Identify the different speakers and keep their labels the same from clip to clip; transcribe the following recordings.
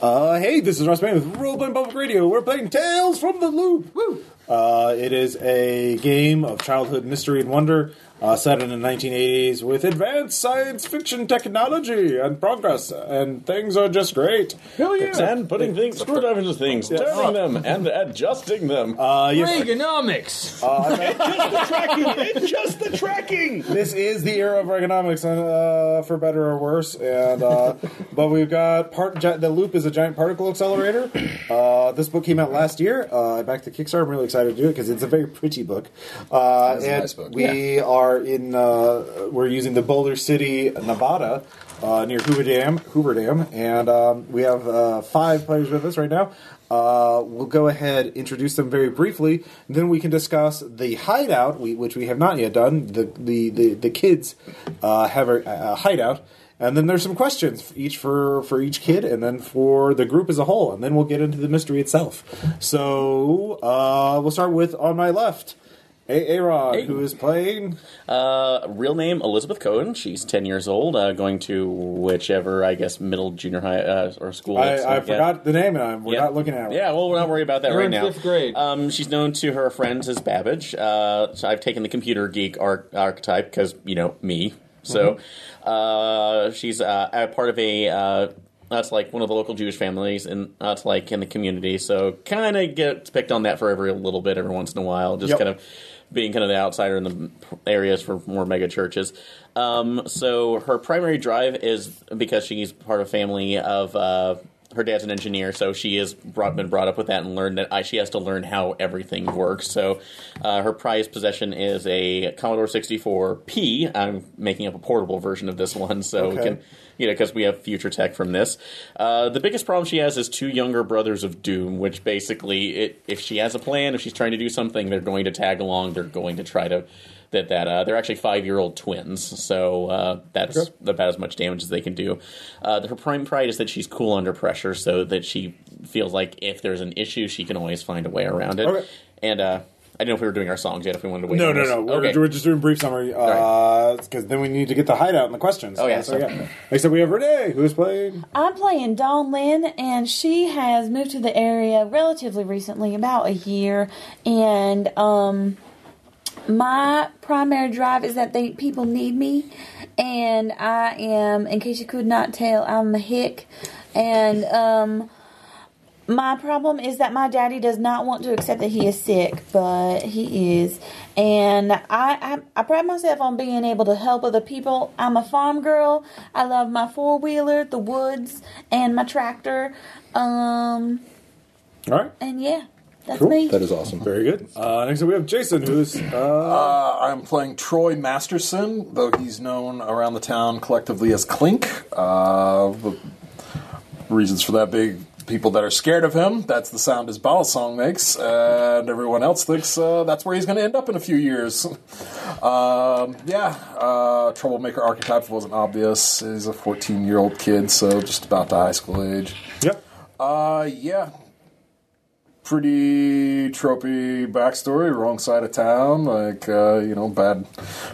Speaker 1: Uh, hey, this is Ross Bain with Role Playing Public Radio. We're playing Tales from the Loop. Woo! Uh, it is a game of childhood mystery and wonder uh, set in the 1980s with advanced science fiction technology and progress, and things are just great.
Speaker 2: Hell yeah.
Speaker 3: And putting things, screwdriving into things, turning them, and adjusting them.
Speaker 1: Uh, yes,
Speaker 4: Reaganomics.
Speaker 2: it's just the tracking.
Speaker 1: this is the era of ergonomics, and uh, for better or worse. And uh, but we've got part gi- the loop is a giant particle accelerator. Uh, this book came out last year. Uh, I backed the Kickstarter. I'm really excited to do it because it's a very pretty book. Uh,
Speaker 5: That's a
Speaker 1: and
Speaker 5: nice book.
Speaker 1: We are in uh, we're using the Boulder City, Nevada. Uh, near Hoover Dam, Hoover Dam, and um, we have uh, five players with us right now. Uh, we'll go ahead introduce them very briefly. Then we can discuss the hideout, we, which we have not yet done. The the the, the kids uh, have a, a hideout, and then there's some questions each for for each kid, and then for the group as a whole. And then we'll get into the mystery itself. So uh, we'll start with on my left, a- Aaron,
Speaker 3: Hey.
Speaker 1: who is playing.
Speaker 3: Uh, real name Elizabeth Cohen. She's ten years old, uh, going to whichever I guess middle junior high uh, or school. it's, uh,
Speaker 1: I, I
Speaker 3: yeah.
Speaker 1: forgot the name, and I'm, we're
Speaker 3: Yeah.
Speaker 1: not looking at it.
Speaker 3: Yeah, well, we're not worried about that
Speaker 4: You're
Speaker 3: right
Speaker 4: in
Speaker 3: now.
Speaker 4: fifth grade.
Speaker 3: Um, she's known to her friends as Babbage. Uh, so I've taken the computer geek arc- archetype because you know me. So
Speaker 4: Mm-hmm.
Speaker 3: uh, she's uh, a part of a. Uh, that's like one of the local Jewish families, and that's like in the community. So kind of gets picked on that for every little bit, every once in a while. Just
Speaker 1: Yep.
Speaker 3: kind of being kind of the outsider in the areas for more mega churches. Um, so her primary drive is because she's part of family of uh, her dad's an engineer, so she has brought, been brought up with that and learned that I, she has to learn how everything works. So uh, her prized possession is a Commodore 64P. I'm making up a portable version of this one, so we
Speaker 1: Okay.
Speaker 3: can you know, because we have future tech from this. Uh, the biggest problem she has is two younger brothers of Doom, which basically, it, if she has a plan, if she's trying to do something, they're going to tag along. They're going to try to that that uh, they're actually five year old twins, so uh, that's about as much damage as they can do. Uh, her prime pride is that she's cool under pressure, so that she feels like if there's an issue, she can always find a way around it.
Speaker 1: Okay.
Speaker 3: And uh, I didn't know if we were doing our songs yet. If we wanted to wait,
Speaker 1: No,
Speaker 3: on
Speaker 1: no,
Speaker 3: this.
Speaker 1: no. We're,
Speaker 3: Okay.
Speaker 1: we're just doing a brief summary because then we need to get the hideout and the questions.
Speaker 3: Oh, yeah,
Speaker 1: so,
Speaker 3: sorry.
Speaker 1: yeah. Except we have Renee, who's playing.
Speaker 6: I'm playing Dawn Lynn, and she has moved to the area relatively recently, about a year. And um, my primary drive is that they people need me, and I am. In case you could not tell, I'm a hick, and um, my problem is that my daddy does not want to accept that he is sick, but he is, and I, I I pride myself on being able to help other people. I'm a farm girl. I love my four wheeler, the woods, and my tractor. Um,
Speaker 1: All right.
Speaker 6: and yeah, that's
Speaker 1: Cool.
Speaker 6: me.
Speaker 5: That is awesome.
Speaker 1: Very good. Uh, next up, we have Jason, who's. Uh,
Speaker 5: Uh, I'm playing Troy Masterson, though he's known around the town collectively as Clink. Uh, the reasons for that big people that are scared of him. That's the sound his bottle song makes, and everyone else thinks uh, that's where he's going to end up in a few years. Um, yeah, uh, troublemaker archetype wasn't obvious. He's a 14 year old kid, so just about to high school age.
Speaker 1: yeah.
Speaker 5: Uh, yeah. Pretty tropey backstory, wrong side of town, like uh, you know, bad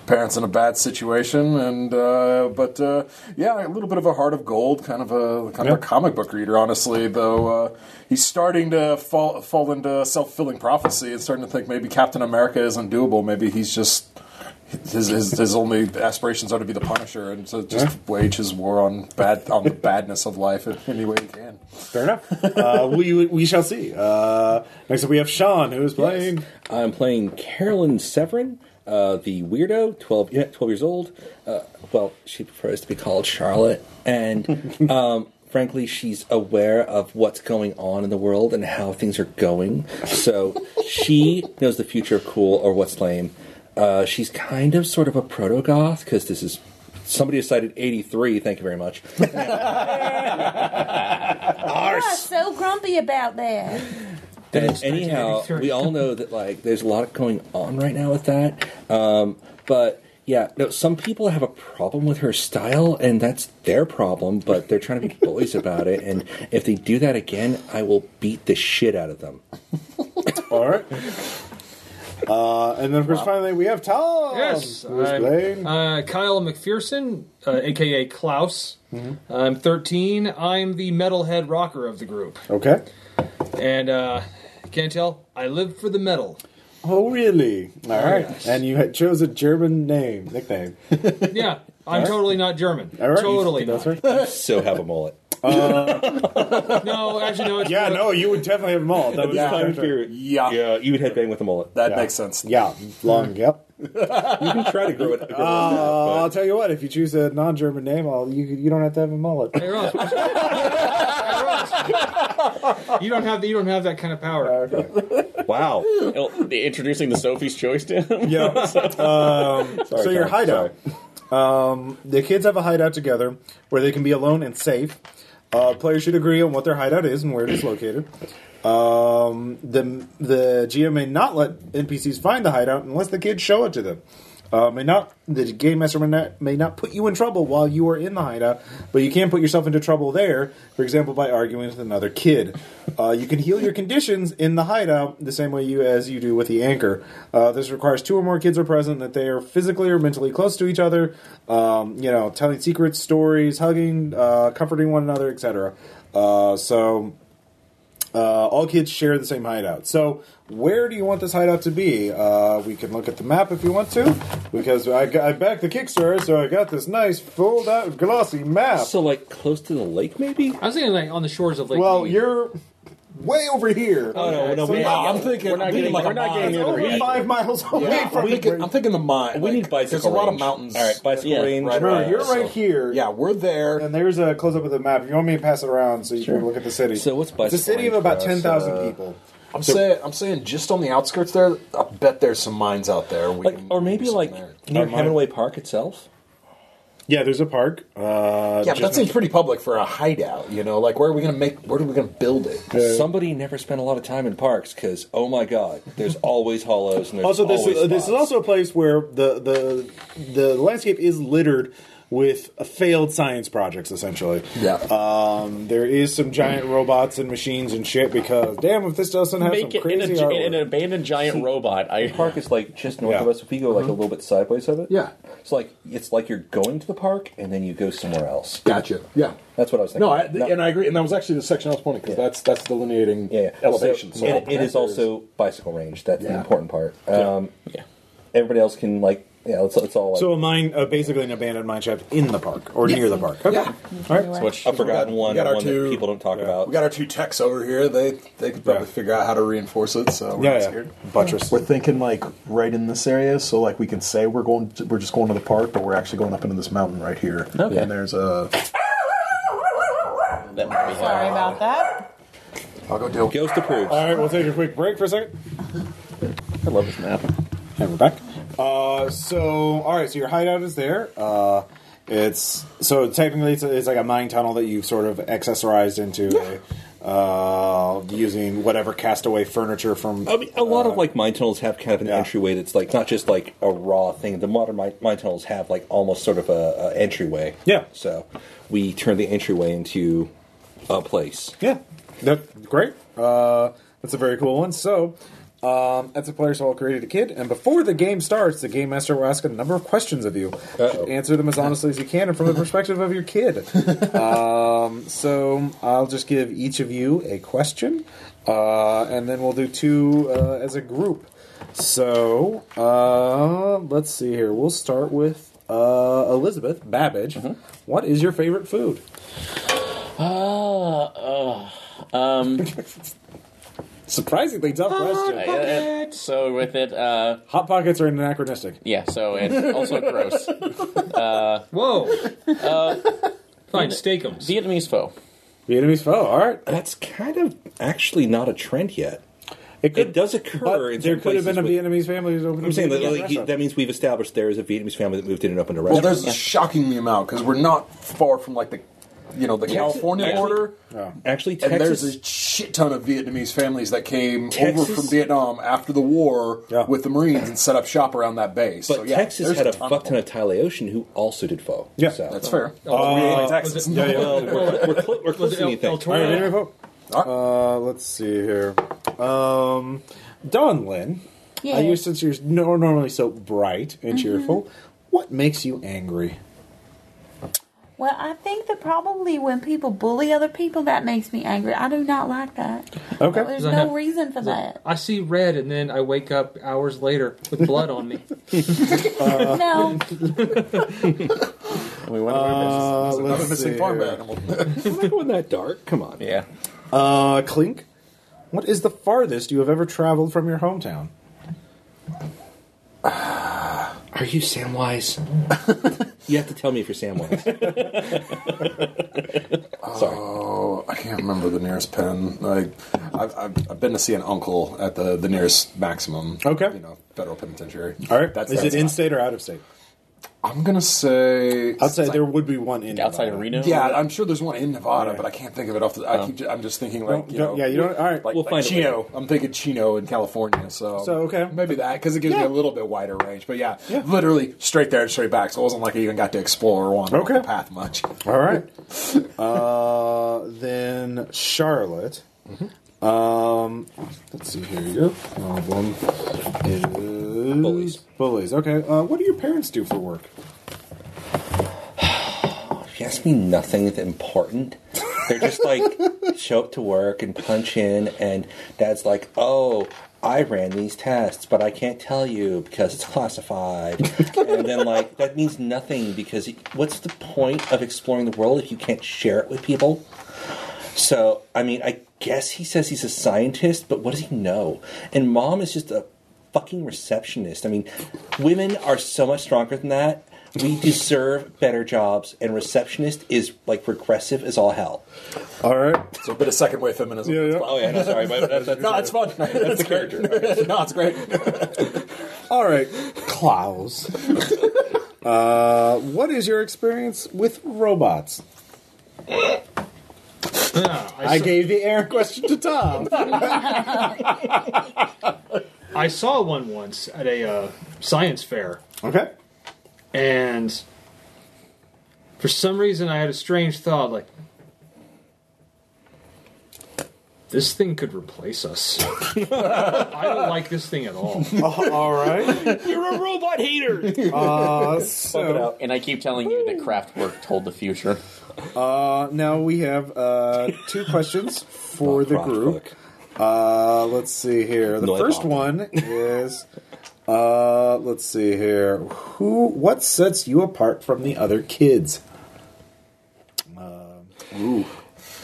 Speaker 5: parents in a bad situation, and uh, but uh, yeah, a little bit of a heart of gold, kind of a kind of
Speaker 1: Yeah.
Speaker 5: a comic book reader, honestly. Though uh, he's starting to fall fall into self fulfilling prophecy and starting to think maybe Captain America isn't doable. Maybe he's just his his, his only aspirations are to be the Punisher and to just
Speaker 1: Yeah.
Speaker 5: wage his war on bad on the badness of life in any way he can.
Speaker 1: Fair enough. Uh, we, we shall see. Uh, next up, we have Sean, who's playing.
Speaker 7: I'm playing Carolyn Severin, uh, the weirdo, 12, yeah, 12 years old. Uh, well, she prefers to be called Charlotte. And um, frankly, she's aware of what's going on in the world and how things are going. So she knows the future of cool or what's lame. Uh, she's kind of sort of a proto goth because this is. Somebody decided 83, thank you very much.
Speaker 6: You are so grumpy about that.
Speaker 7: And anyhow,
Speaker 4: 1983.
Speaker 7: we all know that like there's a lot going on right now with that. Um, but yeah, no, some people have a problem with her style, and that's their problem. But they're trying to be bullies about it, and if they do that again, I will beat the shit out of them.
Speaker 1: All right. Uh, and then, of course, finally, we have Tom.
Speaker 4: Yes,
Speaker 1: Who's
Speaker 4: I'm,
Speaker 1: playing?
Speaker 4: Uh, Kyle McPherson, uh, aka Klaus.
Speaker 1: Mm-hmm.
Speaker 4: I'm 13. I'm the metalhead rocker of the group,
Speaker 1: okay.
Speaker 4: and uh, can't tell. I live for the metal.
Speaker 1: Oh, really? All right.
Speaker 4: yes.
Speaker 1: And you had chose a German name, nickname.
Speaker 4: Yeah, I'm totally not German.
Speaker 1: All right.
Speaker 4: Totally
Speaker 1: That's
Speaker 4: not.
Speaker 1: right.
Speaker 7: So have a mullet.
Speaker 4: No, actually, no. It's
Speaker 1: Yeah,
Speaker 4: more-
Speaker 1: no, you would definitely have them all. That was
Speaker 5: Yeah.
Speaker 1: time
Speaker 7: Period.
Speaker 5: Yeah.
Speaker 7: yeah, you would headbang with a mullet.
Speaker 5: That
Speaker 1: Yeah.
Speaker 5: makes sense.
Speaker 1: Yeah, long. Yep.
Speaker 7: You can try to grow it. grow it
Speaker 1: Uh, I'll
Speaker 7: out,
Speaker 1: tell you what. If you choose a non-German name, I'll, you you don't have to have a mullet.
Speaker 4: Hey, Ross. Hey, Ross. You don't have you don't have that kind of power.
Speaker 1: Okay.
Speaker 7: but- wow.
Speaker 3: Oh, Introducing the Sophie's Choice to him.
Speaker 1: Yeah. Um, so your
Speaker 7: Tom.
Speaker 1: hideout. Um, the kids have a hideout together where they can be alone and safe. Uh, players should agree on what their hideout is and where it is located. Um, the the GM may not let NPCs find the hideout unless the kids show it to them. Uh, may not the game master may not, may not put you in trouble while you are in the hideout, but you can put yourself into trouble there. For example, by arguing with another kid, uh, you can heal your conditions in the hideout the same way you as you do with the anchor. Uh, this requires two or more kids are present that they are physically or mentally close to each other. Um, you know, telling secrets, stories, hugging, uh, comforting one another, etc. Uh, so uh, all kids share the same hideout. So, where do you want this hideout to be? Uh, we can look at the map if you want to, because I, got- I backed the Kickstarter, so I got this nice fold out glossy map.
Speaker 7: So like close to the lake, maybe.
Speaker 4: I was thinking like on the shores of Lake.
Speaker 1: well,
Speaker 4: Mead.
Speaker 1: you're way over here.
Speaker 7: Oh no, no, we,
Speaker 5: Nah, I'm thinking.
Speaker 3: We're not
Speaker 5: I'm
Speaker 3: getting-
Speaker 5: thinking like a
Speaker 3: we're not
Speaker 5: mine.
Speaker 3: getting near the
Speaker 1: Over
Speaker 3: Yeah.
Speaker 1: five miles away from
Speaker 5: We
Speaker 1: the
Speaker 5: could- I'm thinking the mine.
Speaker 7: we
Speaker 5: like,
Speaker 7: need bicycle.
Speaker 5: There's a lot of
Speaker 7: range.
Speaker 5: mountains.
Speaker 7: All right, bicycle
Speaker 3: Yeah.
Speaker 7: range.
Speaker 5: Right,
Speaker 1: Remember,
Speaker 5: right,
Speaker 1: you're
Speaker 5: so-
Speaker 1: right here.
Speaker 5: Yeah, we're there.
Speaker 1: And there's a close up of the map. If you want me to pass it around so you can look at the city.
Speaker 7: So what's
Speaker 1: it's a
Speaker 7: bicycle
Speaker 1: city of
Speaker 7: range
Speaker 1: about
Speaker 7: for us?
Speaker 1: ten thousand
Speaker 7: Uh,
Speaker 1: people.
Speaker 5: I'm saying. I'm saying just on the outskirts there. I bet there's some mines out there. We
Speaker 7: Like,
Speaker 5: can
Speaker 7: or
Speaker 5: do
Speaker 7: maybe
Speaker 5: something
Speaker 7: like
Speaker 5: there.
Speaker 7: near
Speaker 1: Uh, my-
Speaker 7: Hemingway Park itself.
Speaker 1: Yeah, there's a park. Uh,
Speaker 5: Yeah, but
Speaker 1: just
Speaker 5: that
Speaker 1: north-
Speaker 5: seems pretty public for a hideout. You know, like where are we gonna make? Where are we gonna build it?
Speaker 7: Somebody never spent a lot of time in parks because oh my god, there's always hollows and there's
Speaker 1: also this
Speaker 7: always
Speaker 1: is, uh, this is
Speaker 7: spots.
Speaker 1: also a place where the the the landscape is littered with failed science projects essentially
Speaker 5: Uh,
Speaker 3: Hmm.
Speaker 1: um, there is some giant robots and machines and shit because damn if this doesn't have some
Speaker 3: Make it in, a,
Speaker 1: crazy
Speaker 3: gi- in an
Speaker 1: artwork.
Speaker 3: abandoned giant robot. I
Speaker 7: park is like just north
Speaker 1: Yeah.
Speaker 7: of us. If we go like
Speaker 1: Uh-huh.
Speaker 7: a little bit sideways of it,
Speaker 5: Yeah.
Speaker 7: it's like it's like you're going to the park and then you go somewhere else.
Speaker 5: Gotcha. Yeah.
Speaker 7: That's what I was thinking.
Speaker 5: No, I, and I agree, and that was actually the section I was pointing because that's that's delineating
Speaker 7: yeah, yeah.
Speaker 5: elevation.
Speaker 7: So, it- it is also bicycle range. That's the
Speaker 5: Yeah.
Speaker 7: important part. Um, Everybody else can like yeah. Let's, let's all like
Speaker 1: so a mine uh, basically an abandoned mine shaft in the park or near the park okay. all right
Speaker 7: a forgotten one,
Speaker 5: got our
Speaker 7: one
Speaker 5: two-
Speaker 7: that people don't talk about.
Speaker 5: We got our two techs over here. They they could probably
Speaker 1: Yeah.
Speaker 5: figure out how to reinforce it. So we're
Speaker 1: yeah,
Speaker 5: not
Speaker 1: yeah.
Speaker 5: scared.
Speaker 1: buttress
Speaker 5: We're thinking like right in this area, so like we can say we're going, to, we're just going to the park, but we're actually going up into this mountain right here.
Speaker 7: Okay.
Speaker 5: And there's a.
Speaker 3: that might be hard.
Speaker 6: Sorry about that.
Speaker 5: I'll go deal.
Speaker 7: Ghost approved.
Speaker 1: all right we'll take a quick break for a second
Speaker 3: I love this map.
Speaker 1: And we're back. Uh, so, all right. So your hideout is there. Uh, it's so technically it's, it's like a mine tunnel that you've sort of accessorized into a, uh, using whatever castaway furniture from.
Speaker 7: I mean, a lot of like mine tunnels have kind of an
Speaker 1: yeah.
Speaker 7: entryway that's like not just like a raw thing. The modern mine, mine tunnels have like almost sort of a, a entryway.
Speaker 1: Yeah.
Speaker 7: So we turn the entryway into a place.
Speaker 1: Yeah, that great. Uh, that's a very cool one. So, um, as a player, so I'll create a kid, and before the game starts, the game master will ask a number of questions of you.
Speaker 7: Uh-oh.
Speaker 1: Answer them as honestly as you can, and from the perspective of your kid. um, so, I'll just give each of you a question, uh, and then we'll do two uh, as a group. So, uh, let's see here. We'll start with. Uh, Elizabeth Babbage, what is your favorite food?
Speaker 3: Uh, uh, um,
Speaker 1: Surprisingly tough question.
Speaker 3: uh, uh, so with it, uh,
Speaker 1: Hot pockets are anachronistic.
Speaker 3: yeah. So it's also gross.
Speaker 4: Whoa. Uh, Fine, steakums.
Speaker 3: Vietnamese pho.
Speaker 1: Vietnamese pho. All right,
Speaker 7: That's kind of actually not a trend yet.
Speaker 1: it
Speaker 7: It does occur.
Speaker 1: But
Speaker 7: in
Speaker 1: there
Speaker 7: some
Speaker 1: could have been a
Speaker 7: places with-
Speaker 1: Vietnamese family who's opening.
Speaker 7: I'm saying that,
Speaker 1: a
Speaker 7: like, he-
Speaker 1: restaurant.
Speaker 7: that means we've established there is a Vietnamese family that moved in and opened a
Speaker 5: Well,
Speaker 7: restaurant.
Speaker 5: there's a shockingly amount because we're not far from like the, you know, the California
Speaker 7: Actually-
Speaker 5: border.
Speaker 7: actually
Speaker 5: And
Speaker 7: Texas.
Speaker 5: there's a shit ton of Vietnamese families that came
Speaker 7: Texas-
Speaker 5: over from Vietnam after the war
Speaker 1: Yeah.
Speaker 5: with the Marines and set up shop around that base.
Speaker 7: but
Speaker 5: so, yeah,
Speaker 7: Texas
Speaker 5: there's
Speaker 7: had a
Speaker 5: ton
Speaker 7: fuck
Speaker 5: of
Speaker 7: ton
Speaker 5: them.
Speaker 7: of Thai Laotian who also did pho.
Speaker 1: Yeah.
Speaker 7: So.
Speaker 5: That's fair.
Speaker 4: Oh, Uh, was it-
Speaker 1: Yeah, yeah.
Speaker 7: Well, we're, we're, clo- we're
Speaker 4: Was
Speaker 7: close
Speaker 4: it
Speaker 7: to
Speaker 4: El,
Speaker 7: anything.
Speaker 4: El
Speaker 1: All right,
Speaker 4: Toro?
Speaker 1: Vietnamese pho.
Speaker 5: All right.
Speaker 1: Uh, let's see here. Um, Don Lin,
Speaker 6: Yeah.
Speaker 1: Uh, you, since you're no, normally so bright and cheerful, what makes you angry?
Speaker 6: Well, I think that probably when people bully other people, that makes me angry. I do not like that.
Speaker 1: Okay.
Speaker 6: There's
Speaker 4: I
Speaker 6: no
Speaker 4: have-
Speaker 6: reason for that.
Speaker 4: Uh, I see red, and then I wake up hours later with blood on me.
Speaker 6: no,
Speaker 3: We went over
Speaker 1: Uh,
Speaker 5: It's another
Speaker 1: let's
Speaker 5: missing
Speaker 1: see
Speaker 5: farm
Speaker 1: here.
Speaker 5: animal.
Speaker 7: I'm not going that dark. Come on.
Speaker 3: this. Yeah.
Speaker 1: Uh, Clink, what is the farthest you have ever traveled from your hometown?
Speaker 7: Are you Samwise? you have to tell me if you're Samwise. Sorry.
Speaker 5: Oh, I can't remember the nearest pen. Like, I've, I've, I've been to see an uncle at the, the nearest maximum.
Speaker 1: Okay.
Speaker 5: You know, federal penitentiary.
Speaker 1: All right.
Speaker 5: That's,
Speaker 1: is
Speaker 5: that's
Speaker 1: it in
Speaker 5: not-
Speaker 1: state or out of state?
Speaker 5: I'm gonna say
Speaker 1: Outside, there would be one in
Speaker 3: Outside of
Speaker 1: Nevada.
Speaker 3: Reno?
Speaker 5: Yeah, I'm sure there's one in Nevada,
Speaker 1: Yeah. Oh.
Speaker 5: but I can't think of it off the. I keep, ju- I'm just thinking
Speaker 1: Don't-
Speaker 5: like you know,
Speaker 1: don't- yeah, you don't. All right.
Speaker 5: like,
Speaker 7: We'll
Speaker 5: like
Speaker 7: find it
Speaker 5: Chino. I'm thinking Chino in California. So
Speaker 1: So, okay.
Speaker 5: maybe that because it gives me
Speaker 1: Yeah.
Speaker 5: a little bit wider range. But yeah,
Speaker 1: Yeah.
Speaker 5: literally straight there and straight back. So it wasn't like I even got to explore one
Speaker 1: Okay.
Speaker 5: the path much.
Speaker 1: All right. uh, then Charlotte. Um, let's see here. Your problem is
Speaker 7: Bullies.
Speaker 1: Bullies. Okay. Uh, what do your parents do for work?
Speaker 7: She asked me nothing that's important. They're just like show up to work and punch in, and Dad's like, "Oh, I ran these tests, but I can't tell you because it's classified." and then like that means nothing because what's the point of exploring the world if you can't share it with people? So, I mean, I guess he says he's a scientist, but what does he know? And mom is just a fucking receptionist. I mean, women are so much stronger than that. We deserve better jobs, and receptionist is like regressive as all hell.
Speaker 1: All right.
Speaker 5: So a bit of second wave feminism.
Speaker 1: Yeah, yeah.
Speaker 7: Oh, yeah, no, sorry. But that's, that's,
Speaker 5: No, it's fun. That's the character. no, it's great.
Speaker 1: All right. Klaus. uh, what is your experience with robots?
Speaker 4: Yeah,
Speaker 1: I
Speaker 4: saw-
Speaker 1: gave the air question to Tom.
Speaker 4: I saw one once at a uh, science fair,
Speaker 1: okay.
Speaker 4: and for some reason I had a strange thought like, this thing could replace us. I don't like this thing at all.
Speaker 1: All right.
Speaker 2: You're a robot hater.
Speaker 1: Uh, so
Speaker 3: And I keep telling you that Kraftwerk told the future.
Speaker 1: uh, now we have uh, two questions for the group. Uh, let's see here. The
Speaker 7: No, I
Speaker 1: first
Speaker 7: don't.
Speaker 1: one is, uh, let's see here. Who? What sets you apart from the other kids? Um, ooh,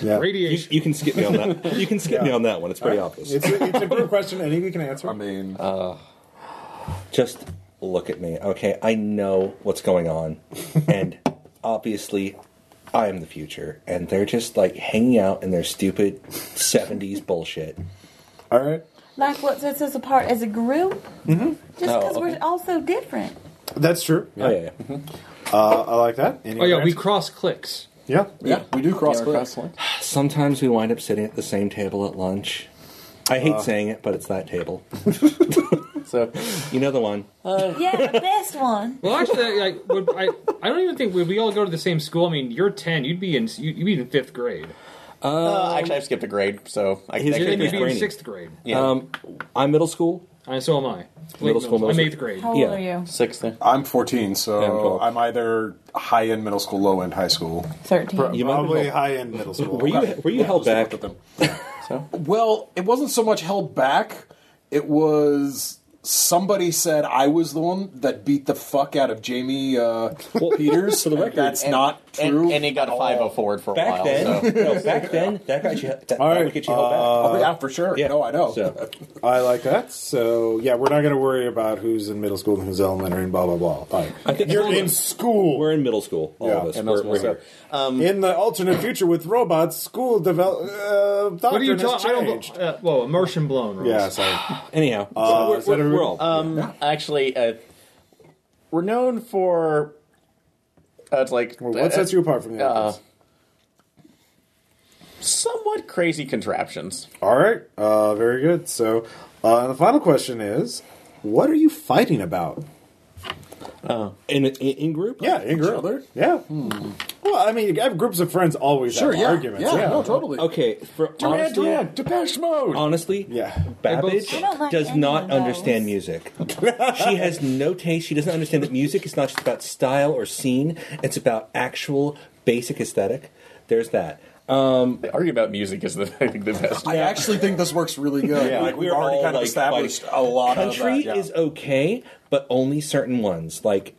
Speaker 1: yeah.
Speaker 7: You,
Speaker 4: Radiation.
Speaker 7: you can skip me on that. You can skip me on that one. It's pretty obvious.
Speaker 1: It's a, it's a group question. Any of you can answer.
Speaker 5: I mean,
Speaker 7: just look at me. Okay, I know what's going on. And obviously, I am the future. And they're just like hanging out in their stupid 70s bullshit.
Speaker 1: All right.
Speaker 6: like what sets us apart as a group? Mm-hmm. Just
Speaker 7: Oh,
Speaker 6: because we're
Speaker 7: okay.
Speaker 6: all so different.
Speaker 1: That's true. Yeah.
Speaker 7: Oh, yeah, yeah.
Speaker 1: Uh, I like that. Any
Speaker 4: Oh, yeah,
Speaker 1: other
Speaker 4: we
Speaker 1: answer?
Speaker 4: cross clicks.
Speaker 1: yeah.
Speaker 5: yeah, we do cross
Speaker 3: Cross
Speaker 5: class.
Speaker 3: lines.
Speaker 7: Sometimes we wind up sitting at the same table at lunch. I hate saying it, but it's that table.
Speaker 3: So,
Speaker 7: You know the one.
Speaker 6: Yeah, the best one.
Speaker 4: Well, actually, like, would, I, I don't even think we, we all go to the same school. I mean, you're 10, you'd be in, you'd be in fifth grade.
Speaker 3: uh, actually, I've skipped a grade, so I
Speaker 7: His
Speaker 3: that
Speaker 4: You'd
Speaker 3: could
Speaker 7: name
Speaker 4: be
Speaker 7: Um, is
Speaker 3: be-
Speaker 4: in
Speaker 7: Brainy.
Speaker 4: sixth grade.
Speaker 3: yeah.
Speaker 7: Um, I'm middle school.
Speaker 4: And so am I.
Speaker 7: Middle school, middle
Speaker 4: I'm
Speaker 7: school.
Speaker 4: eighth grade.
Speaker 6: How old
Speaker 7: Yeah.
Speaker 6: are you?
Speaker 3: sixth. Then.
Speaker 5: I'm 14,
Speaker 7: Yeah, I'm
Speaker 5: so
Speaker 7: 12.
Speaker 5: I'm either high end middle school, low end high school.
Speaker 6: 13.
Speaker 7: You might be
Speaker 1: Probably
Speaker 7: held-
Speaker 1: high end middle school.
Speaker 7: Were you, were you held back?
Speaker 5: Look at them.
Speaker 3: So,
Speaker 5: Well, it wasn't so much held back. It was somebody said I was the one that beat the fuck out of Jamie uh, Peters.
Speaker 7: for the record-
Speaker 5: that's
Speaker 3: And-
Speaker 5: not true.
Speaker 3: and, and he got a
Speaker 5: at
Speaker 3: five
Speaker 5: all.
Speaker 3: zero forward for a while.
Speaker 7: Back then,
Speaker 3: So.
Speaker 7: no, back then, that got you. That, that
Speaker 1: right,
Speaker 7: would get you held back.
Speaker 5: Oh, yeah, for sure.
Speaker 7: Yeah.
Speaker 5: No, I know.
Speaker 7: uh, So-
Speaker 1: I like that. So yeah, we're not going to worry about who's in middle school and who's elementary and blah blah blah. Like,
Speaker 7: I think
Speaker 1: you're
Speaker 7: all of
Speaker 1: in
Speaker 7: us-
Speaker 1: school.
Speaker 7: We're in middle school. All
Speaker 1: Yeah,
Speaker 7: of us.
Speaker 1: and
Speaker 7: We're,
Speaker 3: that's
Speaker 7: we're
Speaker 3: what I
Speaker 7: here.
Speaker 3: said.
Speaker 1: in the alternate future with robots, school develop uh, doctrine
Speaker 4: What are you
Speaker 1: has
Speaker 4: talking? I
Speaker 1: changed.
Speaker 4: don't. Uh, whoa, immersion blown. Ross.
Speaker 1: Yeah, sorry.
Speaker 7: Anyhow,
Speaker 1: Uh,
Speaker 7: so we're,
Speaker 1: so do
Speaker 7: we're,
Speaker 1: we-
Speaker 7: we're all.
Speaker 3: Um, Actually, uh, we're known for. Uh, it's like
Speaker 1: Well, what sets you apart from the others?
Speaker 3: somewhat crazy contraptions.
Speaker 1: All right, uh, very good. So uh, the final question is, what are you fighting about?
Speaker 7: in, in in group.
Speaker 1: Yeah, in group.
Speaker 5: other?
Speaker 1: Yeah. Well, I mean, I have groups of friends always
Speaker 5: Sure,
Speaker 1: have
Speaker 5: yeah,
Speaker 1: arguments. Yeah,
Speaker 5: no, totally.
Speaker 7: Okay, for
Speaker 5: Duran,
Speaker 7: honestly,
Speaker 5: Duran, Depeche Mode.
Speaker 7: honestly,
Speaker 1: Yeah.
Speaker 7: Babbage
Speaker 6: I don't like
Speaker 7: does
Speaker 6: any
Speaker 7: not
Speaker 6: of those.
Speaker 7: understand music. she has no taste. She doesn't understand that music is not just about style or scene. It's about actual basic aesthetic. There's that. Um,
Speaker 3: They argue about music is the I think the best.
Speaker 5: I actually think this works really good.
Speaker 1: Yeah,
Speaker 5: like, we've
Speaker 7: we're
Speaker 5: already
Speaker 7: all,
Speaker 5: kind of
Speaker 7: like,
Speaker 5: established a lot
Speaker 7: country
Speaker 5: of uh, that. yeah.
Speaker 7: is okay, but only certain ones. Like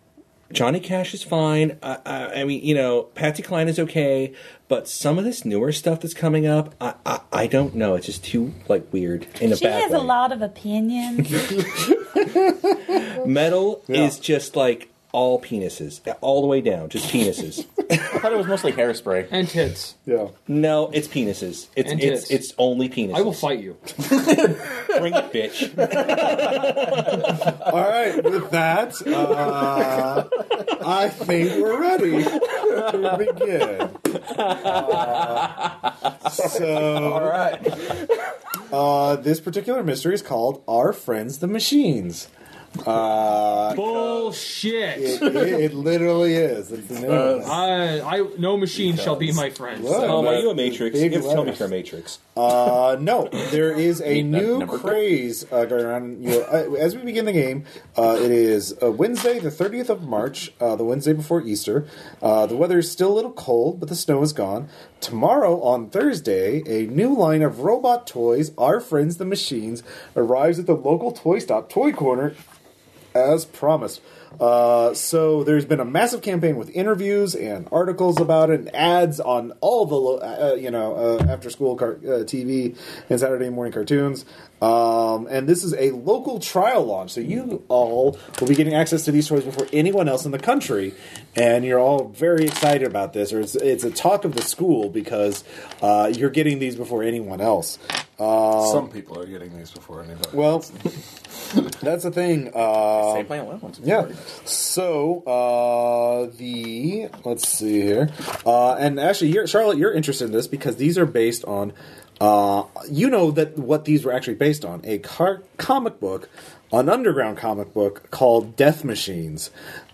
Speaker 7: Johnny Cash is fine. I, I, I mean, you know, Patsy Cline is okay, but some of this newer stuff that's coming up, I, I, I don't know. It's just too like weird in a
Speaker 6: She
Speaker 7: bad
Speaker 6: has
Speaker 7: way.
Speaker 6: a lot of opinions.
Speaker 7: Metal
Speaker 1: Yeah.
Speaker 7: is just like all penises, all the way down, just penises.
Speaker 3: I thought it was mostly hairspray.
Speaker 4: And tits.
Speaker 1: yeah.
Speaker 7: no, it's penises. It's
Speaker 4: And
Speaker 7: it's
Speaker 4: tits.
Speaker 7: it's only penises.
Speaker 4: I will fight you.
Speaker 7: Bring it, bitch.
Speaker 1: All right, with that, uh, I think we're ready to begin. Uh,
Speaker 5: All
Speaker 1: so,
Speaker 5: right.
Speaker 1: uh, this particular mystery is called Our Friends the Machines. Uh,
Speaker 4: Bullshit.
Speaker 1: it, it literally is. It's
Speaker 7: uh,
Speaker 1: the name of it.
Speaker 4: I, I, no machine shall be my friend. Um,
Speaker 1: Whoa.
Speaker 7: Tom, are you a matrix? You
Speaker 1: Uh, Big
Speaker 7: have to tell me
Speaker 1: letters.
Speaker 7: if you're a matrix.
Speaker 1: Uh, no, there is a
Speaker 3: that
Speaker 1: new
Speaker 3: number.
Speaker 1: craze uh, going around. You know, uh, as we begin the game, uh, it is uh, Wednesday, the 30th of March, uh, the Wednesday before Easter. Uh, the weather is still a little cold, but the snow is gone. Tomorrow, on Thursday, a new line of robot toys, Our Friends the Machines, arrives at the local toy stop, Toy Corner, as promised. Uh, so there's been a massive campaign with interviews and articles about it, and ads on all the lo- uh, you know uh, after school car- uh, TV and Saturday morning cartoons. Um, and this is a local trial launch, so you all will be getting access to these toys before anyone else in the country, and you're all very excited about this. Or it's, it's a talk of the school because uh, you're getting these before anyone else. Uh,
Speaker 5: Some people are getting these before anybody.
Speaker 1: Well, that's the thing. Uh,
Speaker 3: They play loud ones.
Speaker 1: yeah. So uh, the let's see here, uh, and actually, you're, Charlotte, you're interested in this because these are based on. Uh, you know that what these were actually based on a car- comic book, an underground comic book called Death Machines,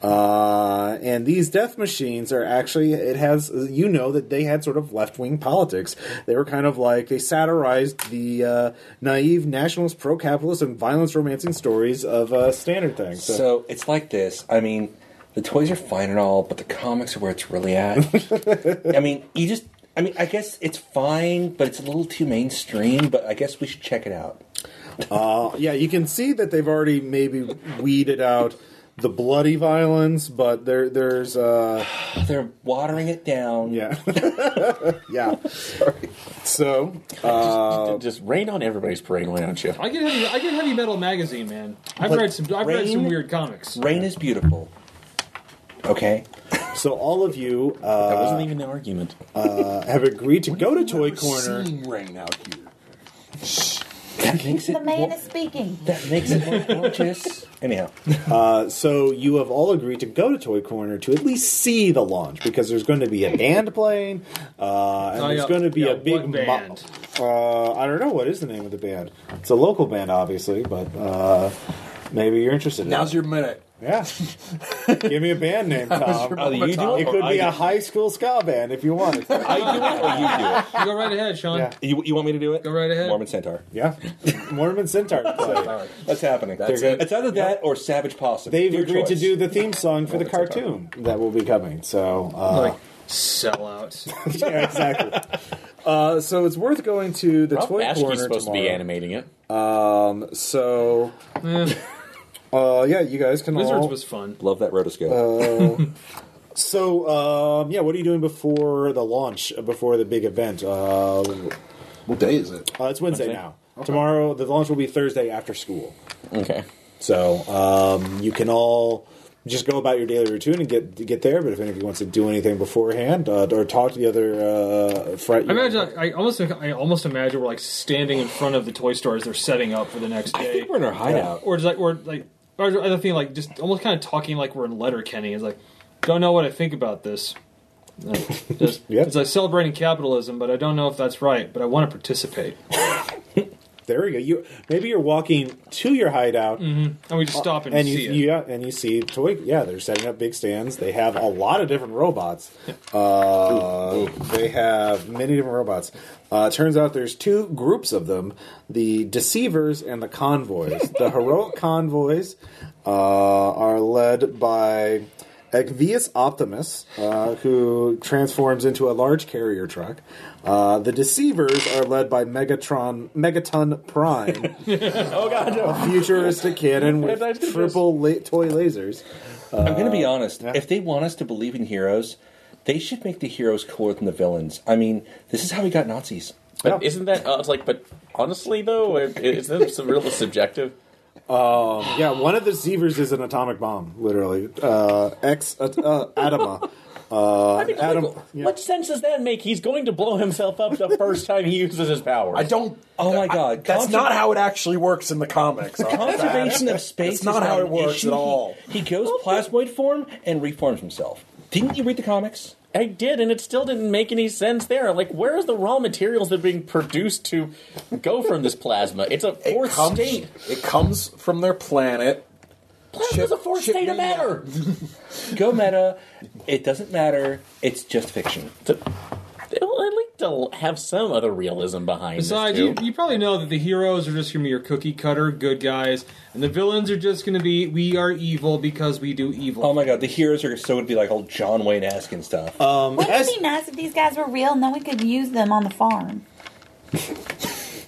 Speaker 1: uh, and these Death Machines are actually it has you know that they had sort of left wing politics. They were kind of like they satirized the uh, naive nationalist, pro capitalist, and violence romancing stories of uh, standard things. So-
Speaker 7: So it's like this. I mean, the toys are fine and all, but the comics are where it's really at. I mean, you just. I mean, I guess it's fine, but it's a little too mainstream. But I guess we should check it out.
Speaker 1: yeah, you can see that they've already maybe weeded out the bloody violence, but there there's uh
Speaker 7: Oh, They're watering it down.
Speaker 1: yeah. yeah. So, uh,
Speaker 3: just, just rain on everybody's parade, why don't you?
Speaker 4: I get heavy. I get heavy metal magazine, man. I've
Speaker 7: But
Speaker 4: read some. I've read some
Speaker 7: Rain-
Speaker 4: weird comics.
Speaker 7: Rain is beautiful. Okay.
Speaker 1: so all of you
Speaker 3: That
Speaker 1: uh,
Speaker 3: wasn't even the argument.
Speaker 1: uh, have agreed to go to Toy Corner.
Speaker 5: Seeing rain out here.
Speaker 7: That makes it.
Speaker 6: the man
Speaker 7: more-
Speaker 6: is speaking.
Speaker 7: that makes it more gorgeous. Anyhow,
Speaker 1: So you have all agreed to go to Toy Corner to at least see the launch because there's going to be a band playing, uh, and
Speaker 4: Oh,
Speaker 1: there's
Speaker 4: yeah.
Speaker 1: going to be
Speaker 4: Yeah,
Speaker 1: a big
Speaker 4: what band?
Speaker 1: mo- uh, I don't know what is the name of the band. It's a local band, obviously, but uh, maybe you're interested. in
Speaker 5: Now's
Speaker 1: it.
Speaker 5: your minute.
Speaker 1: yeah. Give me a band name, Tom.
Speaker 5: your- Oh,
Speaker 7: you do
Speaker 1: It could be a high school ska band if you wanted.
Speaker 7: I do it or you do
Speaker 4: You go right ahead, Sean.
Speaker 1: Yeah.
Speaker 7: it. You, you want me to do it?
Speaker 4: Go right ahead.
Speaker 7: Mormon Centaur.
Speaker 1: Yeah, Mormon Centaur.
Speaker 7: That's happening.
Speaker 5: That's
Speaker 7: They're
Speaker 5: it.
Speaker 7: good. It's either that or Savage Possum.
Speaker 1: They've
Speaker 7: Your
Speaker 1: agreed to
Speaker 7: choice.
Speaker 1: do the theme song for the
Speaker 7: Mormon Centaur.
Speaker 1: cartoon that will be coming. So, uh,
Speaker 4: Like sell out.
Speaker 1: yeah, exactly. Uh, so it's worth going to the
Speaker 3: Ralph
Speaker 1: toy corner
Speaker 3: Baski's supposed
Speaker 1: tomorrow.
Speaker 3: to be animating it.
Speaker 1: Um, so, uh, yeah, you guys can
Speaker 4: Wizards
Speaker 1: all.
Speaker 4: was fun.
Speaker 7: Love that rotoscope.
Speaker 1: so, um, yeah, what are you doing before the launch? uh, Before the big event? Uh, uh,
Speaker 5: What day is it?
Speaker 1: it's Wednesday,
Speaker 3: Wednesday?
Speaker 1: now. Tomorrow, the launch will be Thursday after school.
Speaker 3: Okay.
Speaker 1: So um, you can all just go about your daily routine and get get there. But if anybody wants to do anything beforehand uh, or talk to the other uh, friend,
Speaker 4: I imagine. I almost. I almost imagine we're like standing in front of the toy store as they're setting up for the next
Speaker 7: I
Speaker 4: day,
Speaker 7: think we're in our hideout.
Speaker 4: or just like, or like, or other thing like just almost kind of talking like we're in Letterkenny. It's like, don't know what I think about this. Like, just-
Speaker 1: Yep.
Speaker 4: It's like celebrating capitalism, but I don't know if that's right. But I want to participate.
Speaker 1: There we go. You maybe you're walking to your hideout,
Speaker 4: And we just stop and,
Speaker 1: and you,
Speaker 4: see it.
Speaker 1: yeah, and you see toy. Yeah, they're setting up big stands. They have a lot of different robots. Uh, They have many different robots. Uh, it turns out there's two groups of them: the deceivers and the convoys. the heroic convoys uh, are led by Ecvius Optimus, uh, who transforms into a large carrier truck. Uh, the deceivers are led by Megatron, Megaton Prime.
Speaker 3: Oh god, no.
Speaker 1: A futuristic cannon
Speaker 3: Yeah, that's
Speaker 1: with
Speaker 3: good
Speaker 1: triple la- toy lasers.
Speaker 7: I'm going to
Speaker 5: Oh,
Speaker 7: be honest. If they want us to believe in heroes, they should make the heroes cooler than the villains. I mean, this is how we got Nazis.
Speaker 3: But isn't that uh, it's like? But honestly, though, it- isn't that some real subjective?
Speaker 1: Yeah, one of the deceivers is an atomic bomb, literally. Uh, ex uh, uh, Adama. Uh,
Speaker 3: I mean,
Speaker 1: Adam.
Speaker 3: like, what sense does that make? He's going to blow himself up the first time he uses his powers.
Speaker 5: I don't.
Speaker 7: Oh my God!
Speaker 5: That's
Speaker 7: Contra-
Speaker 5: not how it actually works in the comics.
Speaker 7: Conservation of space.
Speaker 5: That's not
Speaker 7: is
Speaker 5: how
Speaker 7: an
Speaker 5: it works
Speaker 7: issue.
Speaker 5: at
Speaker 7: He-
Speaker 5: all.
Speaker 7: He, goes plasmoid form and reforms himself. Didn't you read the comics?
Speaker 3: I did, and it still didn't make any sense there. Like, where is the raw materials that are being produced to go from this plasma? It's a
Speaker 5: It
Speaker 3: fourth
Speaker 5: comes,
Speaker 3: state.
Speaker 5: it comes from their planet.
Speaker 3: Plasma's a
Speaker 5: Chip-
Speaker 3: fourth
Speaker 5: chip
Speaker 3: state of
Speaker 5: me
Speaker 3: matter.
Speaker 7: Go meta. It doesn't matter. It's just fiction.
Speaker 3: Well, I'd like to have some other realism behind
Speaker 4: Besides,
Speaker 3: this,
Speaker 4: you,
Speaker 3: too.
Speaker 4: you probably know that the heroes are just going to be your cookie cutter good guys, and the villains are just going to be we are evil because we do evil.
Speaker 7: Oh my God! The heroes are so would be like old John Wayne Askin stuff.
Speaker 5: Uh,
Speaker 6: Wouldn't it be nice if these guys were real and then we could use them on the farm?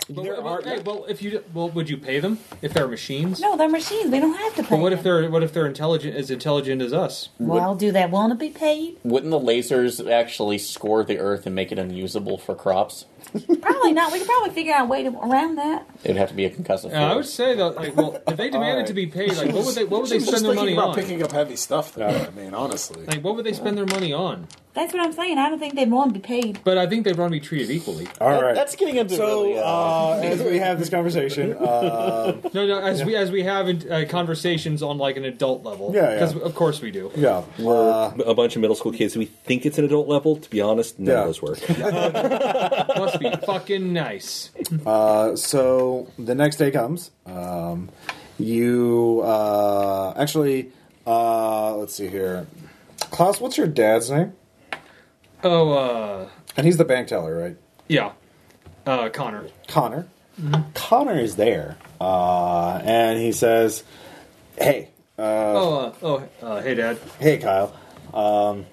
Speaker 4: but,
Speaker 1: there
Speaker 4: well,
Speaker 1: are-
Speaker 4: hey, well, if you well, would you pay them if they're machines?
Speaker 6: No, they're machines. We don't have to pay.
Speaker 4: But what if
Speaker 6: them.
Speaker 4: they're what if they're intelligent as intelligent as us?
Speaker 6: Well, do they want to be paid?
Speaker 3: Wouldn't the lasers actually score the earth and make it unusable for crops?
Speaker 6: Probably not. We could probably figure out a way to around that.
Speaker 3: It'd have to be a concussive.
Speaker 4: Yeah, Uh, I
Speaker 3: field.
Speaker 4: would say that. Like, well, if they demanded to be paid, like what would they what would
Speaker 5: She
Speaker 4: they
Speaker 5: was just
Speaker 4: spend their
Speaker 5: thinking
Speaker 4: money
Speaker 5: about
Speaker 4: on?
Speaker 5: picking up heavy stuff. Though, I mean, honestly,
Speaker 4: Like what would they spend their money on?
Speaker 6: That's what I'm saying. I don't think they'd want to be paid.
Speaker 4: But I think they'd want to be treated equally.
Speaker 1: All right.
Speaker 3: That's getting into
Speaker 1: so,
Speaker 3: really. Uh,
Speaker 1: uh, as we have this conversation, uh,
Speaker 4: No, no, as we as we have in, uh, conversations on like an adult level.
Speaker 1: Yeah, yeah.
Speaker 4: Because of course we do.
Speaker 1: yeah, uh,
Speaker 7: a bunch of middle school kids. We think it's an adult level. To be honest, none
Speaker 1: Yeah.
Speaker 7: of those work.
Speaker 4: Must be fucking nice.
Speaker 1: uh, so the next day comes. Um, you uh, actually, uh, let's see here, Klaus. What's your dad's name?
Speaker 4: Oh, uh,
Speaker 1: And he's the bank teller, right?
Speaker 4: yeah, uh, Connor.
Speaker 1: Connor.
Speaker 3: Mm-hmm.
Speaker 1: Connor is there, uh, and he says, "Hey,
Speaker 4: oh, uh, oh, uh, hey, Dad.
Speaker 1: Hey, Kyle. Um,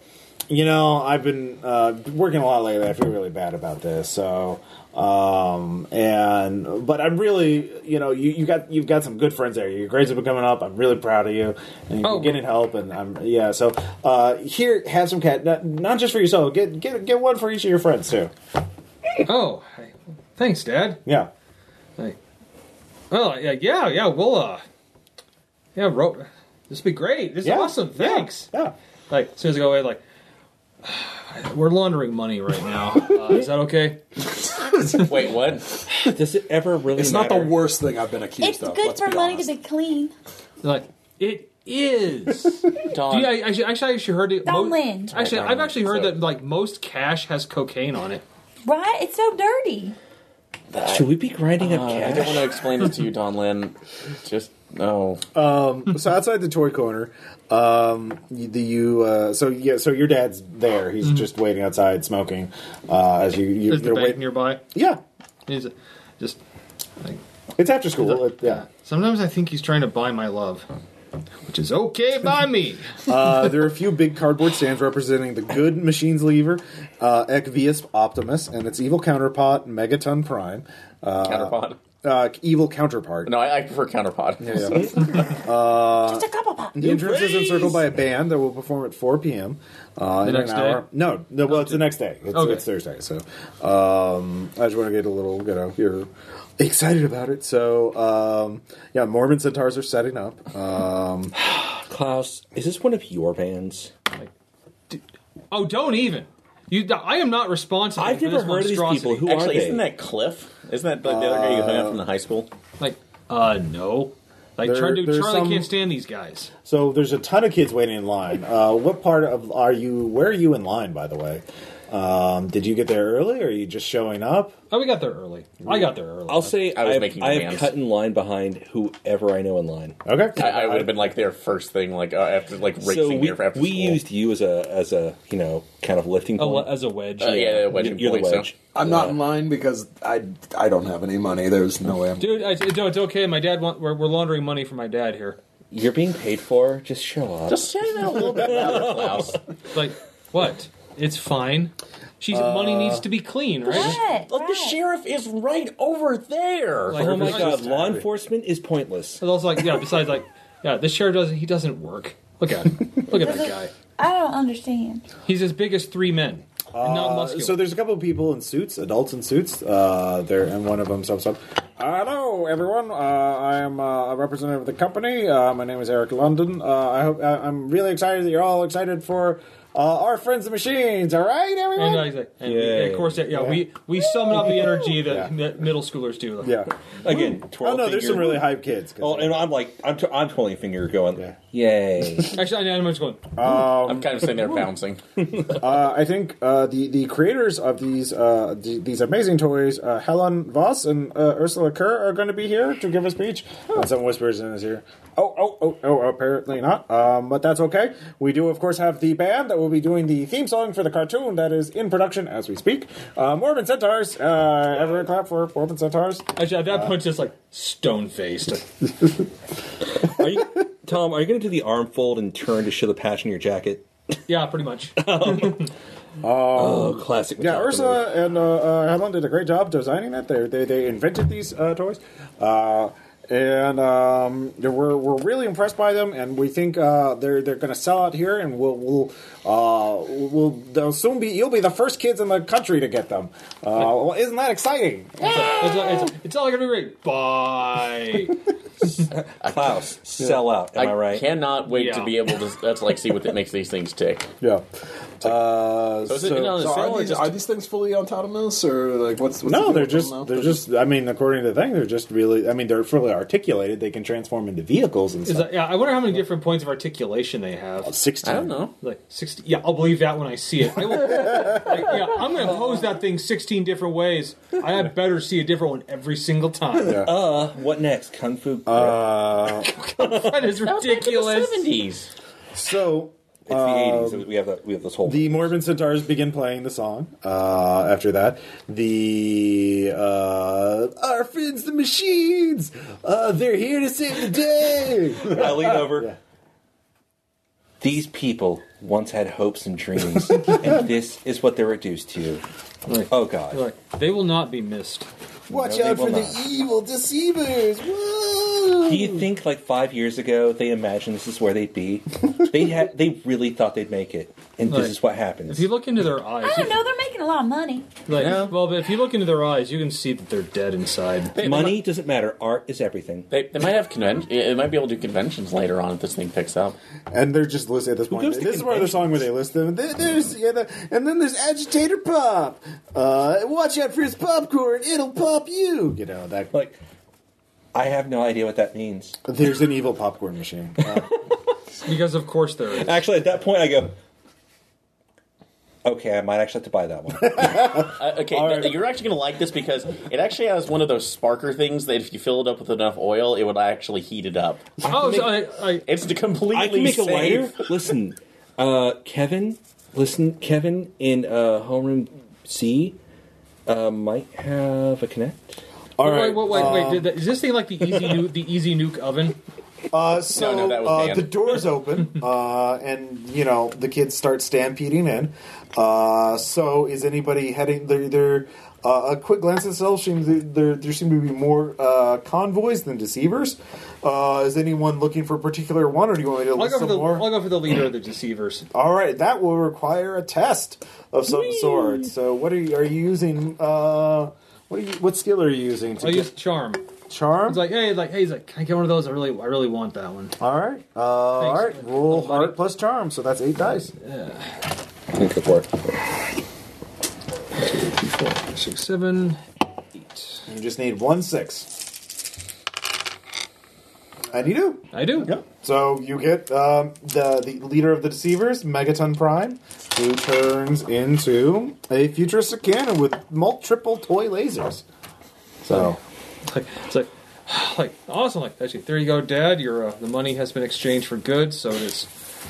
Speaker 1: you know, I've been uh, working a lot lately. I feel really bad about this. So, um, and but I'm really, you know, you, you got you've got some good friends there. Your grades have been coming up. I'm really proud of you, and you're
Speaker 4: Oh.
Speaker 1: getting help. And I'm yeah. So uh, here, have some cat. Not, not just for yourself. Get get get one for each of your friends too.
Speaker 4: Oh, hey, thanks, Dad.
Speaker 1: Yeah.
Speaker 4: Hey. Well, Oh, yeah, yeah, yeah. We'll, uh, yeah, ro- this will be great. This is
Speaker 1: Yeah.
Speaker 4: awesome.
Speaker 1: Yeah.
Speaker 4: Thanks.
Speaker 1: Yeah.
Speaker 4: Like, as soon as I go away, like, we're laundering money right now. Uh, is that okay?
Speaker 3: wait, what?
Speaker 7: Does it ever really?
Speaker 5: it's not the
Speaker 7: matter?
Speaker 5: worst thing I've been accused
Speaker 6: It's
Speaker 5: of.
Speaker 6: good
Speaker 5: let's
Speaker 6: for
Speaker 5: be
Speaker 6: money
Speaker 5: honest.
Speaker 6: to be clean.
Speaker 4: Like, it is.
Speaker 3: Don,
Speaker 4: Dude, I, actually, actually, I actually heard it.
Speaker 6: Don't lend.
Speaker 4: Actually,
Speaker 3: Don't
Speaker 4: I've
Speaker 3: lend.
Speaker 4: actually heard
Speaker 3: So-
Speaker 4: that like most cash has cocaine on it.
Speaker 6: Right? It's so dirty.
Speaker 7: Should we be grinding up
Speaker 3: I
Speaker 7: cash?
Speaker 3: don't want to explain this to you, Don Lynn. Just no.
Speaker 1: so outside the toy corner, um, you- the you uh, so yeah, so your dad's there. He's just waiting outside smoking. Uh, as you, you
Speaker 4: Is Mm-hmm. the
Speaker 1: they're
Speaker 4: bank
Speaker 1: waiting.
Speaker 4: nearby?
Speaker 1: Yeah,
Speaker 4: He's uh, just like
Speaker 1: it's after school. It- yeah.
Speaker 4: Sometimes I think he's trying to buy my love, which is okay by me.
Speaker 1: Uh, there are a few big cardboard stands representing the good machines lever, uh, Ecvius Optimus, and its evil counterpart Megaton Prime. Uh,
Speaker 3: counterpod.
Speaker 1: uh, evil counterpart.
Speaker 3: No, I, I prefer counterpod.
Speaker 1: Yeah.
Speaker 7: Uh,
Speaker 6: Just a couple pops.
Speaker 1: The entrance is encircled by a band that will perform at 4 p.m. Uh, in
Speaker 4: next
Speaker 1: an
Speaker 4: day?
Speaker 1: hour. No, no. Well, it's the next day. It's,
Speaker 4: Okay.
Speaker 1: it's Thursday. So um, I just want to get a little, you know, you're excited about it. So um, yeah, Mormon centaurs are setting up. Um,
Speaker 7: Klaus, is this one of your bands?
Speaker 4: Oh, don't even. You, I am not responsible.
Speaker 7: I've
Speaker 4: for
Speaker 7: never
Speaker 4: this
Speaker 7: heard of these people.
Speaker 4: monstrosity.
Speaker 7: Who
Speaker 3: Actually,
Speaker 7: are they?
Speaker 3: isn't that Cliff? Isn't that the, the other guy you hung out from the high school?
Speaker 4: like, uh, no. Like,
Speaker 1: There-
Speaker 4: Char- dude,
Speaker 1: there's
Speaker 4: Charlie
Speaker 1: some-
Speaker 4: can't stand these guys.
Speaker 1: so there's a ton of kids waiting in line. Uh, what part of are you? Where are you in line, by the way? Um, did you get there early, or are you just showing up?
Speaker 4: Oh, we got there early. I got there early.
Speaker 7: I'll say
Speaker 3: I
Speaker 7: I
Speaker 3: was
Speaker 7: have,
Speaker 3: making
Speaker 7: I have
Speaker 3: demands.
Speaker 7: cut in line behind whoever I know in line.
Speaker 1: Okay,
Speaker 3: I, I would have been like their first thing, like uh, after like racing
Speaker 7: so we,
Speaker 3: there for after
Speaker 7: we
Speaker 3: school.
Speaker 7: used you as a as a you know kind of lifting
Speaker 4: A
Speaker 7: point.
Speaker 4: le- Oh, as a wedge.
Speaker 3: Uh, yeah, wedge
Speaker 7: You're-
Speaker 3: and
Speaker 7: you're the
Speaker 3: point, so-
Speaker 7: wedge.
Speaker 5: I'm not in line because I I don't have any money. There's no way. I'm,
Speaker 4: Dude, I, no, it's okay. My dad want, we're, we're laundering money for my dad here.
Speaker 7: You're being paid for. Just show up.
Speaker 3: Just stand out a little bit louder, Klaus.
Speaker 4: Like, what? It's fine. She's
Speaker 7: Uh,
Speaker 4: money needs to be clean, right?
Speaker 6: What?
Speaker 3: Look, the sheriff is right over there.
Speaker 4: Like,
Speaker 7: oh my
Speaker 4: Just
Speaker 7: god,
Speaker 4: have
Speaker 7: law enforcement is pointless.
Speaker 4: But also, like, yeah. Besides, like, yeah, this sheriff doesn't. He doesn't work. Look at him. Look at that guy.
Speaker 6: I don't understand.
Speaker 4: He's as big as three men. and
Speaker 7: Uh,
Speaker 4: non-muscular.
Speaker 1: Uh, So there's a couple of people in suits, adults in suits. Uh, there, and one of them sums up. Uh, hello, everyone. Uh, I am uh, a representative of the company. Uh, my name is Eric London. Uh, I hope I, I'm really excited that you're all excited for uh, our friends, the machines. All right, everyone.
Speaker 4: and, uh, he's like, and, we-
Speaker 7: Yeah.
Speaker 4: and of course, yeah, we we summon up the energy that,
Speaker 1: Yeah.
Speaker 4: that middle schoolers do. Like,
Speaker 1: yeah.
Speaker 7: Again, twirl
Speaker 1: Oh no, there's
Speaker 7: finger.
Speaker 1: some really hype kids.
Speaker 7: Oh, and I'm like, I'm, t- I'm twirling finger, going,
Speaker 1: Yeah.
Speaker 7: yay.
Speaker 4: Actually, I'm just going.
Speaker 3: I'm kind of sitting there bouncing.
Speaker 1: Uh, I think uh, the the creators of these uh, the, these amazing toys, uh, Helen Voss and uh, Ursula Kerr, are going to be here to give a speech. And some whispers in his ear. Oh, oh, oh, oh! Apparently not, um, but that's okay. We do, of course, have the band that will be doing the theme song for the cartoon that is in production as we speak. Uh, Morbid Centaurs. Uh, everyone clap for Morbid Centaurs.
Speaker 4: Actually, at that point, just like stone faced.
Speaker 7: Are you, Tom, are you going to do the arm fold and turn to show the patch in your jacket?
Speaker 4: yeah, pretty much.
Speaker 7: Oh, classic.
Speaker 1: Yeah,
Speaker 7: Metallica move.
Speaker 1: Ursula and uh, uh, Helen did a great job designing that. They they, they invented these uh, toys, uh, and um, they we're we're really impressed by them. And we think uh, they're they're going to sell out here, and we'll we'll uh, we'll they'll soon be you'll be the first kids in the country to get them. Uh, well, isn't that exciting?
Speaker 4: It's, like, it's, like, it's, it's all gonna be great. Bye.
Speaker 7: Klaus, sell out. Am I, right?
Speaker 3: cannot wait to
Speaker 4: Yeah.
Speaker 3: be able to that's like see what that makes these things tick.
Speaker 1: Yeah. Uh,
Speaker 3: So is it
Speaker 1: so-
Speaker 3: in on the
Speaker 5: So
Speaker 3: sale
Speaker 5: are
Speaker 3: or
Speaker 5: these,
Speaker 3: just
Speaker 5: are these things fully autonomous or like what's, what's the
Speaker 1: no,
Speaker 5: deal
Speaker 1: they're
Speaker 5: with them
Speaker 1: just
Speaker 5: now?
Speaker 1: they're just. I mean, according to the thing, they're just really. I mean, they're fully articulated. They can transform into vehicles and
Speaker 4: Is
Speaker 1: stuff.
Speaker 4: that, yeah, I wonder how many different points of articulation they have.
Speaker 1: Sixteen.
Speaker 3: I don't know.
Speaker 4: Like sixty. Yeah, I'll believe that when I see it. I will- like, yeah, I'm gonna pose that thing sixteen different ways. I had better see a different one every single time.
Speaker 1: Yeah.
Speaker 7: Uh, what next? Kung Fu.
Speaker 1: Uh,
Speaker 4: That is
Speaker 3: That was back in
Speaker 4: ridiculous.
Speaker 3: the 70s.
Speaker 1: so
Speaker 7: it's the
Speaker 1: Um,
Speaker 7: 80s. We have, that, we have this whole.
Speaker 1: The Morbid Centaurs begin playing the song. Uh, after that, the uh, our friends, the machines, uh, they're here to save the day.
Speaker 7: I lean over. These people once had hopes and dreams, and this is what they're reduced to.
Speaker 4: Like,
Speaker 7: Oh, God.
Speaker 4: like, they will not be missed.
Speaker 1: Watch
Speaker 7: No, they
Speaker 1: out
Speaker 7: will
Speaker 1: for the
Speaker 7: not.
Speaker 1: evil deceivers! Woo!
Speaker 7: Do you think like five years ago they imagined this is where they'd be? They had they really thought they'd make it, and
Speaker 4: Right.
Speaker 7: this is what
Speaker 4: If
Speaker 7: happens.
Speaker 4: you look into their eyes,
Speaker 6: I don't know. They're making a lot of money.
Speaker 4: like, well, but if you look into their eyes, you can see that they're dead inside.
Speaker 7: Money doesn't matter. Art is everything.
Speaker 3: They, they might have convention. It might be able to do conventions later on if this thing picks up.
Speaker 1: And they're just listed at this point.
Speaker 7: goes to
Speaker 1: This is part of the
Speaker 7: conventions?
Speaker 1: song where they list them. There- There's yeah, the, and then there's Agitator Pop. Uh, watch out for his popcorn; it'll pop you. You know that.
Speaker 7: Like, I have no idea what that means.
Speaker 1: There's an evil popcorn machine. Uh,
Speaker 4: Because of course there is.
Speaker 7: Actually, at that point, I go, okay, I might actually have to buy that one.
Speaker 3: Uh, okay,
Speaker 1: right.
Speaker 3: th- you're actually going to like this because it actually has one of those sparker things that if you fill it up with enough oil, it would actually heat it up.
Speaker 4: Oh, so I, I,
Speaker 3: It's completely
Speaker 7: I can make
Speaker 3: safe.
Speaker 7: a lighter. Listen, uh, Kevin. Listen, Kevin in uh, homeroom C uh, might have a connect.
Speaker 1: all
Speaker 4: wait,
Speaker 1: right.
Speaker 4: wait, wait, wait, did that- is this thing like the easy, nu- the easy nuke oven?
Speaker 1: Uh, so
Speaker 3: No, no, that was
Speaker 1: uh,
Speaker 3: banned.
Speaker 1: the doors open, uh, and you know the kids start stampeding in. Uh, so is anybody heading? They're, they're uh, a quick glance at itself. Seems there- there there seem to be more uh, convoys than deceivers. Uh, is anyone looking for a particular one, or do you want me to
Speaker 4: I'll
Speaker 1: list
Speaker 4: go
Speaker 1: some
Speaker 4: for the,
Speaker 1: more?
Speaker 4: I'll go for the leader of the deceivers.
Speaker 1: All right, that will require a test of some sort. So what are you are you using? Uh, what are you? What skill are you using to
Speaker 4: I
Speaker 1: get
Speaker 4: use charm.
Speaker 1: charm?
Speaker 4: It's like, hey, like, hey, he's like, can I get one of those? I really, I really want that one.
Speaker 1: all right, uh, all right. Roll
Speaker 4: buddy.
Speaker 1: heart plus charm, so that's eight dice.
Speaker 7: Go for it.
Speaker 4: Four, six, seven, eight.
Speaker 1: You just need one six. And you do.
Speaker 4: I do.
Speaker 1: So you get um, the the leader of the deceivers, Megaton Prime, who turns into a futuristic cannon with multiple toy lasers. So,
Speaker 4: Like, it's like, like awesome. Like, actually, there you go, Dad. Your uh, the money has been exchanged for goods, so it is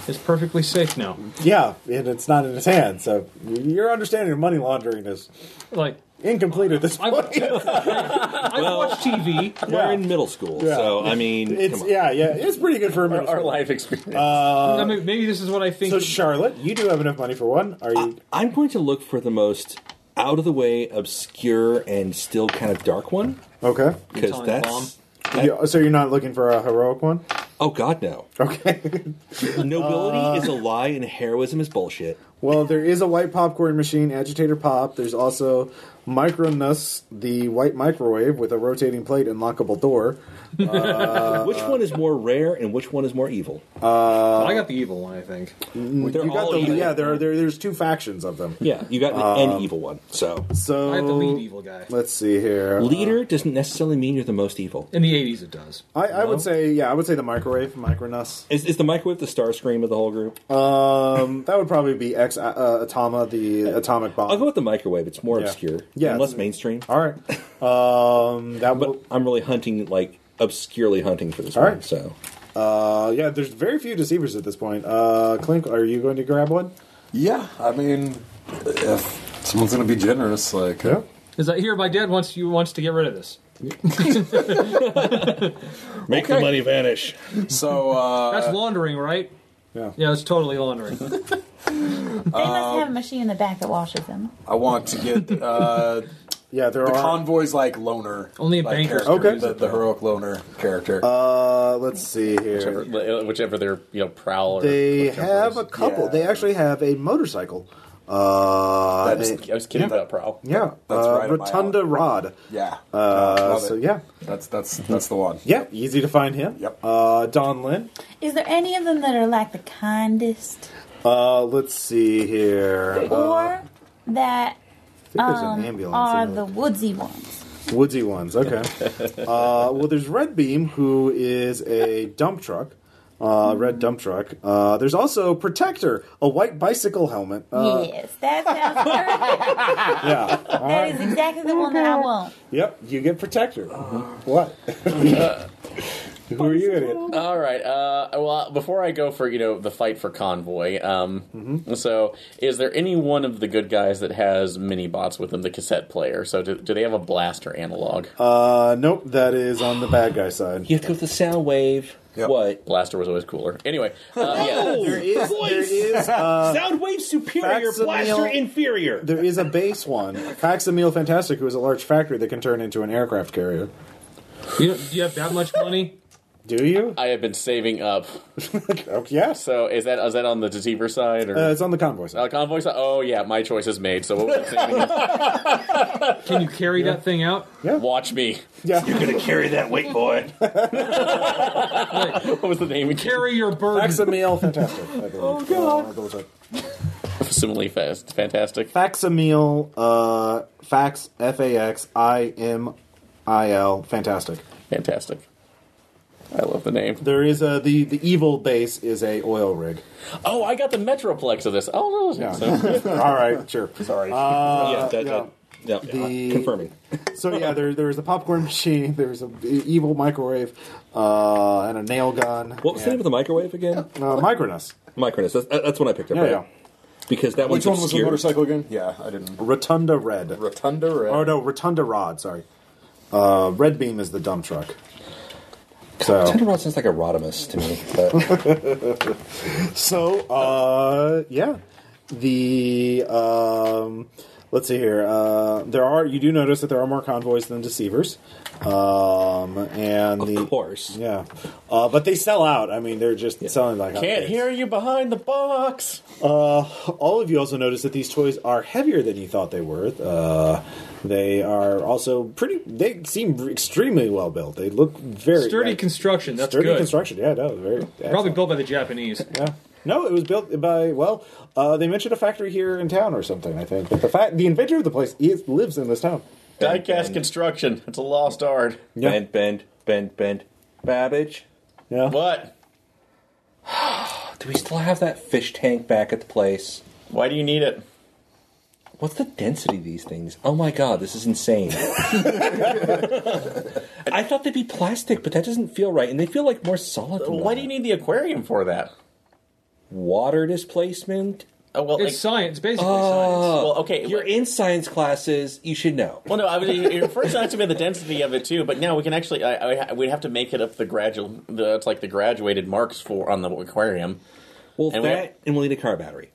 Speaker 4: it's perfectly safe now.
Speaker 1: yeah, and it's not in his hand. So, your understanding of money laundering is
Speaker 4: Like,
Speaker 1: incomplete at this
Speaker 4: I've,
Speaker 1: point.
Speaker 4: I've watched TV.
Speaker 1: Yeah.
Speaker 7: We're in middle school,
Speaker 1: Yeah.
Speaker 7: so I mean,
Speaker 1: It's
Speaker 7: come on.
Speaker 1: yeah, yeah. It's pretty good for a middle
Speaker 3: Our
Speaker 1: school.
Speaker 3: life experience.
Speaker 4: I mean, maybe this is what I think.
Speaker 1: uh, So Charlotte, you do have enough money for one. Are you?
Speaker 7: I'm going to look for the most out of the way, obscure, and still kind of dark one
Speaker 1: okay.
Speaker 7: because
Speaker 4: telling
Speaker 7: that's
Speaker 1: You- so you're not looking for a heroic one.
Speaker 7: oh god no.
Speaker 1: Okay.
Speaker 7: Nobility is a lie and heroism is bullshit.
Speaker 1: well, there is a white popcorn machine, agitator pop. There's also Micronus, the white microwave with a rotating plate and lockable door.
Speaker 7: which one is more rare and which one is more evil?
Speaker 1: uh,
Speaker 4: I got the evil one. I think.
Speaker 7: They're
Speaker 1: You got
Speaker 7: all
Speaker 1: the,
Speaker 7: evil.
Speaker 1: yeah. There, are- there, there's two factions of them.
Speaker 7: Yeah, you got the an evil one. So Uh,
Speaker 1: So
Speaker 4: I have the lead evil guy.
Speaker 1: Let's see here.
Speaker 7: leader doesn't necessarily mean you're the most evil.
Speaker 4: In the '80s, it does.
Speaker 1: I, I would say, yeah, I would say the microwave, Micronus.
Speaker 7: Is, is the microwave the star scream of the whole group?
Speaker 1: Um, that would probably be X uh, Atama, the atomic bomb.
Speaker 7: I'll go with the microwave. It's more
Speaker 1: Yeah.
Speaker 7: obscure,
Speaker 1: Yeah.
Speaker 7: and less mainstream.
Speaker 1: All right. Um, that will.
Speaker 7: But I'm really hunting, like obscurely hunting for this
Speaker 1: All
Speaker 7: one.
Speaker 1: right.
Speaker 7: So
Speaker 1: Uh, yeah, there's very few deceivers at this point. Uh, Clink, are you going to grab one?
Speaker 5: Yeah, I mean, if someone's gonna be generous, like,
Speaker 4: Is that here? My dad wants you wants to get rid of this.
Speaker 7: make the money vanish.
Speaker 5: so uh,
Speaker 4: That's laundering, right?
Speaker 1: Yeah.
Speaker 4: Yeah, it's totally laundering.
Speaker 6: They
Speaker 1: Uh,
Speaker 6: must have a machine in the back that washes them.
Speaker 5: I want to get uh,
Speaker 1: Yeah, there
Speaker 5: the
Speaker 1: are.
Speaker 5: convoy's like loner,
Speaker 4: Only a
Speaker 5: like,
Speaker 4: banker's
Speaker 5: character,
Speaker 1: Okay.
Speaker 5: the, the heroic loner character.
Speaker 1: uh, let's see here.
Speaker 3: whichever, uh, whichever their you know prowl. Or
Speaker 1: They
Speaker 3: whichever
Speaker 1: have
Speaker 3: is-
Speaker 1: a couple.
Speaker 5: Yeah.
Speaker 1: They actually have a motorcycle. Uh,
Speaker 5: That's-
Speaker 1: and-
Speaker 3: I was kidding about prowl.
Speaker 1: yeah,
Speaker 5: That's
Speaker 1: uh,
Speaker 5: right up my
Speaker 1: Rotunda
Speaker 5: alley.
Speaker 1: Rod.
Speaker 5: yeah,
Speaker 1: Uh,
Speaker 5: Love it.
Speaker 1: so yeah,
Speaker 5: that's that's that's the one.
Speaker 1: yeah, easy to find him.
Speaker 5: Yep.
Speaker 1: Uh, Don Lynn.
Speaker 6: Is there any of them that are like the kindest?
Speaker 1: Uh, let's see here. Uh,
Speaker 6: or that
Speaker 1: I think there's
Speaker 6: um,
Speaker 1: an ambulance.
Speaker 6: are
Speaker 1: in
Speaker 6: the woodsy ones?
Speaker 1: Woodsy ones, okay. uh, well, there's Red Beam, who is a dump truck, uh, red dump truck. Uh, there's also Protector, a white bicycle helmet. Uh,
Speaker 6: yes, that sounds perfect.
Speaker 1: yeah. All
Speaker 6: that
Speaker 1: right.
Speaker 6: is exactly the one that I want.
Speaker 1: Yep, you get Protector.
Speaker 2: Uh-huh.
Speaker 1: Mm-hmm. What? who are you idiot?
Speaker 3: All right. Uh, well, before I go for you know the fight for convoy, um, so is there any one of the good guys that has mini bots with them, the cassette player? So do, do they have a blaster analog?
Speaker 1: Uh, nope, that is on the bad guy side.
Speaker 7: You have to go with the sound wave.
Speaker 5: Yep.
Speaker 7: What?
Speaker 3: blaster was always cooler. Anyway, uh, yeah.
Speaker 1: There is, there is, uh,
Speaker 2: Sound wave superior,
Speaker 1: Facsimile-
Speaker 2: blaster inferior.
Speaker 1: there is a base one, Faximile Fantastic, who is a large factory that can turn into an aircraft carrier.
Speaker 4: you, do you have that much money?
Speaker 1: Do you?
Speaker 3: I have been saving up.
Speaker 1: Oh, yes.
Speaker 3: So is that is that on the deceiver side or
Speaker 1: Uh, it's on the convoy side.
Speaker 3: uh, convoy side? Oh yeah, my choice is made. So what was I saving up?
Speaker 4: Can you carry that thing out?
Speaker 3: watch me.
Speaker 1: Yeah.
Speaker 2: You're gonna carry that weight, boy.
Speaker 3: What was the name? again?
Speaker 4: Carry your burden.
Speaker 1: Faximile Fantastic. I believe. Oh, God.
Speaker 3: Facsimile fest. Fantastic.
Speaker 1: Faximile, uh, fax, F A X I M I L, fantastic.
Speaker 3: Fantastic. I love the name.
Speaker 1: There is a the the evil base is a oil rig.
Speaker 3: Oh, I got the Metroplex of this. Oh, no,
Speaker 1: Yeah.
Speaker 3: so,
Speaker 1: All right, sure.
Speaker 5: Sorry.
Speaker 7: yeah, that,
Speaker 1: yeah.
Speaker 7: that- yeah, uh,
Speaker 1: The-
Speaker 7: confirming.
Speaker 1: So yeah, there there is a popcorn machine. There's a e, evil microwave, uh, and a nail gun.
Speaker 7: What was the name of the microwave again?
Speaker 1: the uh, Micronus?
Speaker 7: Micronus. That's, that's one I picked up.
Speaker 1: Yeah,
Speaker 7: right?
Speaker 1: yeah.
Speaker 7: Because that
Speaker 5: Which
Speaker 7: one's
Speaker 5: one was the
Speaker 7: obscure.
Speaker 5: motorcycle again? Yeah, I didn't.
Speaker 1: Rotunda Red.
Speaker 5: Rotunda Red.
Speaker 1: oh no, Rotunda Rod. Sorry. Uh, Red Beam is the dump truck. So
Speaker 7: Tender Rod sounds like Erotimus to me. But
Speaker 1: So, uh, yeah, the um, let's see here. Uh, there are you do notice that there are more convoys than deceivers, um, and the
Speaker 7: of course.
Speaker 1: yeah, uh, but they sell out. I mean, they're just selling like
Speaker 3: can't
Speaker 1: hotcakes.
Speaker 3: hear you behind the box.
Speaker 1: Uh, all of you also notice that these toys are heavier than you thought they were. Uh, they are also pretty. They seem extremely well built. They look very
Speaker 4: Sturdy
Speaker 1: like,
Speaker 4: construction. That's
Speaker 1: sturdy
Speaker 4: good.
Speaker 1: construction. Yeah, no, very
Speaker 4: Probably
Speaker 1: excellent.
Speaker 4: built by the Japanese.
Speaker 1: Yeah. No, it was built by well, uh, they mentioned a factory here in town or something. I think, but the fact the inventor of the place is, lives in this town.
Speaker 3: Diecast construction. It's a lost art.
Speaker 1: Yeah.
Speaker 7: Bend, bend, bend, bend. Babbage.
Speaker 1: Yeah.
Speaker 3: What?
Speaker 7: Do we still have that fish tank back at the place?
Speaker 3: Why do you need it?
Speaker 7: What's the density of these things? Oh my god, this is insane. I thought they'd be plastic, but that doesn't feel right, and they feel like more solid. Than
Speaker 3: Why do you need the aquarium for that?
Speaker 7: water displacement?
Speaker 3: Oh, well,
Speaker 4: It's
Speaker 3: like-
Speaker 4: science, basically
Speaker 1: oh.
Speaker 4: science.
Speaker 3: well, okay.
Speaker 7: You're in science classes, you should know.
Speaker 3: Well, no, I was, it first has to be the density of it too, but now we can actually. I, I we'd have to make it up the gradual. The, it's like the graduated marks for on the aquarium.
Speaker 7: Well,
Speaker 3: And we-
Speaker 7: that and we'll need a car battery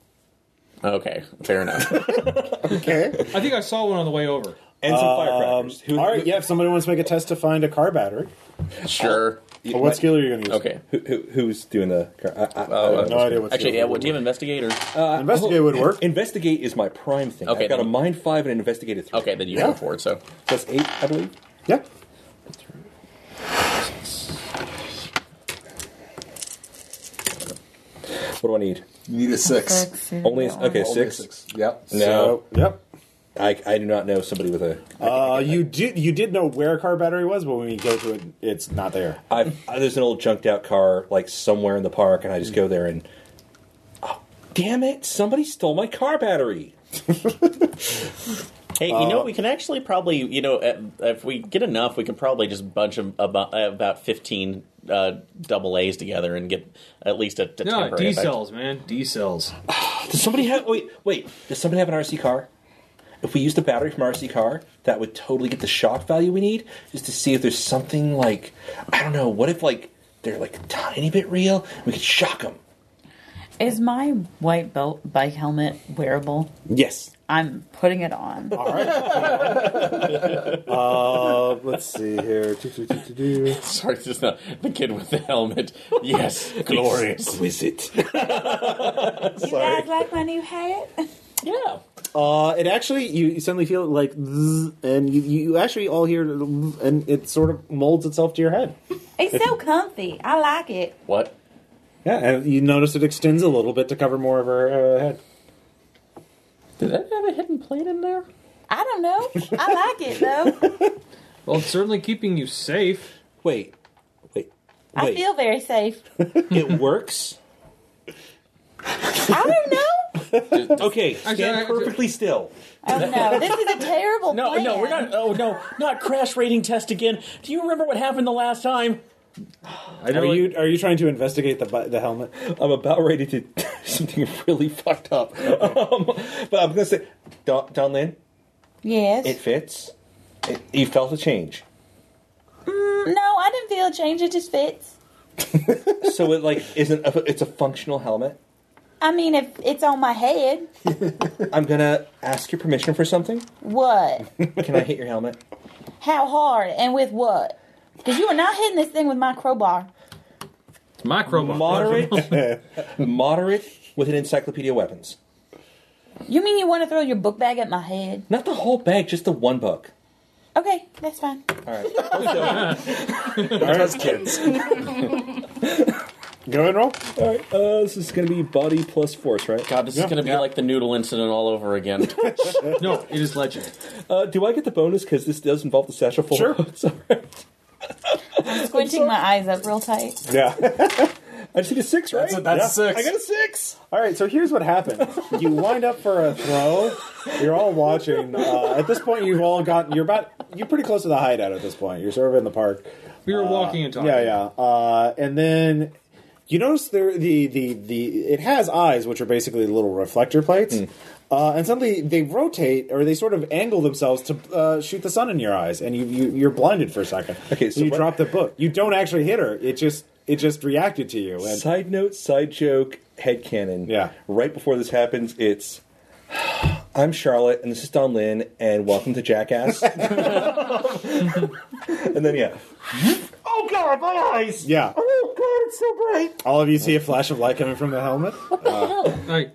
Speaker 3: Okay, fair enough.
Speaker 1: Okay.
Speaker 4: I think I saw one on the way over.
Speaker 7: and some firecrackers. Who,
Speaker 1: All right.
Speaker 7: who-
Speaker 1: Yeah. If somebody wants to make a test to find a car battery,
Speaker 3: sure.
Speaker 1: well, what skill are you going to use?
Speaker 3: Okay.
Speaker 7: who, who- who's doing the car? I, I,
Speaker 3: Oh,
Speaker 1: No idea what.
Speaker 3: Actually,
Speaker 1: skill
Speaker 3: yeah.
Speaker 1: it
Speaker 3: What
Speaker 1: would
Speaker 3: do you Uh, have investigator?
Speaker 7: Uh,
Speaker 1: be. investigate would work?
Speaker 7: Oh, Investigate is my prime thing.
Speaker 3: Okay,
Speaker 7: I've got a
Speaker 3: then-
Speaker 7: mind five and an investigated three.
Speaker 3: Okay, then you
Speaker 1: Yeah.
Speaker 3: go for it. So
Speaker 7: Plus eight, I believe.
Speaker 1: Yeah.
Speaker 7: What do I need?
Speaker 5: You need a six.
Speaker 7: Only okay,
Speaker 5: Only a
Speaker 7: six.
Speaker 5: Yep.
Speaker 7: No,
Speaker 3: Oh.
Speaker 1: So, yep.
Speaker 7: I, I do not know somebody with a.
Speaker 1: Uh, you did you did know where a car battery was, but when you go to it, it's not there.
Speaker 7: I've, I, there's an old junked out car like somewhere in the park, and I
Speaker 1: Mm.
Speaker 7: just go there and. Oh, damn it! Somebody stole my car battery.
Speaker 3: hey, you
Speaker 7: Uh,
Speaker 3: know we can actually probably you know uh, if we get enough, we can probably just bunch them about uh, about fifteen uh, double A's together and get at least a, a
Speaker 4: No,
Speaker 3: temporary
Speaker 4: D
Speaker 3: effect.
Speaker 4: cells, man. D cells.
Speaker 7: Does somebody have? Wait, wait. Does somebody have an RC car? If we use the battery from RC car, that would totally get the shock value we need. Just to see if there's something like I don't know. What if like they're like a tiny bit real? We could shock them.
Speaker 8: Is my white belt bike helmet wearable?
Speaker 7: Yes.
Speaker 8: I'm putting it on.
Speaker 1: Uh, let's see here. Do, do, do, do, do.
Speaker 3: Sorry, just the, the kid with the helmet. Yes, glorious.
Speaker 7: Exquisite.
Speaker 6: You guys like my new hat?
Speaker 3: Yeah.
Speaker 1: Uh, it actually you you suddenly feel it like, zzz, and you, you actually all hear, the zzz, and it sort of molds itself to your head.
Speaker 6: It's so comfy. I like it.
Speaker 3: What?
Speaker 1: Yeah, and you notice it extends a little bit to cover more of her uh, head.
Speaker 3: Did that have a hidden plane in there?
Speaker 6: I don't know. I like it though.
Speaker 4: Well, it's certainly keeping you safe.
Speaker 7: Wait, wait,
Speaker 6: I
Speaker 7: wait.
Speaker 6: feel very safe.
Speaker 7: it works.
Speaker 6: I don't know.
Speaker 7: Okay, stand
Speaker 4: I-
Speaker 7: perfectly still.
Speaker 6: Oh no, this is a terrible
Speaker 3: No,
Speaker 6: plan.
Speaker 3: no, we're not. Oh no, not crash rating test again. Do you remember what happened the last time?
Speaker 4: I know
Speaker 1: Are you are you trying to investigate the bu- the helmet?
Speaker 7: I'm about ready to do something really fucked up. Um, but I'm gonna say, Don, Don Lin,
Speaker 6: Yes.
Speaker 7: it fits. It, you felt a change,
Speaker 6: Mm, no, I didn't feel a change. It just fits.
Speaker 7: so it like isn't. A, it's a functional helmet.
Speaker 6: I mean, if it's on my head,
Speaker 7: I'm gonna ask your permission for something.
Speaker 6: what?
Speaker 7: Can I hit your helmet?
Speaker 6: How hard and with what? Because you are not hitting this thing with my crowbar.
Speaker 4: It's micro
Speaker 7: Moderate, moderate with an encyclopedia of weapons.
Speaker 6: You mean you want to throw your book bag at my head?
Speaker 7: Not the whole bag, just the one book.
Speaker 6: Okay, that's fine.
Speaker 7: All right. Also,
Speaker 5: That's kids.
Speaker 1: Go ahead and roll.
Speaker 7: all right. Uh, this is gonna be body plus force, right?
Speaker 3: God, this is going to be like the noodle incident all over again.
Speaker 4: No, it is legend.
Speaker 7: Uh, do I get the bonus because this does involve the satchel full?
Speaker 1: Sure.
Speaker 7: It's all right.
Speaker 6: Squinting my eyes up real tight.
Speaker 1: Yeah.
Speaker 7: I just need a six, right?
Speaker 5: That's a, that's a six.
Speaker 7: I got a six.
Speaker 1: All right. So here's what happened. You wind up for a throw. You're all watching. Uh, at this point, you've all gotten. You're about. You're pretty close to the hideout at this point. You're sort of in the park.
Speaker 4: We were walking and talking.
Speaker 1: Yeah, yeah. Uh, and then you notice there the the the it has eyes, which are basically little reflector plates.
Speaker 7: Hmm.
Speaker 1: Uh, and suddenly they rotate, or they sort of angle themselves to uh, shoot the sun in your eyes, and you, you you're blinded for a second.
Speaker 7: Okay, so
Speaker 1: you
Speaker 7: what-
Speaker 1: drop the book. You don't actually hit her. It just it just reacted to you. And
Speaker 7: Side note, side joke, headcanon.
Speaker 1: Yeah.
Speaker 7: Right before this happens, it's I'm Charlotte, and this is Don Lin, and welcome to Jackass. and then yeah, oh god, my eyes!
Speaker 1: yeah,
Speaker 7: Oh god, it's so bright.
Speaker 1: all of you see a flash of light coming from the helmet.
Speaker 4: All right.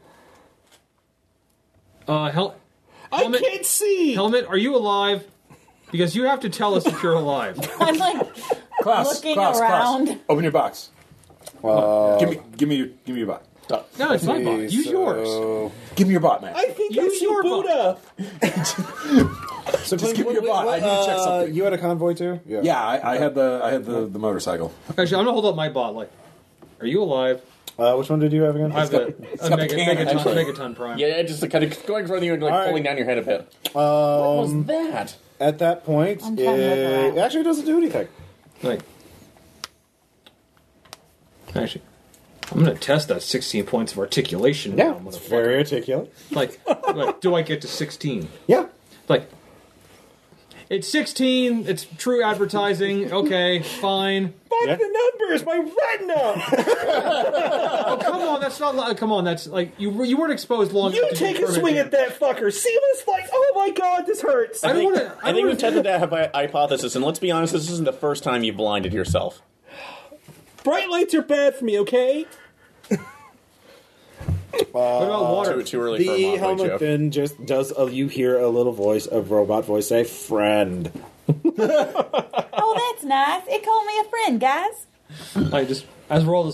Speaker 4: Uh, hel-
Speaker 5: I
Speaker 4: helmet,
Speaker 5: can't see.
Speaker 4: helmet, are you alive? Because you have to tell us if you're alive.
Speaker 6: I'm like,
Speaker 5: Klaus,
Speaker 6: Looking
Speaker 5: Klaus,
Speaker 6: around.
Speaker 5: Klaus. Open your box. give me, give me your, give me your bot.
Speaker 4: No, it's my bot. Use yours.
Speaker 5: Give me your bot, man.
Speaker 7: I think
Speaker 4: You-
Speaker 7: that's
Speaker 4: you
Speaker 7: your
Speaker 4: are bu-
Speaker 7: Buddha.
Speaker 1: So
Speaker 5: Just
Speaker 1: Clint,
Speaker 5: give me your bot. I need to check
Speaker 7: Uh,
Speaker 5: something.
Speaker 1: You had a convoy too?
Speaker 5: yeah, I, I had the, I had the, the motorcycle.
Speaker 4: Actually, I'm gonna hold up my bot. Like, are you alive?
Speaker 1: Uh, which one did you have again?
Speaker 4: I have a, a mega,
Speaker 5: cannon,
Speaker 4: megaton,
Speaker 5: actually.
Speaker 4: megaton prime.
Speaker 3: Yeah, just kind of going in front of you and like
Speaker 1: All right.
Speaker 3: pulling down your head a bit. what was that?
Speaker 1: At that point,
Speaker 6: I'm trying to look
Speaker 1: it
Speaker 6: around.
Speaker 1: actually doesn't do anything.
Speaker 4: Like, actually, I'm gonna test that 16 points of articulation. now,
Speaker 1: it's
Speaker 4: motherfucker.
Speaker 1: very articulate.
Speaker 4: like, like, do I get to 16?
Speaker 1: Yeah,
Speaker 4: Like, it's 16. It's true advertising. Okay, fine.
Speaker 1: Yeah.
Speaker 2: the numbers, my retina.
Speaker 4: Oh, come on, that's not. li- Come on, that's like you. were- You weren't exposed long.
Speaker 2: You
Speaker 4: enough to
Speaker 2: take a
Speaker 4: determine
Speaker 2: swing
Speaker 4: it.
Speaker 2: at that fucker. See what it's like. Oh my god, this hurts.
Speaker 4: I don't want to.
Speaker 3: I think we tested that hy- hypothesis, and let's be honest, this isn't the first time you blinded yourself.
Speaker 2: Bright lights are bad for me. Okay.
Speaker 4: What
Speaker 7: Uh,
Speaker 4: about water?
Speaker 3: Too, too early for a
Speaker 9: The
Speaker 3: mob right,
Speaker 9: helmet
Speaker 3: Jeff.
Speaker 9: then just does. A, you hear a little voice, a robot voice, say, "Friend."
Speaker 6: Oh, that's nice. It called me a friend, guys.
Speaker 4: I just as we're all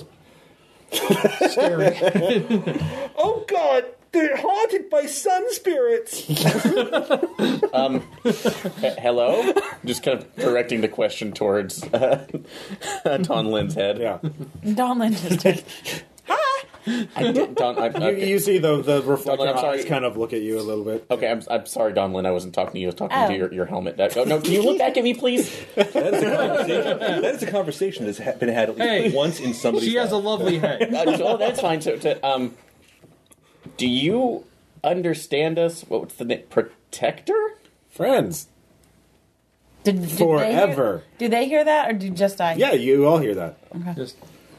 Speaker 4: just staring.
Speaker 2: Oh god, they're haunted by sun spirits.
Speaker 3: He- hello? Just kind of directing the question towards uh, Don Lynn's head.
Speaker 1: yeah.
Speaker 8: Donlin just
Speaker 3: I did, Don, I,
Speaker 1: You,
Speaker 3: okay.
Speaker 1: you see the the reflector
Speaker 3: I'm sorry.
Speaker 1: eyes kind of look at you a little bit.
Speaker 3: Okay, I'm, I'm sorry, Don Lynn. I wasn't talking to you. I was talking
Speaker 6: Oh.
Speaker 3: to your, your helmet. That, oh, no, can you look back at me, please?
Speaker 7: That is a conversation, that is a conversation that's ha- been had at least
Speaker 4: Hey,
Speaker 7: once in somebody's
Speaker 4: She has a
Speaker 7: life.
Speaker 4: lovely head.
Speaker 3: Uh, oh, that's fine. So, to, um, do you understand us? What's the name? Protector?
Speaker 1: Friends,
Speaker 8: did, did
Speaker 1: Forever.
Speaker 8: They hear, did they hear that, or did just I?
Speaker 1: yeah, you all hear that.
Speaker 4: Just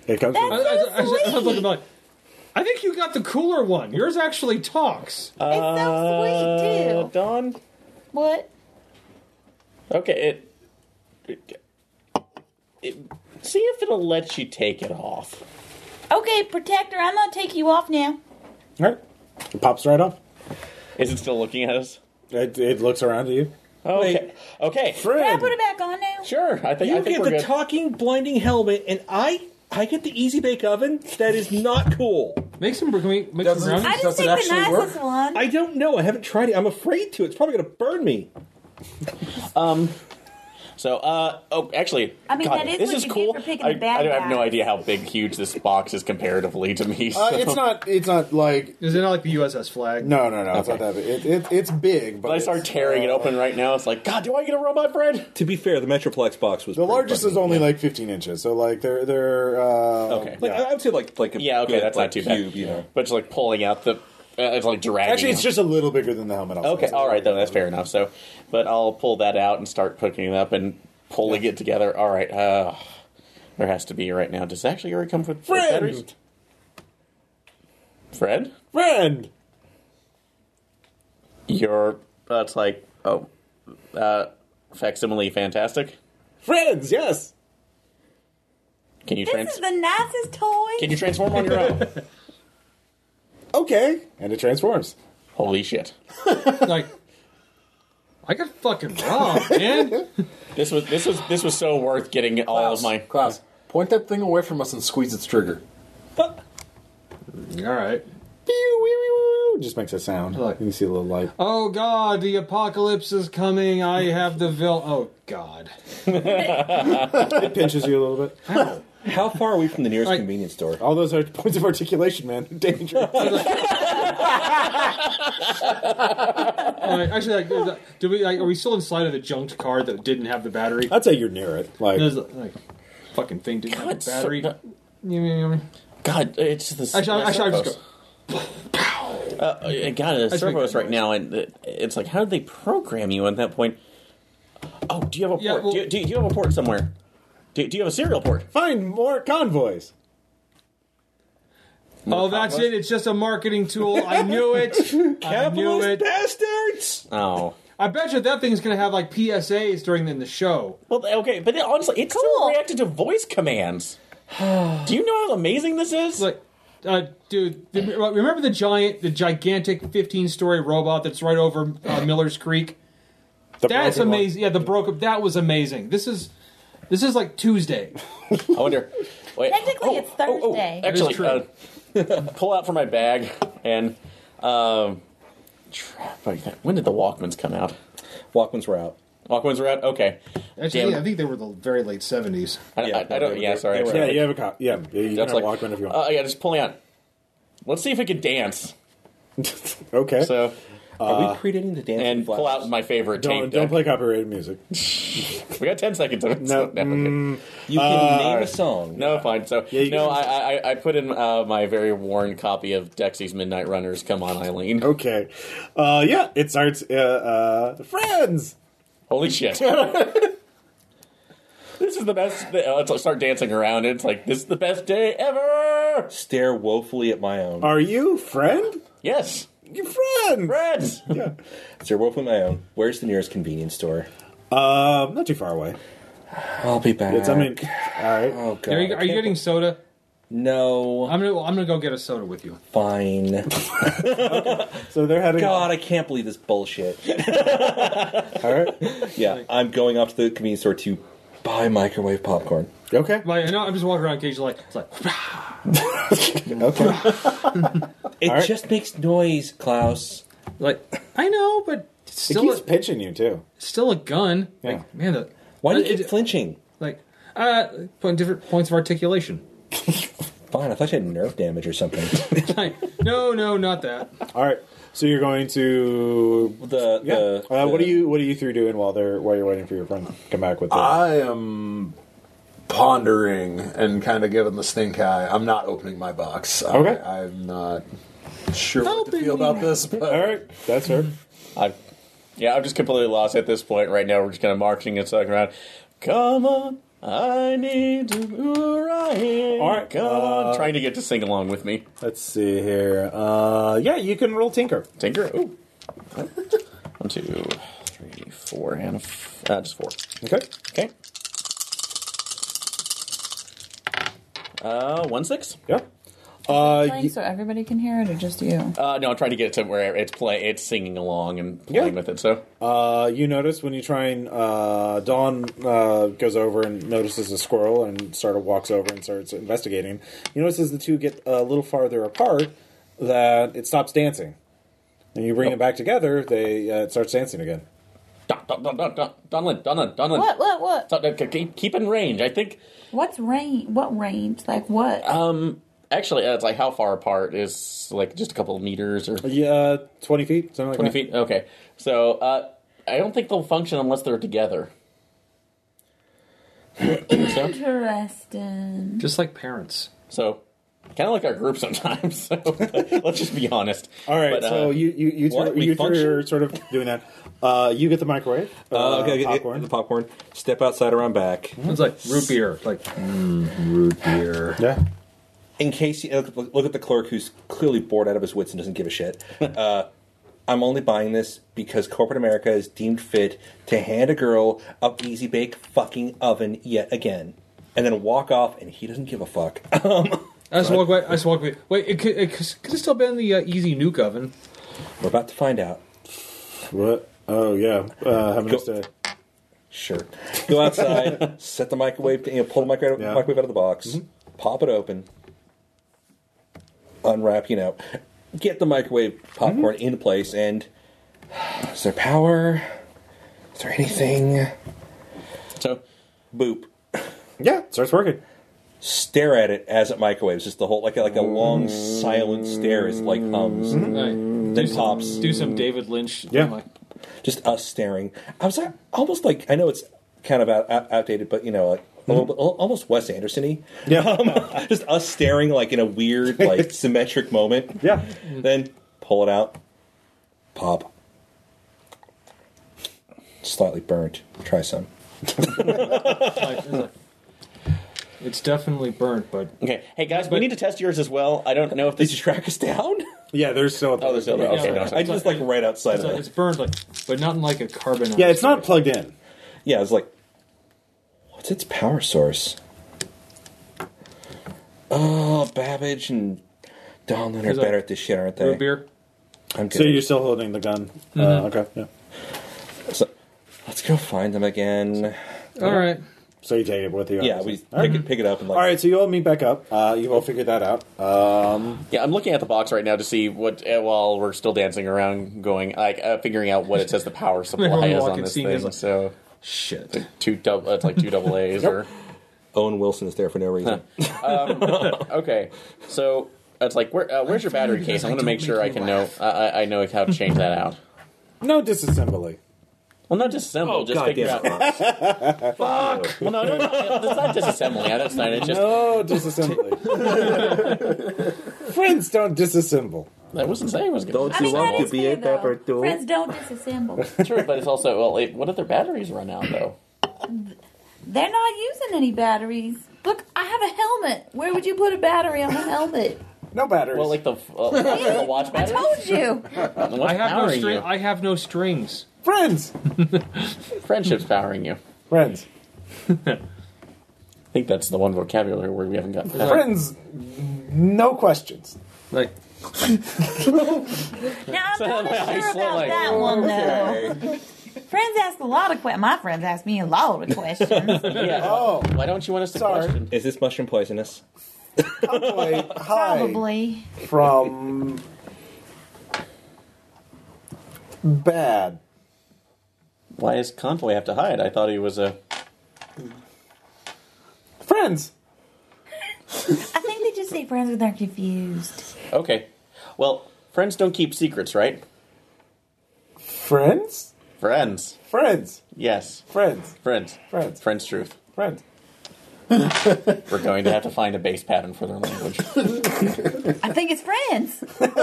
Speaker 1: It comes.
Speaker 4: I,
Speaker 1: From,
Speaker 4: I, I, I, I, look at mine. I think you got the cooler one. Yours actually talks.
Speaker 6: It's so
Speaker 3: Uh,
Speaker 6: sweet, too.
Speaker 3: Don?
Speaker 6: What?
Speaker 3: Okay, it, it, it- See if it'll let you take it off.
Speaker 6: Okay, Protector, I'm going to take you off now.
Speaker 1: all right, it pops right up.
Speaker 3: Is it still looking at us?
Speaker 1: It, it looks around at you.
Speaker 3: Okay. Okay.
Speaker 6: Can I
Speaker 1: Friend,
Speaker 6: put it back on now?
Speaker 3: Sure. I think I
Speaker 9: You
Speaker 3: think
Speaker 9: get
Speaker 3: we're
Speaker 9: the
Speaker 3: good.
Speaker 9: talking, blinding helmet, and I, I get the easy bake oven. That is not cool.
Speaker 4: Make some. Can we make
Speaker 5: Doesn't-
Speaker 4: some brownies?
Speaker 6: I
Speaker 5: Does
Speaker 6: just
Speaker 5: it
Speaker 6: take the
Speaker 5: actually
Speaker 6: nicest one.
Speaker 9: I don't know. I haven't tried it. I'm afraid to. It's probably going to burn me.
Speaker 3: So, uh, oh, actually,
Speaker 6: I mean,
Speaker 3: God,
Speaker 6: that is
Speaker 3: this
Speaker 6: what
Speaker 3: is
Speaker 6: you get
Speaker 3: cool.
Speaker 6: for picking
Speaker 3: I,
Speaker 6: the bad
Speaker 3: I have no
Speaker 6: guy.
Speaker 3: idea how big, huge this box is comparatively to me.
Speaker 1: uh,
Speaker 3: so-
Speaker 1: it's not. It's not like.
Speaker 4: Is it not like the USS flag?
Speaker 1: No, no, no. It's not
Speaker 3: Okay.
Speaker 1: that big. It, it, it's big, but
Speaker 3: When I start
Speaker 1: it's,
Speaker 3: tearing it
Speaker 1: uh,
Speaker 3: open right now, it's like, God, do I get a robot bread?
Speaker 7: To be fair, the Metroplex box was
Speaker 1: The largest is only like 15 inches, so like they're they're. Uh,
Speaker 3: Okay.
Speaker 7: Like, I- I would say like like a
Speaker 3: Yeah, okay,
Speaker 7: good,
Speaker 3: that's
Speaker 7: like,
Speaker 3: not too
Speaker 7: cube,
Speaker 3: bad.
Speaker 7: You know.
Speaker 3: But it's like pulling out the, uh, it's like dragging.
Speaker 1: Actually, it's
Speaker 3: out.
Speaker 1: just a little bigger than the helmet. I'll say.
Speaker 3: Okay,
Speaker 1: So-
Speaker 3: all right, though, that's fair enough. So, but I'll pull that out and start picking it up and pulling it together. All right, uh, there has to be right now. Does it actually already come with with batteries?
Speaker 1: Friend,
Speaker 3: Fred,
Speaker 1: friend.
Speaker 3: your that's like oh, uh, facsimile, fantastic.
Speaker 1: Friends, yes.
Speaker 3: Can you
Speaker 6: This is
Speaker 3: trans?
Speaker 6: the nicest toy.
Speaker 3: Can you transform on your own?
Speaker 1: Okay, and it transforms.
Speaker 3: Holy shit!
Speaker 4: Like, I got fucking robbed, man.
Speaker 3: This was this was this was so worth getting all
Speaker 5: Klaus,
Speaker 3: of my.
Speaker 5: Klaus, point that thing away from us and squeeze its trigger.
Speaker 4: All right.
Speaker 1: It just makes a sound. You
Speaker 4: Look.
Speaker 1: can see a little light.
Speaker 4: Oh God, the apocalypse is coming. I have the vil. Oh God.
Speaker 1: It pinches you a little bit.
Speaker 7: How far are we from the nearest
Speaker 4: Like-
Speaker 7: convenience store?
Speaker 1: All those are points of articulation, man. Danger.
Speaker 4: All right, actually, like, is that- do we? Like, are we still inside of the junked car that didn't have the battery?
Speaker 1: I'd say you're near it. Like
Speaker 4: There's, like, fucking thing didn't have
Speaker 3: God,
Speaker 4: the
Speaker 3: so-
Speaker 4: battery. You mean- you mean-
Speaker 3: God, it's the
Speaker 4: Actually, I- actually, I just go.
Speaker 3: Uh, God, the
Speaker 4: just make
Speaker 3: servos
Speaker 4: that
Speaker 3: right
Speaker 4: noise.
Speaker 3: now, and it- it's like, how did they program you at that point? Oh, do you have a port?
Speaker 4: Yeah, well-
Speaker 3: do, you, do, you, do you have a port somewhere? Do, do you have a serial port?
Speaker 1: find more convoys.
Speaker 4: Oh, that's it. It's just a marketing tool. I knew it. I knew it.
Speaker 9: bastards!
Speaker 3: Oh.
Speaker 4: I bet you that thing's gonna have like PSAs during the, the show.
Speaker 3: Well, th- okay, but then, honestly, it still
Speaker 6: Cool.
Speaker 3: reacted to voice commands. do you know how amazing this is?
Speaker 4: Like, uh, dude, the, remember the giant, the gigantic fifteen-story robot that's right over uh, Miller's Creek?
Speaker 1: The
Speaker 4: That's
Speaker 1: broken one.
Speaker 4: amazing. Yeah, the broke up. That was amazing. This is, this is like Tuesday.
Speaker 3: I wonder. Wait,
Speaker 6: Technically, it's
Speaker 3: oh, oh,
Speaker 6: Thursday.
Speaker 3: actually,
Speaker 4: true.
Speaker 3: uh, pull out from my bag and. Um, trap, like that. when did the Walkmans come out?
Speaker 7: Walkmans were out.
Speaker 3: Walkwinds are out. Okay.
Speaker 10: Actually,
Speaker 3: Damn.
Speaker 10: I think they were the very late seventies.
Speaker 3: I, I- I don't. Yeah, sorry. actually,
Speaker 1: Yeah, you have a cop. Yeah, yeah, you
Speaker 3: That's
Speaker 1: can
Speaker 3: like
Speaker 1: walk in if you
Speaker 3: Oh
Speaker 1: want.
Speaker 3: yeah, just pulling out. Let's see if we can dance.
Speaker 1: okay.
Speaker 3: So
Speaker 7: Are we creating the dance?
Speaker 3: and pull out my favorite
Speaker 1: don't
Speaker 3: tape.
Speaker 1: don't
Speaker 3: deck.
Speaker 1: play copyrighted music.
Speaker 3: We got ten seconds. of it, so-
Speaker 1: No,
Speaker 3: no, okay.
Speaker 9: You can
Speaker 7: Uh,
Speaker 9: name a song.
Speaker 3: No, fine. So
Speaker 1: Yeah, you
Speaker 3: no,
Speaker 1: can-
Speaker 3: I, I I put in uh, my very worn copy of Dexy's Midnight Runners. Come on,
Speaker 1: Oh,
Speaker 3: Eileen.
Speaker 1: Okay. Uh, yeah, it starts. Uh, uh, friends.
Speaker 3: Holy shit. This is the best. thi- uh, Let's start dancing around. It's like this is the best day ever.
Speaker 9: Stare woefully at my own.
Speaker 1: Are you friend?
Speaker 3: Yes,
Speaker 1: You friend?
Speaker 3: friends.
Speaker 1: Yeah.
Speaker 9: Stare woefully at my own. Where's the nearest convenience store?
Speaker 1: Um, not too far away.
Speaker 9: I'll be back.
Speaker 1: It's. I mean, all right.
Speaker 9: oh god.
Speaker 4: Are you, are you getting soda?
Speaker 9: No.
Speaker 4: I'm gonna I'm gonna go get a soda with you.
Speaker 9: fine.
Speaker 1: So they're heading.
Speaker 9: God, I can't believe this bullshit.
Speaker 1: All right.
Speaker 9: Yeah, I'm going off to the convenience store to buy microwave popcorn.
Speaker 1: Okay.
Speaker 4: Like, no, I'm just walking around occasionally like, it's like
Speaker 1: Okay.
Speaker 9: It
Speaker 1: Alright.
Speaker 9: just makes noise, Klaus.
Speaker 4: like I know, but it's
Speaker 1: It
Speaker 4: still
Speaker 1: keeps
Speaker 4: a,
Speaker 1: pitching you too.
Speaker 4: still a gun.
Speaker 1: Yeah.
Speaker 4: Like man, the,
Speaker 9: Why do you
Speaker 4: Uh,
Speaker 9: keep
Speaker 4: it-
Speaker 9: flinching?
Speaker 4: like uh, putting different points of articulation.
Speaker 9: Fine, I thought you had nerve damage or something.
Speaker 4: Like, no, no, not that.
Speaker 1: All right. So you're going to.
Speaker 9: The,
Speaker 1: Yeah.
Speaker 9: the,
Speaker 1: uh, what
Speaker 9: the-
Speaker 1: are you What are you three doing while they're while you're waiting for your friend to come back with? The,
Speaker 9: Uh,
Speaker 5: I am pondering and kind of giving the stink eye. I'm not opening my box.
Speaker 1: Okay.
Speaker 5: I, I'm not sure what to feel about this, but
Speaker 1: all right. That's her.
Speaker 3: I, yeah, I'm just completely lost at this point right now. We're just kind of marching and sucking around. Come on, I need to ride.
Speaker 1: All right,
Speaker 3: come on. Trying to get to sing along with me.
Speaker 1: Let's see here. Uh, yeah, you can roll Tinker.
Speaker 3: Tinker. Ooh. One, two, three, four, and f- uh, just four.
Speaker 1: Okay.
Speaker 3: Okay. Uh, one six.
Speaker 1: Yeah. Uh, y-
Speaker 11: so everybody can hear it, or just you?
Speaker 3: Uh, no, I'm trying to get it to where it's play, it's singing along and playing
Speaker 1: Yeah.
Speaker 3: with it. So
Speaker 1: Uh, you notice when you try and uh, Dawn uh, goes over and notices a squirrel and sort of walks over and starts investigating. You notice as the two get a little farther apart that it stops dancing, and you bring it back together. They uh, it starts dancing again.
Speaker 3: Don, Don, Don, Don, Don, Donlin, Donlin, Donlin.
Speaker 6: What? What? What?
Speaker 3: So, uh, keep, keep in range. I think
Speaker 6: What's range? What range? Like what?
Speaker 3: actually, uh, it's like how far apart is like just a couple of meters or twenty
Speaker 1: Yeah, twenty feet, something like that.
Speaker 3: feet. Okay, so uh, I don't think they'll function unless they're together.
Speaker 6: Interesting.
Speaker 4: Just like parents.
Speaker 3: So kind of like our group sometimes. So let's just be honest.
Speaker 1: All right,
Speaker 3: But, uh,
Speaker 1: so you you you,
Speaker 9: what?
Speaker 1: two,
Speaker 9: We
Speaker 1: you three
Speaker 9: function?
Speaker 1: are sort of doing that. Uh, you get the microwave. Uh,
Speaker 9: Uh, okay, get- get
Speaker 1: popcorn.
Speaker 9: the popcorn. Step outside around back.
Speaker 4: It's like root beer. Like mm,
Speaker 1: yeah.
Speaker 9: In case you look, look at the clerk who's clearly bored out of his wits and doesn't give a shit. Uh, I'm only buying this because corporate America has deemed fit to hand a girl a easy bake fucking oven yet again, and then walk off, and he doesn't give a fuck.
Speaker 4: I just walk. Away, I just walk. Away. Wait, it could, it could, could have still been the uh, easy nuke oven.
Speaker 9: We're about to find out.
Speaker 1: What? Oh yeah. Uh, have a nice
Speaker 9: Go-
Speaker 1: day.
Speaker 9: Sure. Go outside, Mm-hmm. set the microwave, you know, pull the microwave,
Speaker 1: Yeah.
Speaker 9: microwave out of the box, pop it open, unwrap, you know, get the microwave popcorn into place, and is there power? Is there anything?
Speaker 3: so
Speaker 9: Boop.
Speaker 1: Yeah, it starts working.
Speaker 9: Stare at it as it microwaves. Just the whole like a, like a long silent stare as it like hums,
Speaker 4: Like,
Speaker 9: then pops.
Speaker 4: do some David Lynch.
Speaker 1: Yeah.
Speaker 4: Like,
Speaker 9: Just us staring. I was like, almost like I know it's kind of out, out, outdated, but you know, like, a little bit, al- almost Wes Anderson-y.
Speaker 1: Yeah.
Speaker 9: just us staring like in a weird like symmetric moment
Speaker 1: yeah.
Speaker 9: then pull it out pop slightly burnt try some
Speaker 4: like, it's, like- it's definitely burnt, but
Speaker 3: okay, hey guys, we need to test yours as well. I don't know if
Speaker 9: did
Speaker 3: this
Speaker 9: you
Speaker 3: is.
Speaker 9: track us down
Speaker 1: Yeah. There's still. A
Speaker 3: Oh, there's other. Okay,
Speaker 4: Yeah.
Speaker 3: no,
Speaker 9: i
Speaker 3: sorry.
Speaker 9: just like right outside
Speaker 4: it's,
Speaker 9: of
Speaker 4: like,
Speaker 9: it
Speaker 4: it's burned, like, but not in like a carbon.
Speaker 1: yeah. It's not plugged in.
Speaker 9: yeah i was like what's its power source oh babbage and donlin are
Speaker 4: Is that
Speaker 9: better at this shit aren't they
Speaker 4: root beer.
Speaker 9: i'm good
Speaker 1: So you're still holding the gun. Uh, okay. Yeah.
Speaker 9: So, let's go find them again
Speaker 4: All right.
Speaker 1: So you take it with you.
Speaker 9: Yeah, we
Speaker 1: All
Speaker 9: pick
Speaker 1: right.
Speaker 9: it, pick it up and like.
Speaker 1: Mm-hmm. All right, so you all meet back up. Uh, you all figured that out. Um,
Speaker 3: Yeah, I'm looking at the box right now to see what. uh, While we're still dancing around, going like uh, figuring out what it says the power supply is
Speaker 4: walk
Speaker 3: on
Speaker 4: and
Speaker 3: this
Speaker 4: seeing
Speaker 3: thing.
Speaker 4: is like-
Speaker 3: so
Speaker 9: Shit.
Speaker 3: two double, it's like two double A's or
Speaker 9: Owen Wilson is there for no reason. Uh,
Speaker 3: okay. So it's like where, uh, where's your battery case? I'm gonna make sure I can know. I, I- I know how to change that out.
Speaker 1: no disassembly.
Speaker 3: Well, not disassemble.
Speaker 9: Oh,
Speaker 3: just
Speaker 9: God
Speaker 3: figure
Speaker 9: damn
Speaker 3: out. Well, no, no, no, it's not disassembling. I- That's not it. Just
Speaker 1: No disassembly. Friends don't disassemble.
Speaker 3: I wasn't saying it was
Speaker 9: Don't
Speaker 3: going to
Speaker 6: I mean,
Speaker 9: You want
Speaker 6: that
Speaker 9: to
Speaker 6: is
Speaker 9: be
Speaker 6: fair,
Speaker 9: a pepper
Speaker 6: though.
Speaker 9: too?
Speaker 6: Friends don't disassemble.
Speaker 3: true, but it's also well. It, what if their batteries run out though?
Speaker 6: They're not using any batteries. Look, I have a helmet. Where would you put a battery on a helmet?
Speaker 1: No batteries.
Speaker 3: Well, like the uh, the watch
Speaker 6: I
Speaker 3: battery.
Speaker 6: told you.
Speaker 3: What's
Speaker 4: I have no
Speaker 3: powering
Speaker 4: string.
Speaker 3: you?
Speaker 4: I have no strings.
Speaker 1: friends.
Speaker 3: Friendship's powering you.
Speaker 1: Friends.
Speaker 3: I think that's the one vocabulary word we haven't got.
Speaker 1: Friends. No questions.
Speaker 4: Like
Speaker 6: Now I'm
Speaker 3: Sound
Speaker 6: not
Speaker 3: like I
Speaker 6: sure
Speaker 3: slept
Speaker 6: about
Speaker 3: like-
Speaker 6: that one though. Friends ask a lot of questions. My friends ask me a lot of questions.
Speaker 3: Yeah.
Speaker 1: Oh.
Speaker 3: Why don't you want us to
Speaker 1: Sorry.
Speaker 3: question?
Speaker 9: Is this mushroom poisonous?
Speaker 1: Wait, hi.
Speaker 6: Probably.
Speaker 1: From bad.
Speaker 3: Why does Convoy have to hide? I thought he was a.
Speaker 1: Friends.
Speaker 6: I think they just say friends when they're confused.
Speaker 3: Okay. Well, friends don't keep secrets, right?
Speaker 1: Friends.
Speaker 3: Friends.
Speaker 1: Friends.
Speaker 3: Yes.
Speaker 1: Friends.
Speaker 3: Friends.
Speaker 1: Friends.
Speaker 3: Friends truth.
Speaker 1: Friends.
Speaker 3: We're going to have to find a base pattern for their language.
Speaker 6: I think it's friends.
Speaker 9: Aaron,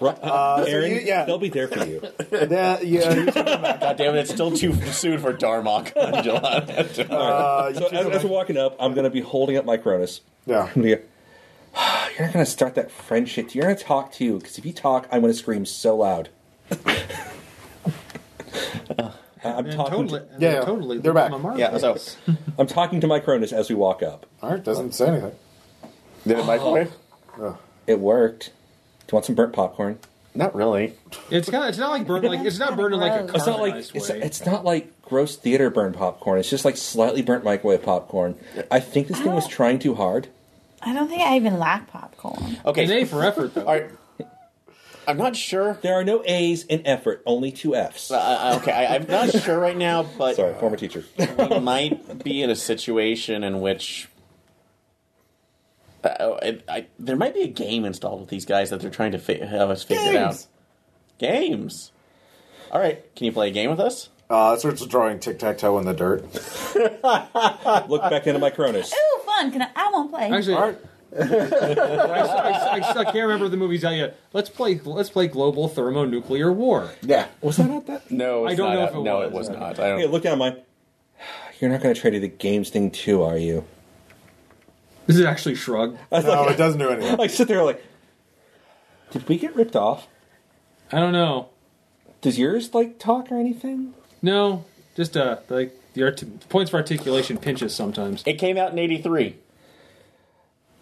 Speaker 9: Uh,
Speaker 1: you- yeah.
Speaker 9: they'll be there for you.
Speaker 1: That- yeah.
Speaker 3: God damn it, it's still too soon for Darmok on July.
Speaker 1: Uh,
Speaker 9: so as, as we're walking up, I'm going to be holding up my Cronus.
Speaker 1: Yeah.
Speaker 9: I'm gonna go, You're not going to start that friendship. You're going to talk to you because if you talk, I'm going to scream so loud. I'm talking.
Speaker 4: totally.
Speaker 9: To,
Speaker 1: Yeah, yeah.
Speaker 4: totally.
Speaker 1: They're back.
Speaker 4: My marbles.
Speaker 3: yeah, so.
Speaker 9: I'm talking to my Cronus as we walk up.
Speaker 1: Art doesn't say anything.
Speaker 3: Did it microwave?
Speaker 9: It worked. Do you want some burnt popcorn?
Speaker 3: Not really.
Speaker 4: It's kind of. It's not like burning. Like it's not burning like a.
Speaker 6: It's
Speaker 9: It's not like
Speaker 4: caramelized
Speaker 9: it's,
Speaker 4: way.
Speaker 9: it's not like gross theater burnt popcorn. It's just like slightly burnt microwave popcorn. I think this thing was trying too hard.
Speaker 6: I don't think I even like popcorn.
Speaker 3: Okay.
Speaker 4: An A for effort, though.
Speaker 3: All right. I'm not sure.
Speaker 9: There are no A's in effort, only two F's.
Speaker 3: Uh, okay, I, I'm not sure right now, but
Speaker 9: Sorry, former teacher.
Speaker 3: we might be in a situation in which uh, I, I, there might be a game installed with these guys that they're trying to fi- have us figure it out.
Speaker 1: Games.
Speaker 3: Games. All right, can you play a game with us?
Speaker 1: Uh, it starts drawing tic tac toe in the dirt.
Speaker 9: Look back into my Cronus.
Speaker 6: Ooh, fun. Can I, I won't play.
Speaker 4: Actually, I, I- I- I can't remember the movies out yet. Let's play. Let's play global thermonuclear war.
Speaker 1: Yeah.
Speaker 9: Was that not that?
Speaker 3: No,
Speaker 4: it's I don't not know out- if it
Speaker 3: no,
Speaker 4: was.
Speaker 3: it was not. I don't.
Speaker 9: Hey, look down mine. You're not going to try to do the games thing too, are you?
Speaker 4: This is actually shrug.
Speaker 1: No, Oh, it doesn't do anything.
Speaker 9: Like sit there, like, did we get ripped off?
Speaker 4: I don't know.
Speaker 9: Does yours like talk or anything?
Speaker 4: No, just uh, like the art- points for articulation pinches sometimes.
Speaker 3: It came out in '83.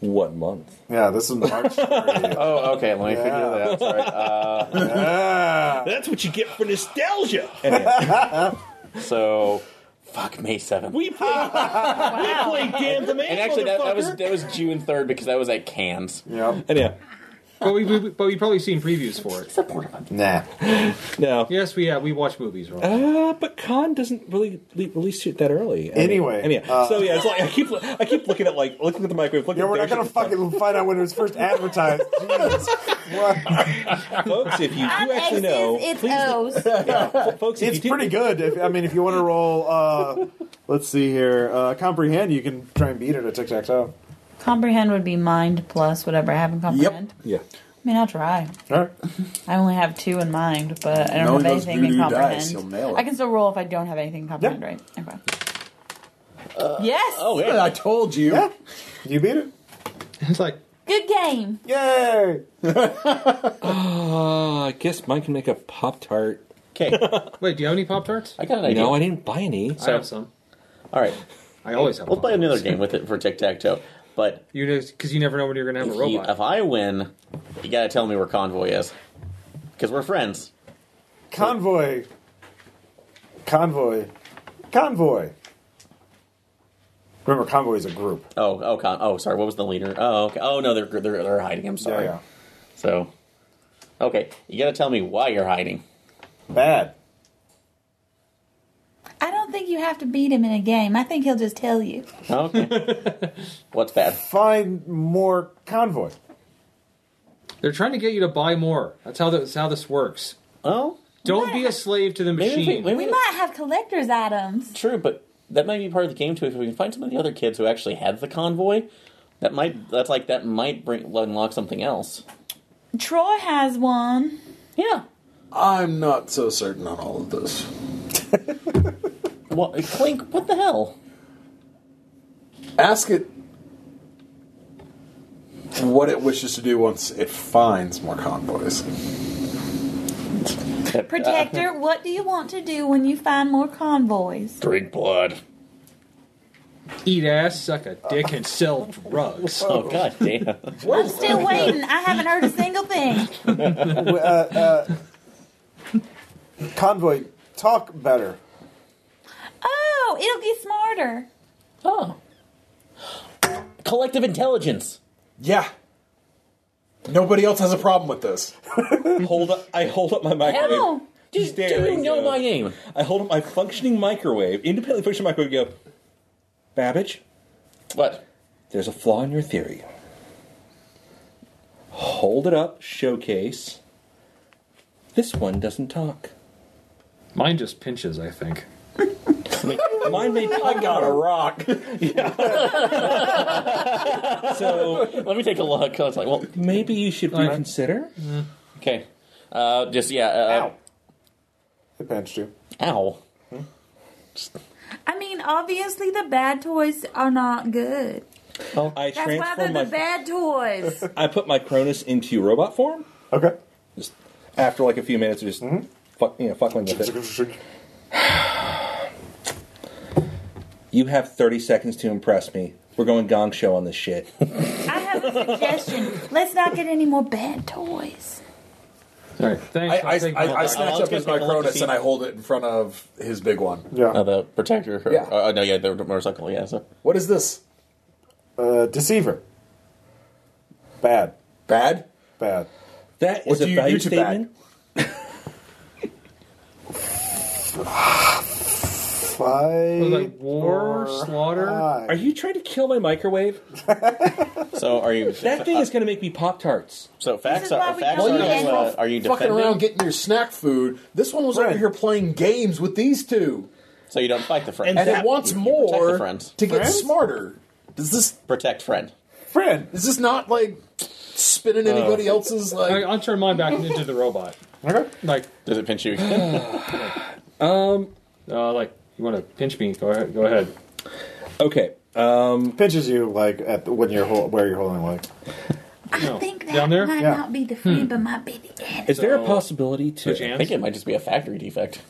Speaker 9: What month?
Speaker 1: Yeah, this is March.
Speaker 3: Oh, okay. Let me figure that out. Sorry. Uh,
Speaker 1: yeah.
Speaker 9: That's what you get for nostalgia. Anyway,
Speaker 3: so, fuck May seventh.
Speaker 9: we play, we play damn the man.
Speaker 3: And actually, that, that was that was June third because that was at Cannes.
Speaker 1: Yep.
Speaker 9: Anyhow,
Speaker 4: But we, we but we probably seen previews for it.
Speaker 1: Nah.
Speaker 9: no.
Speaker 4: Yes, we have. We watch movies, right?
Speaker 9: Uh, but Khan doesn't really le- release it that early. I mean-
Speaker 1: Anyway,
Speaker 9: anyhow,
Speaker 1: uh,
Speaker 9: so yeah, it's like I keep I keep looking at like looking at the microwave. Looking
Speaker 1: Yeah,
Speaker 9: at
Speaker 1: we're not
Speaker 9: the
Speaker 1: gonna
Speaker 9: actual-
Speaker 1: fucking find out when it was first advertised. Jesus. What?
Speaker 9: folks. If you do
Speaker 6: I'm
Speaker 9: actually
Speaker 6: X's,
Speaker 9: know,
Speaker 6: it's
Speaker 9: please,
Speaker 6: O's.
Speaker 9: yeah, folks, if
Speaker 1: It's
Speaker 9: you do-
Speaker 1: pretty good. If, I mean, if you want to roll, uh, let's see here, uh, comprehend, you can try and beat it at tic tac toe.
Speaker 8: Comprehend would be mind plus whatever I have in comprehend.
Speaker 9: Yeah.
Speaker 8: I mean, I'll try.
Speaker 1: All right.
Speaker 8: I only have two in mind, but I don't
Speaker 5: Knowing
Speaker 8: have
Speaker 5: those
Speaker 8: anything in
Speaker 5: voodoo dice,
Speaker 8: comprehend.
Speaker 5: you'll nail it.
Speaker 8: I can still roll if I don't have anything in comprehend, right? Okay. yes.
Speaker 3: Oh, yeah.
Speaker 5: I told you.
Speaker 1: Yeah. You beat it.
Speaker 4: It's like
Speaker 6: Good game.
Speaker 1: Yay!
Speaker 9: Uh, I guess mine can make a pop tart.
Speaker 3: Okay,
Speaker 4: wait, do you have any pop tarts?
Speaker 3: I got an idea.
Speaker 9: No, I didn't buy any.
Speaker 4: I have some.
Speaker 3: All right,
Speaker 4: I always have.
Speaker 3: we'll play
Speaker 4: Pop-Tarts.
Speaker 3: another game with it for tic tac toe. But
Speaker 4: You know, because you never know when you're going to
Speaker 3: if,
Speaker 4: have a
Speaker 3: you,
Speaker 4: robot.
Speaker 3: if I win, you gotta tell me where Convoy is because we're friends.
Speaker 1: Convoy. Convoy. Convoy. Remember, Convoy is a group.
Speaker 3: Oh, oh, con- oh, sorry. What was the leader? Oh, okay. Oh no, they're they're, they're hiding. I'm sorry.
Speaker 1: Oh, Yeah,
Speaker 3: So, okay, you gotta tell me why you're hiding.
Speaker 1: yeah. Bad.
Speaker 6: I don't think you have to beat him in a game. I think he'll just tell you.
Speaker 3: Okay. What's bad?
Speaker 1: Find more Convoy.
Speaker 4: They're trying to get you to buy more. That's how this, how this works.
Speaker 3: Oh,
Speaker 4: Don't be a slave to the
Speaker 3: maybe, if we,
Speaker 4: machine.
Speaker 3: maybe
Speaker 6: We
Speaker 3: that's
Speaker 6: might have collector's items.
Speaker 3: true, but that might be part of the game too. If we can find some of the other kids who actually had the convoy, that might that's like that might bring unlock something else.
Speaker 6: Troy has one.
Speaker 3: Yeah.
Speaker 5: I'm not so certain on all of this.
Speaker 3: What Clink? What the hell?
Speaker 5: Ask it what it wishes to do once it finds more convoys.
Speaker 4: Uh,
Speaker 6: Protector, what do you want to do when you find more convoys?
Speaker 3: Drink blood.
Speaker 4: Eat ass, suck a dick, and sell drugs.
Speaker 3: Oh god damn.
Speaker 6: I'm still waiting. I haven't heard a single thing.
Speaker 1: Convoy, talk better.
Speaker 6: Oh, it'll get smarter.
Speaker 3: oh. Collective intelligence.
Speaker 5: Yeah. Nobody else has a problem with this.
Speaker 9: Hold up! I hold up my microwave.
Speaker 6: Oh,
Speaker 3: Do,
Speaker 9: There
Speaker 3: do you
Speaker 9: we
Speaker 3: know
Speaker 9: go.
Speaker 3: my name?
Speaker 9: I hold up my functioning microwave, independently functioning microwave. and Go, Babbage.
Speaker 3: What?
Speaker 9: There's a flaw in your theory. Hold it up. Showcase. This one doesn't talk.
Speaker 4: Mine just pinches, I think.
Speaker 9: Mine may I got a rock. so
Speaker 3: Let me take a look. I was like, well,
Speaker 9: maybe you should reconsider.
Speaker 3: okay. Uh, just yeah. Uh,
Speaker 1: It pinched you.
Speaker 3: ow. Ow.
Speaker 6: I mean, obviously the bad toys are not
Speaker 9: I
Speaker 6: good. That's why they're
Speaker 9: transform my.
Speaker 6: the bad toys.
Speaker 9: I put my Cronus into robot form.
Speaker 1: Okay.
Speaker 9: Just after like a few minutes, of just
Speaker 5: Mm-hmm.
Speaker 9: fuck, you know, fucking with it. You have 30 seconds to impress me. We're going gong show on this shit.
Speaker 6: I have a suggestion. Let's not get any more bad toys.
Speaker 4: All right, thanks.
Speaker 5: I,
Speaker 4: I'll
Speaker 5: I,
Speaker 4: take
Speaker 5: I,
Speaker 4: mine
Speaker 5: I
Speaker 4: back.
Speaker 3: I was
Speaker 5: snatch up his
Speaker 3: gonna take a look to
Speaker 5: Micronus
Speaker 3: see-
Speaker 5: and I hold it in front of his big one.
Speaker 1: Yeah.
Speaker 3: Uh, the protector. Or,
Speaker 5: Yeah.
Speaker 3: Uh, no, yeah, the motorcycle. Yeah. So.
Speaker 5: What is this?
Speaker 1: Uh, Deceiver. Bad.
Speaker 5: Bad?
Speaker 1: Bad.
Speaker 9: That
Speaker 5: What
Speaker 9: is a
Speaker 5: do you
Speaker 9: value
Speaker 5: do to
Speaker 9: statement.
Speaker 4: It was
Speaker 1: Five.
Speaker 4: like war, slaughter.
Speaker 9: Are you trying to kill my microwave?
Speaker 3: So are you?
Speaker 9: That thing is going to make me Pop Tarts.
Speaker 3: so facts
Speaker 6: is
Speaker 3: are
Speaker 6: why we
Speaker 3: facts
Speaker 6: don't
Speaker 3: are.
Speaker 6: do
Speaker 3: you, uh,
Speaker 6: that.
Speaker 3: are you
Speaker 5: Fucking around
Speaker 3: defending?
Speaker 5: getting your snack food. This one was
Speaker 1: Friend.
Speaker 5: over here playing games with these two.
Speaker 3: So you don't fight the friend.
Speaker 5: And it wants
Speaker 3: You- you protect the
Speaker 5: more
Speaker 3: friend.
Speaker 5: to get
Speaker 1: Friends?
Speaker 5: smarter. Does this
Speaker 3: Protect friend.
Speaker 1: Friend.
Speaker 5: is this not like spinning
Speaker 3: Uh,
Speaker 5: anybody else's
Speaker 4: All
Speaker 5: like
Speaker 4: right, I'll turn mine back into the robot.
Speaker 1: Okay.
Speaker 4: Like,
Speaker 3: Does it pinch you? again?
Speaker 4: uh, like you want to pinch me? Go ahead. Go ahead.
Speaker 9: Okay. Uh,
Speaker 1: Pinches you like at the, when you're hol- where you're holding like.
Speaker 4: No.
Speaker 6: I think that
Speaker 4: Down there? Hmm.
Speaker 6: might
Speaker 1: Yeah.
Speaker 6: not be the friend, but my baby daddy.
Speaker 9: is there a
Speaker 4: So-
Speaker 9: possibility
Speaker 4: By
Speaker 9: to?
Speaker 3: I
Speaker 4: chance?
Speaker 3: think it might just be a factory defect.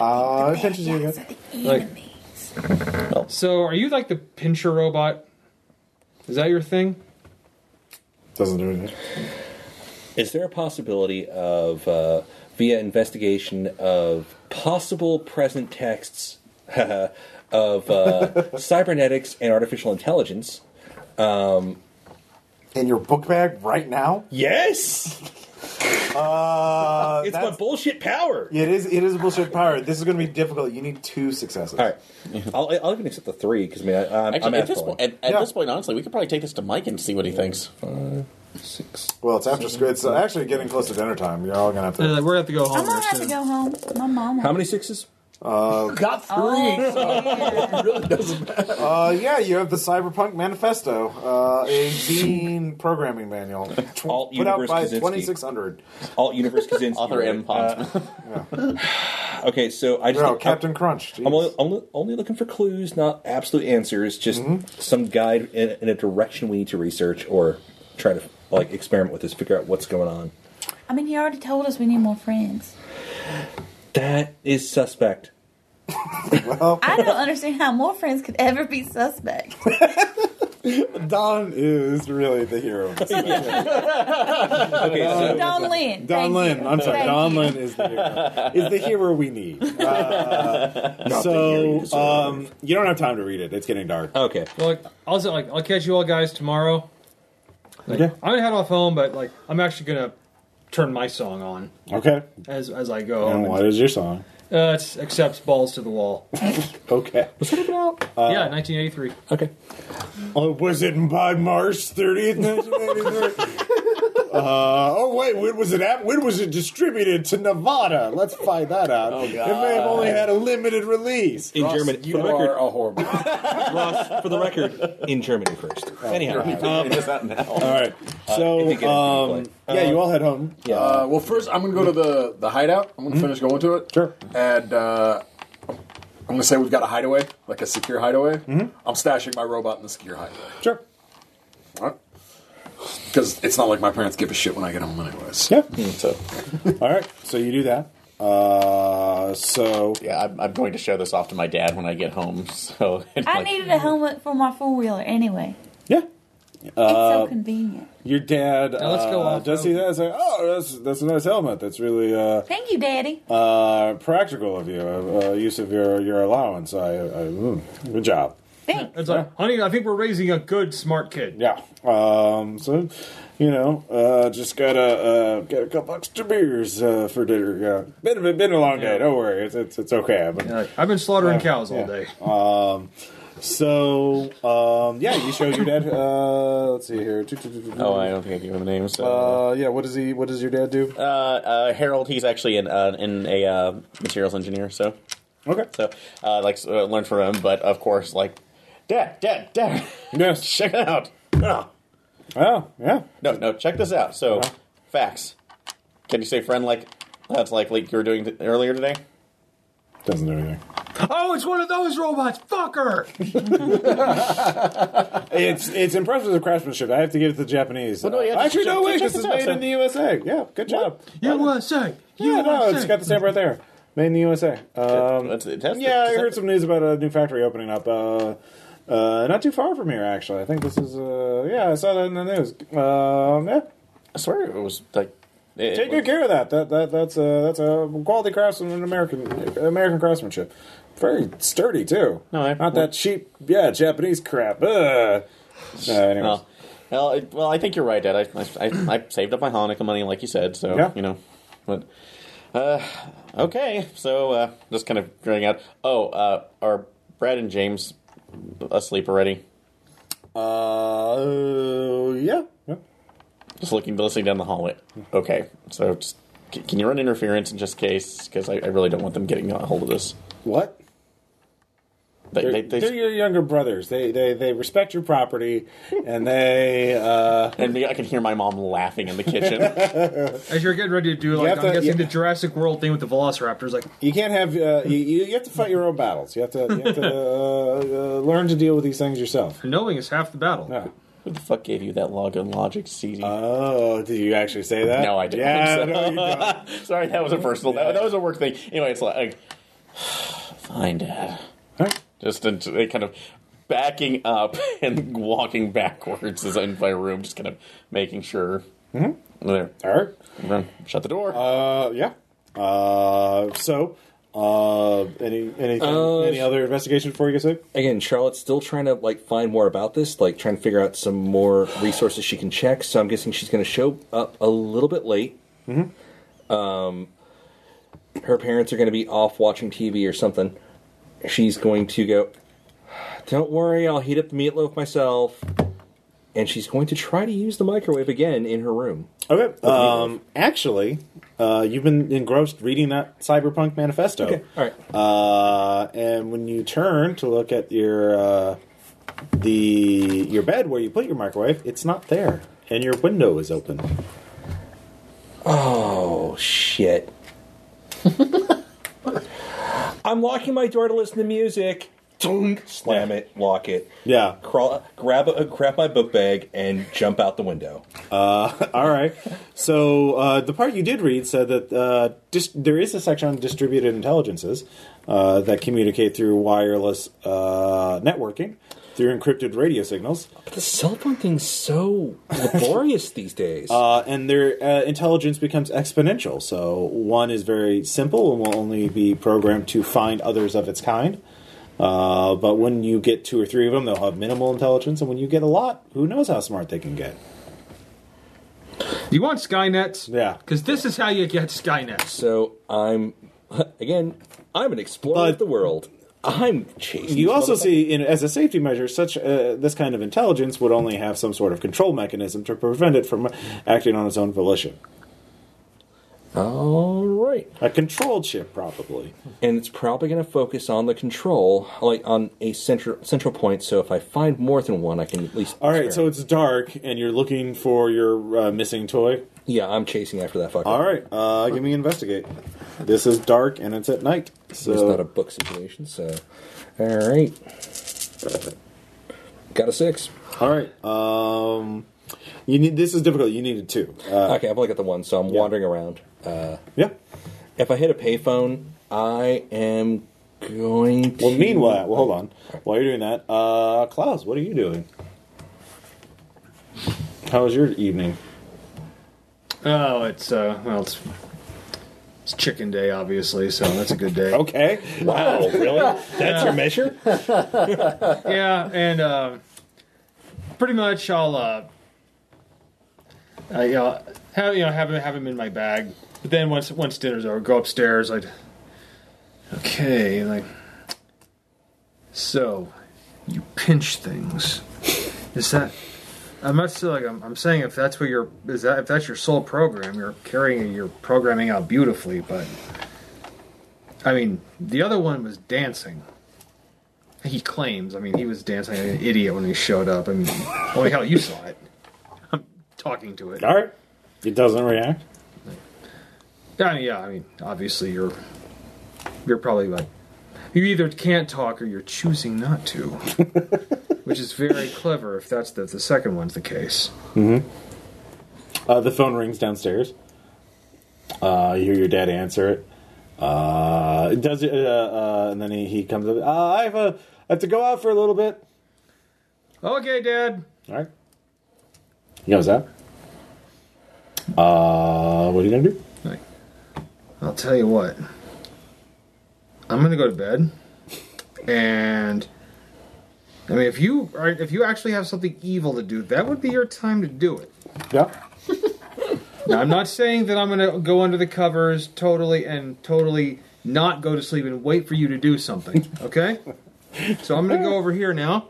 Speaker 1: Uh, it
Speaker 6: Bad
Speaker 1: pinches you
Speaker 6: guys
Speaker 1: again.
Speaker 6: are the
Speaker 4: Like-
Speaker 6: enemy.
Speaker 4: So, are you like the pincher robot? Is that your thing?
Speaker 1: Doesn't do anything.
Speaker 9: Is there a possibility of uh, via investigation of possible present texts of uh, cybernetics and artificial intelligence?
Speaker 1: In your book bag right now.
Speaker 9: Yes,
Speaker 1: Uh,
Speaker 9: it's my
Speaker 1: that's-
Speaker 9: bullshit power.
Speaker 1: it is. It is a bullshit power. This is going to be difficult. You need two successes.
Speaker 9: All right, I'll, I'll even accept the three because I mean I, I'm, I'm
Speaker 3: Actually, at this
Speaker 9: asshole.
Speaker 3: point, at, at
Speaker 1: Yeah.
Speaker 3: this point, honestly, we could probably take this to Mike and see what he thinks.
Speaker 1: Well, it's after school. It's uh, actually getting close to dinner time. You're all going to have
Speaker 4: Uh,
Speaker 1: to.
Speaker 4: we're gonna have to go home.
Speaker 6: I'm gonna have to go home. My mom.
Speaker 9: How many sixes?
Speaker 5: got three? it really doesn't matter.
Speaker 1: Uh, yeah, you have the Cyberpunk Manifesto, uh, a zine programming manual tw-
Speaker 9: Alt
Speaker 1: put out
Speaker 9: Universe
Speaker 1: by
Speaker 9: Kaczynski.
Speaker 1: 2600
Speaker 9: Alt universe Kaczynski.
Speaker 3: Author
Speaker 9: right? Uh,
Speaker 3: M. Pons.
Speaker 9: Okay, so I just
Speaker 1: No, Captain Crunch.
Speaker 9: I'm only,
Speaker 1: jeez.
Speaker 9: only, only looking for clues, not absolute answers. Just some guide in, in a direction we need to research or try to like experiment with this, figure out what's going on.
Speaker 6: I mean, he already told us we need more friends.
Speaker 9: That is suspect.
Speaker 6: I don't understand how more friends could ever be suspect.
Speaker 1: Don is really the hero.
Speaker 3: Okay, so
Speaker 8: Don Lynn.
Speaker 1: Oh, Don
Speaker 8: thank
Speaker 1: Lynn.
Speaker 8: you.
Speaker 1: I'm sorry.
Speaker 8: Thank
Speaker 1: Don
Speaker 8: you.
Speaker 1: Lynn is the hero. Is the hero we need. Uh, so um, you don't have time to read it. It's getting dark.
Speaker 9: Okay.
Speaker 4: Well, like, I'll like I'll catch you all guys tomorrow. Like,
Speaker 1: Okay.
Speaker 4: I'm gonna head off home, but like I'm actually gonna turn my song on
Speaker 1: Okay.
Speaker 4: as as I go.
Speaker 1: Oh, And
Speaker 4: home.
Speaker 1: what is your song?
Speaker 4: Uh, it's accepts balls to the wall.
Speaker 1: Okay. Uh,
Speaker 4: yeah, 1983.
Speaker 9: Okay.
Speaker 1: Oh, was it by March 30th, 1983? Uh, oh wait, when was it? At, when was it distributed to Nevada? Let's find that out. Oh, God. It may have only had a limited release.
Speaker 9: In Germany. For
Speaker 5: You
Speaker 9: the
Speaker 5: are
Speaker 9: record,
Speaker 5: a horrible.
Speaker 9: Ross, for the record, in Germany first. Anyhow. um,
Speaker 3: it is out now.
Speaker 1: All right. Uh, So,
Speaker 9: if you get it, you
Speaker 1: um,
Speaker 9: play.
Speaker 1: yeah, you all head home.
Speaker 5: Uh, well, first I'm gonna go to the the hideout. I'm gonna finish going to it.
Speaker 1: Sure.
Speaker 5: And uh, I'm gonna say we've got a hideaway, like a secure hideaway. I'm stashing my robot in the secure hideaway.
Speaker 1: Sure.
Speaker 5: Because it's not like my parents give a shit when I get home, anyways.
Speaker 1: Yeah.
Speaker 3: So,
Speaker 1: All right. Mm, So you do that. Uh, so
Speaker 3: yeah, I'm, I'm going to show this off to my dad when I get home. So,
Speaker 6: I
Speaker 3: like,
Speaker 6: needed a helmet for my four wheeler anyway.
Speaker 1: yeah, Uh,
Speaker 6: it's so convenient.
Speaker 1: your dad
Speaker 4: Now let's go
Speaker 1: uh,
Speaker 4: off-road.
Speaker 1: does see that. and say, oh, that's that's a nice helmet. That's really uh,
Speaker 6: Thank you, Daddy.
Speaker 1: uh, practical of you. Uh, uh, use of your your allowance. I, I mm, good job.
Speaker 6: Thanks.
Speaker 4: It's like, honey, I think we're raising a good, smart kid.
Speaker 1: Yeah. Um, so, you know, uh, just gotta uh, get a couple extra beers uh, for dinner. Yeah, been been, been a long day.
Speaker 4: Yeah.
Speaker 1: Don't worry, it's it's, it's okay. I've been-
Speaker 4: You're like, I've been slaughtering
Speaker 1: Yeah,
Speaker 4: cows all
Speaker 1: yeah. Uh-huh.
Speaker 4: day.
Speaker 1: So, um, yeah, you show your dad. Uh, let's see here.
Speaker 3: oh, I don't think I gave him a name. So,
Speaker 1: Uh, yeah, what does he? What does your dad do?
Speaker 3: uh, uh, Harold, he's actually in, uh, in a uh, materials engineer. So,
Speaker 1: Okay.
Speaker 3: so uh, like so, uh, learn from him. But of course, like, Dad, Dad, Dad,
Speaker 1: Yes.
Speaker 3: check it out. Ah.
Speaker 1: Oh, yeah.
Speaker 3: No, no, check this out. So,
Speaker 1: Uh-huh.
Speaker 3: facts. Can you say friend like that's like like you were doing t- earlier today?
Speaker 1: Doesn't do anything.
Speaker 4: Oh, it's one of those robots, fucker!
Speaker 1: It's it's impressive the craftsmanship. I have to give it to the Japanese.
Speaker 3: no, yeah,
Speaker 1: Uh, actually,
Speaker 3: check-
Speaker 1: no way.
Speaker 3: check
Speaker 1: This
Speaker 3: this
Speaker 1: is
Speaker 3: out,
Speaker 1: made
Speaker 3: so-
Speaker 1: in the USA. Yeah, good job.
Speaker 4: USA,
Speaker 1: Yeah, no, it's got the stamp right there. Made in the USA. Um,
Speaker 3: That's it. That's
Speaker 1: yeah,
Speaker 3: the-
Speaker 1: I heard some news about a new factory opening up. Uh, uh, not too far from here, actually. I think this is. Uh, yeah, I saw that in the news. Um, yeah,
Speaker 3: I swear it was like. It,
Speaker 1: take good care of that. That that that's a that's a quality craftsman and American American craftsmanship. Very sturdy too.
Speaker 3: No, I-
Speaker 1: not that cheap. Yeah, Japanese crap. Ugh. Uh, No, anyways.
Speaker 3: Well, well, it, well, I think you're right, Dad. I, I, I, I saved up my Hanukkah money, like you said. So
Speaker 1: Yeah.
Speaker 3: you know, but uh, okay. So uh, just kind of drawing out. Oh, uh, are Brad and James asleep already?
Speaker 1: Uh, yeah. yeah.
Speaker 3: Just looking, listening down the hallway. Okay, so just c- can you run interference in just case? Because I, I really don't want them getting a hold of this.
Speaker 1: What?
Speaker 3: They,
Speaker 1: They're,
Speaker 3: they, they,
Speaker 1: they're your younger brothers. They they they respect your property, and they uh,
Speaker 3: and I can hear my mom laughing in the kitchen.
Speaker 4: As you're getting ready to do, like,
Speaker 1: have
Speaker 4: I'm
Speaker 1: to-
Speaker 4: guessing
Speaker 1: you-
Speaker 4: the Jurassic World thing with the Velociraptors, like,
Speaker 1: you can't have uh, you, you you have to fight your own battles. You have to, you have to uh, uh, learn to deal with these things yourself.
Speaker 4: knowing is half the battle.
Speaker 1: Yeah.
Speaker 3: Who the fuck gave you that log and logic CD?
Speaker 1: Oh, did you actually say that?
Speaker 3: No, I didn't
Speaker 1: Yeah,
Speaker 3: think so.
Speaker 1: no, you don't.
Speaker 3: Sorry, that was a personal. That, that was a work thing. Anyway, it's like, fine, Dad.
Speaker 1: Alright.
Speaker 3: Just in, kind of backing up and walking backwards as I in my room, just kind of making sure. There,
Speaker 1: Mm-hmm. All right.
Speaker 3: Run. shut the door.
Speaker 1: Uh, yeah. Uh, so, uh, any anything,
Speaker 9: Uh,
Speaker 1: any other investigation before you get sick?
Speaker 9: Again, Charlotte's still trying to like find more about this, like trying to figure out some more resources she can check. So I'm guessing she's going to show up a little bit late. Mm-hmm. Um, her parents are going to be off watching TV or something. She's going to go. Don't worry, I'll heat up the meatloaf myself. And she's going to try to use the microwave again in her room.
Speaker 1: Okay. Um, actually, uh, you've been engrossed reading that cyberpunk manifesto.
Speaker 9: Okay, all right.
Speaker 1: Uh, and when you turn to look at your uh, the your bed where you put your microwave, it's not there, and your window is open.
Speaker 9: Oh shit! I'm locking my door to listen to music. Dunk. Slam it. Lock it.
Speaker 1: Yeah.
Speaker 9: Crawl, grab a, grab my book bag and jump out the window.
Speaker 1: Uh, All right. So uh, the part you did read said that uh, dis- there is a section on distributed intelligences uh, that communicate through wireless uh, networking
Speaker 8: through encrypted radio signals.
Speaker 7: The cell phone thing's so laborious these days.
Speaker 8: Uh, and their uh, intelligence becomes exponential. So one is very simple and will only be programmed to find others of its kind. Uh, but when you get two or three of them, they'll have minimal intelligence. And when you get a lot, who knows how smart they can get?
Speaker 12: Do you want Skynet?
Speaker 8: Yeah.
Speaker 12: Because this is how you get Skynet.
Speaker 7: so I'm again, I'm an explorer
Speaker 8: But-
Speaker 7: of the world. I'm chasing. these
Speaker 8: You also
Speaker 7: motherfuckers.
Speaker 8: see, in, as a safety measure, such uh, this kind of intelligence would only have some sort of control mechanism to prevent it from acting on its own volition.
Speaker 7: All right.
Speaker 8: A controlled ship, probably.
Speaker 7: and it's probably going to focus on the control, like on a central central point. So if I find more than one, I can at least.
Speaker 8: All right,
Speaker 7: experiment.
Speaker 8: so it's dark, and you're looking for your uh, missing toy.
Speaker 7: yeah, I'm chasing after that fucker.
Speaker 8: All right, uh, give me investigate. This is dark, and it's at night.
Speaker 7: it's not a
Speaker 8: So
Speaker 7: book situation. So, all right, got a six.
Speaker 8: all right, um, you need. This is difficult. You needed two. Uh,
Speaker 7: okay, I've only got the one, so I'm wandering around. Uh,
Speaker 8: yeah.
Speaker 7: if I hit a payphone, I am going. to...
Speaker 8: Well, meanwhile, well, hold on. While you're doing that, uh, Klaus, what are you doing? How was your evening?
Speaker 4: Oh, it's uh, well, it's it's Chicken Day, obviously, so that's a good
Speaker 1: Oh,
Speaker 4: day.
Speaker 8: Okay.
Speaker 13: Wow, really? That's your measure?
Speaker 4: yeah, and uh, pretty much I'll uh, I you know, have you know have him have him in my bag. But then once once dinner's over, go upstairs. I'd okay, like so you pinch things. Is that? I'm not saying like I'm, I'm saying if that's what your is that if that's your sole program, you're carrying you're programming out beautifully. But I mean, the other one was dancing. He claims. I mean, he was dancing like an idiot when he showed up. I mean, oh hell, you saw it. I'm talking to it.
Speaker 8: All right. It doesn't react.
Speaker 4: I mean, yeah, I mean, obviously you're you're probably like you either can't talk or you're choosing not to, which is very clever if that's the, if the second one's the case.
Speaker 8: Uh, the phone rings downstairs. Uh, you hear your dad answer it. Uh, it does it, uh, uh, and then he, he comes up. Uh, I have a, I have to go out for a little bit.
Speaker 4: Okay, Dad.
Speaker 8: All right. He goes out. Uh, what are you gonna do?
Speaker 4: Like, I'll tell you what. I'm gonna go to bed, and I mean, if you are, if you actually have something evil to do, that would be your time to do it.
Speaker 8: Yeah.
Speaker 4: Now, I'm not saying that I'm gonna go under the covers totally and totally not go to sleep and wait for you to do something. Okay. so I'm gonna go over here now.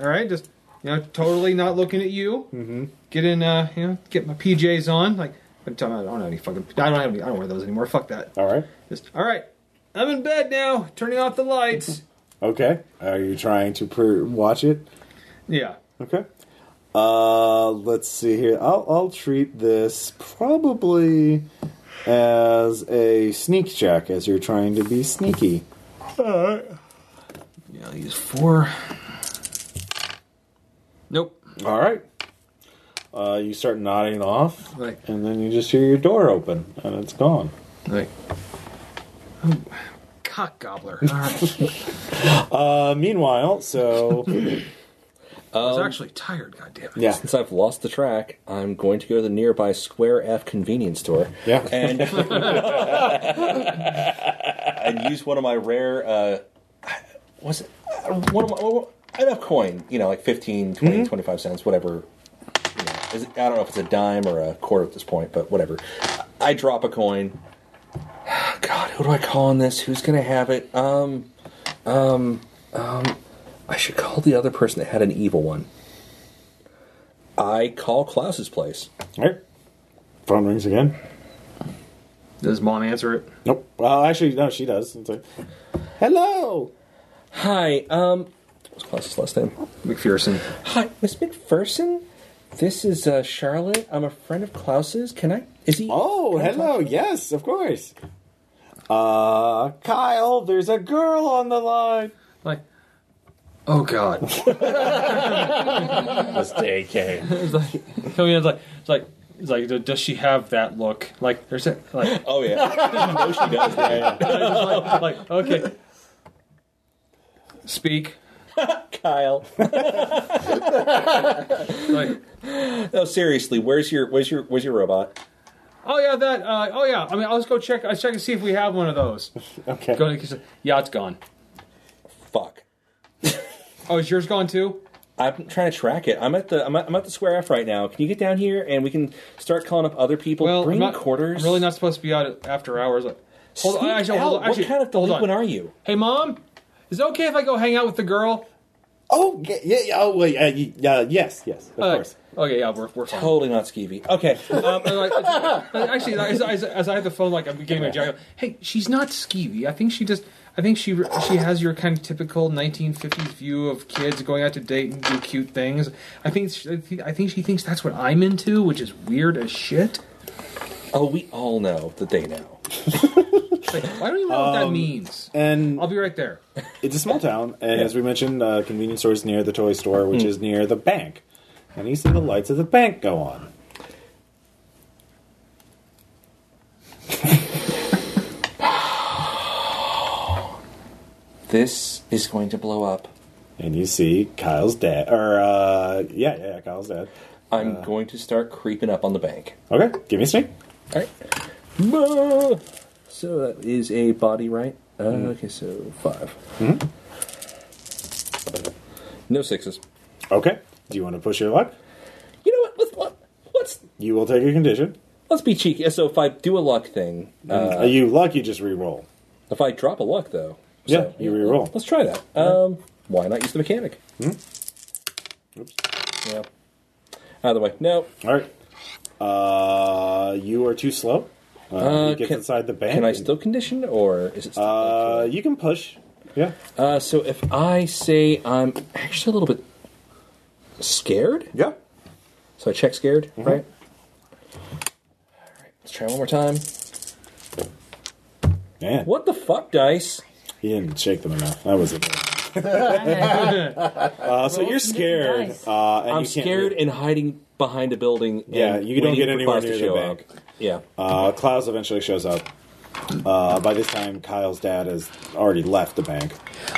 Speaker 4: All right, just you know, totally not looking at you. Mm-hmm. Get in, uh, you know, get my PJs on. Like I'm talking, about- I don't have any fucking. I don't have any. I don't wear those anymore. Fuck that.
Speaker 8: All right.
Speaker 4: Just all right. I'm in bed now. Turning off the lights.
Speaker 8: Okay. Are you trying to per- watch it?
Speaker 4: yeah.
Speaker 8: Okay. Uh, let's see here. I'll I'll treat this probably as a sneak check, as you're trying to be sneaky.
Speaker 4: Yeah. I'll use four. Nope.
Speaker 8: All right. Uh, you start nodding off,
Speaker 4: Right.
Speaker 8: and then you just hear your door open, and it's gone.
Speaker 4: Like. oh, Cock gobbler. All right.
Speaker 8: Uh, meanwhile, so
Speaker 4: I was actually tired, goddammit.
Speaker 8: yeah,
Speaker 7: Since I've lost the track, I'm going to go to the nearby Square F convenience store.
Speaker 8: Yeah.
Speaker 7: And and use one of my rare uh was it uh, one of my oh, enough coin, you know, like 15, 20, 25 cents, whatever. you know. Is it- I don't know if it's a dime or a quarter at this point, but whatever. I drop a coin. God, who do I call on this? Who's going to have it? Um, um, um, I should call the other person that had an evil one. I call Klaus's place.
Speaker 8: All right. Phone rings again.
Speaker 4: Does mom answer it?
Speaker 8: Nope. Well, actually, no, she does. It's like, hello.
Speaker 7: Hi, um, what's Klaus's last name?
Speaker 4: McPherson.
Speaker 7: Hi, Miss McPherson. This is uh, Charlotte. I'm a friend of Klaus's. Can I? Is he?
Speaker 8: Oh, hello. Yes, of course. Uh, Kyle, there's a girl on the line.
Speaker 4: Like, oh god.
Speaker 3: This day came.
Speaker 4: it's like, Killian's like, Oh, it's like, it's like, d- does she have that look? Like, there's a, like, oh,
Speaker 7: Oh yeah. no, she does.
Speaker 4: like, like, okay. Speak.
Speaker 9: Kyle.
Speaker 4: Like,
Speaker 9: No, seriously, where's your where's your where's your robot?
Speaker 4: oh yeah, that. Uh, oh yeah. I mean, I'll just go check. I'll check and see if we have one of those.
Speaker 8: Okay.
Speaker 4: Go to- yeah, it's gone.
Speaker 9: Fuck.
Speaker 4: Oh, is yours gone too?
Speaker 9: I'm trying to track it. I'm at the I'm at, I'm at the square F right now. Can you get down here and we can start calling up other people?
Speaker 4: Well,
Speaker 9: Bring
Speaker 4: I'm not,
Speaker 9: quarters.
Speaker 4: I'm really not supposed to be out at- after hours. Like, hold on,
Speaker 9: Sneak
Speaker 4: actually,
Speaker 9: out.
Speaker 4: hold on, actually,
Speaker 9: what kind of
Speaker 4: hold on.
Speaker 9: delinquent are you?
Speaker 4: Hey, mom, is it okay if I go hang out with the girl?
Speaker 8: Oh, yeah, yeah, yeah, oh, wait, uh, y- uh, yes, yes, of
Speaker 4: Uh,
Speaker 8: course.
Speaker 4: Okay, yeah, we're we're fine.
Speaker 9: Totally not skeevy. Okay. Um,
Speaker 4: And, like, it's- like, actually, like, as, as, as I had the phone, like I'm getting my jacket. Hey, she's not skeevy. I think she just. I think she she has your kind of typical 1950s view of kids going out to date and do cute things. I think she, I think- I think she thinks that's what I'm into, which is weird as shit.
Speaker 9: oh, we all know that they know.
Speaker 4: Like, I don't even know what
Speaker 9: Um,
Speaker 4: that means.
Speaker 8: And
Speaker 4: I'll be right there.
Speaker 8: it's a small town, and as we mentioned, uh, convenience store is near the toy store, which
Speaker 4: Hmm.
Speaker 8: is near the bank. And you see the lights of the bank go on.
Speaker 9: This is going to blow up.
Speaker 8: And you see Kyle's dad, or, uh, yeah, yeah, Kyle's dad.
Speaker 9: I'm
Speaker 4: Uh.
Speaker 9: going to start creeping up on the bank.
Speaker 8: Okay, give me a sneak.
Speaker 9: All right. So that is a body, right? Uh, Okay, so 5 No sixes.
Speaker 8: Okay, do you want to push your luck?
Speaker 9: You know what? Let's let, let's
Speaker 8: You will take a condition.
Speaker 9: let's be cheeky. So if I do a luck thing, uh,
Speaker 8: Are you lucky? Just re-roll.
Speaker 9: if I drop a luck though,
Speaker 8: Yeah, you re-roll.
Speaker 9: Let's try that. Um, why not use the mechanic?
Speaker 8: Oops.
Speaker 9: Yeah. Either way, no.
Speaker 8: All right. Uh, you are too slow. Uh,
Speaker 9: Uh,
Speaker 8: you get
Speaker 9: can-
Speaker 8: inside the bank.
Speaker 9: Can I
Speaker 8: and-
Speaker 9: still condition, or is it? Still
Speaker 8: Uh, you can push. Yeah.
Speaker 9: Uh, so if I say I'm actually a little bit scared,
Speaker 8: Yeah.
Speaker 9: so I check scared, right? All right, let's try one more time.
Speaker 8: Man,
Speaker 9: What the fuck, dice?
Speaker 8: he didn't shake them enough. That was it.
Speaker 1: Oh,
Speaker 8: Uh, so
Speaker 6: Roll
Speaker 8: you're
Speaker 6: some
Speaker 8: scared.
Speaker 6: different dice.
Speaker 8: Uh,
Speaker 9: I'm
Speaker 8: and you can't
Speaker 9: scared
Speaker 8: move.
Speaker 9: and hiding behind a building.
Speaker 8: Yeah,
Speaker 9: and
Speaker 8: you don't
Speaker 9: waiting
Speaker 8: get
Speaker 9: for
Speaker 8: anywhere
Speaker 9: Klaus to
Speaker 8: near the
Speaker 9: show
Speaker 8: bank.
Speaker 9: up. Yeah.
Speaker 8: Uh, Klaus eventually shows up. Uh, by this time, Kyle's dad has already left the bank.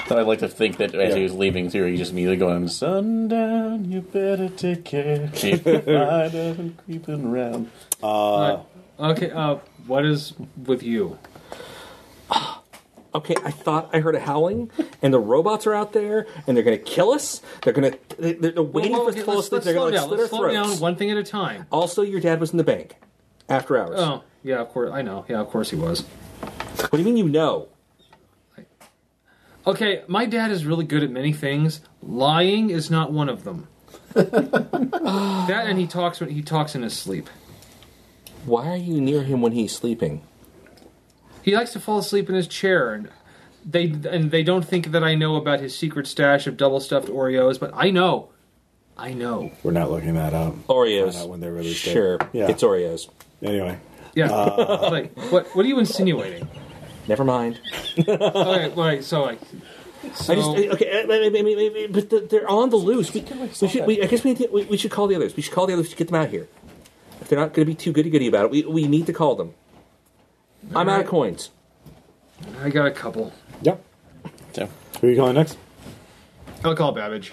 Speaker 3: But I'd like to think that as
Speaker 8: Yeah.
Speaker 3: he was leaving through, he just immediately going, Sundown, you better take care. Keep your mind up and creeping around.
Speaker 4: okay, uh, what is with you?
Speaker 9: Okay, I thought I heard a howling, and the robots are out there, and they're gonna kill us. They're gonna they- they're, they're waiting for us to fall
Speaker 4: let's,
Speaker 9: asleep.
Speaker 4: let's
Speaker 9: they're
Speaker 4: slow
Speaker 9: gonna
Speaker 4: down.
Speaker 9: like,
Speaker 4: Let's
Speaker 9: slit
Speaker 4: slow
Speaker 9: our
Speaker 4: down
Speaker 9: throats.
Speaker 4: one thing at a time.
Speaker 9: Also, your dad was in the bank after hours.
Speaker 4: Oh, yeah, of course. I know. Yeah, of course he was.
Speaker 9: What do you mean you know?
Speaker 4: Okay, my dad is really good at many things. Lying is not one of them. that and he talks when he talks in his sleep.
Speaker 9: Why are you near him when he's sleeping?
Speaker 4: He likes to fall asleep in his chair and they and they don't think that I know about his secret stash of double stuffed Oreos, but I know. I know.
Speaker 8: We're not looking that up.
Speaker 9: Oreos.
Speaker 1: Uh,
Speaker 8: Find out when they're released.
Speaker 9: Sure,
Speaker 8: Yeah.
Speaker 9: it's Oreos.
Speaker 8: Anyway.
Speaker 4: Yeah. like what what are you insinuating?
Speaker 9: Never mind.
Speaker 4: Okay, right, so like so
Speaker 9: I just I- okay, uh, I- I- I- I- I- but the- they're on the loose. We, we should. We, I guess we, need to, we we should call the others. We should call the others to get them out here. If they're not going to be too goody goody about it, we we need to call them. I'm out of
Speaker 4: Alright.
Speaker 9: coins.
Speaker 4: I got a couple.
Speaker 8: Yeah.
Speaker 3: So,
Speaker 8: Who are you calling next?
Speaker 4: I'll call Babbage.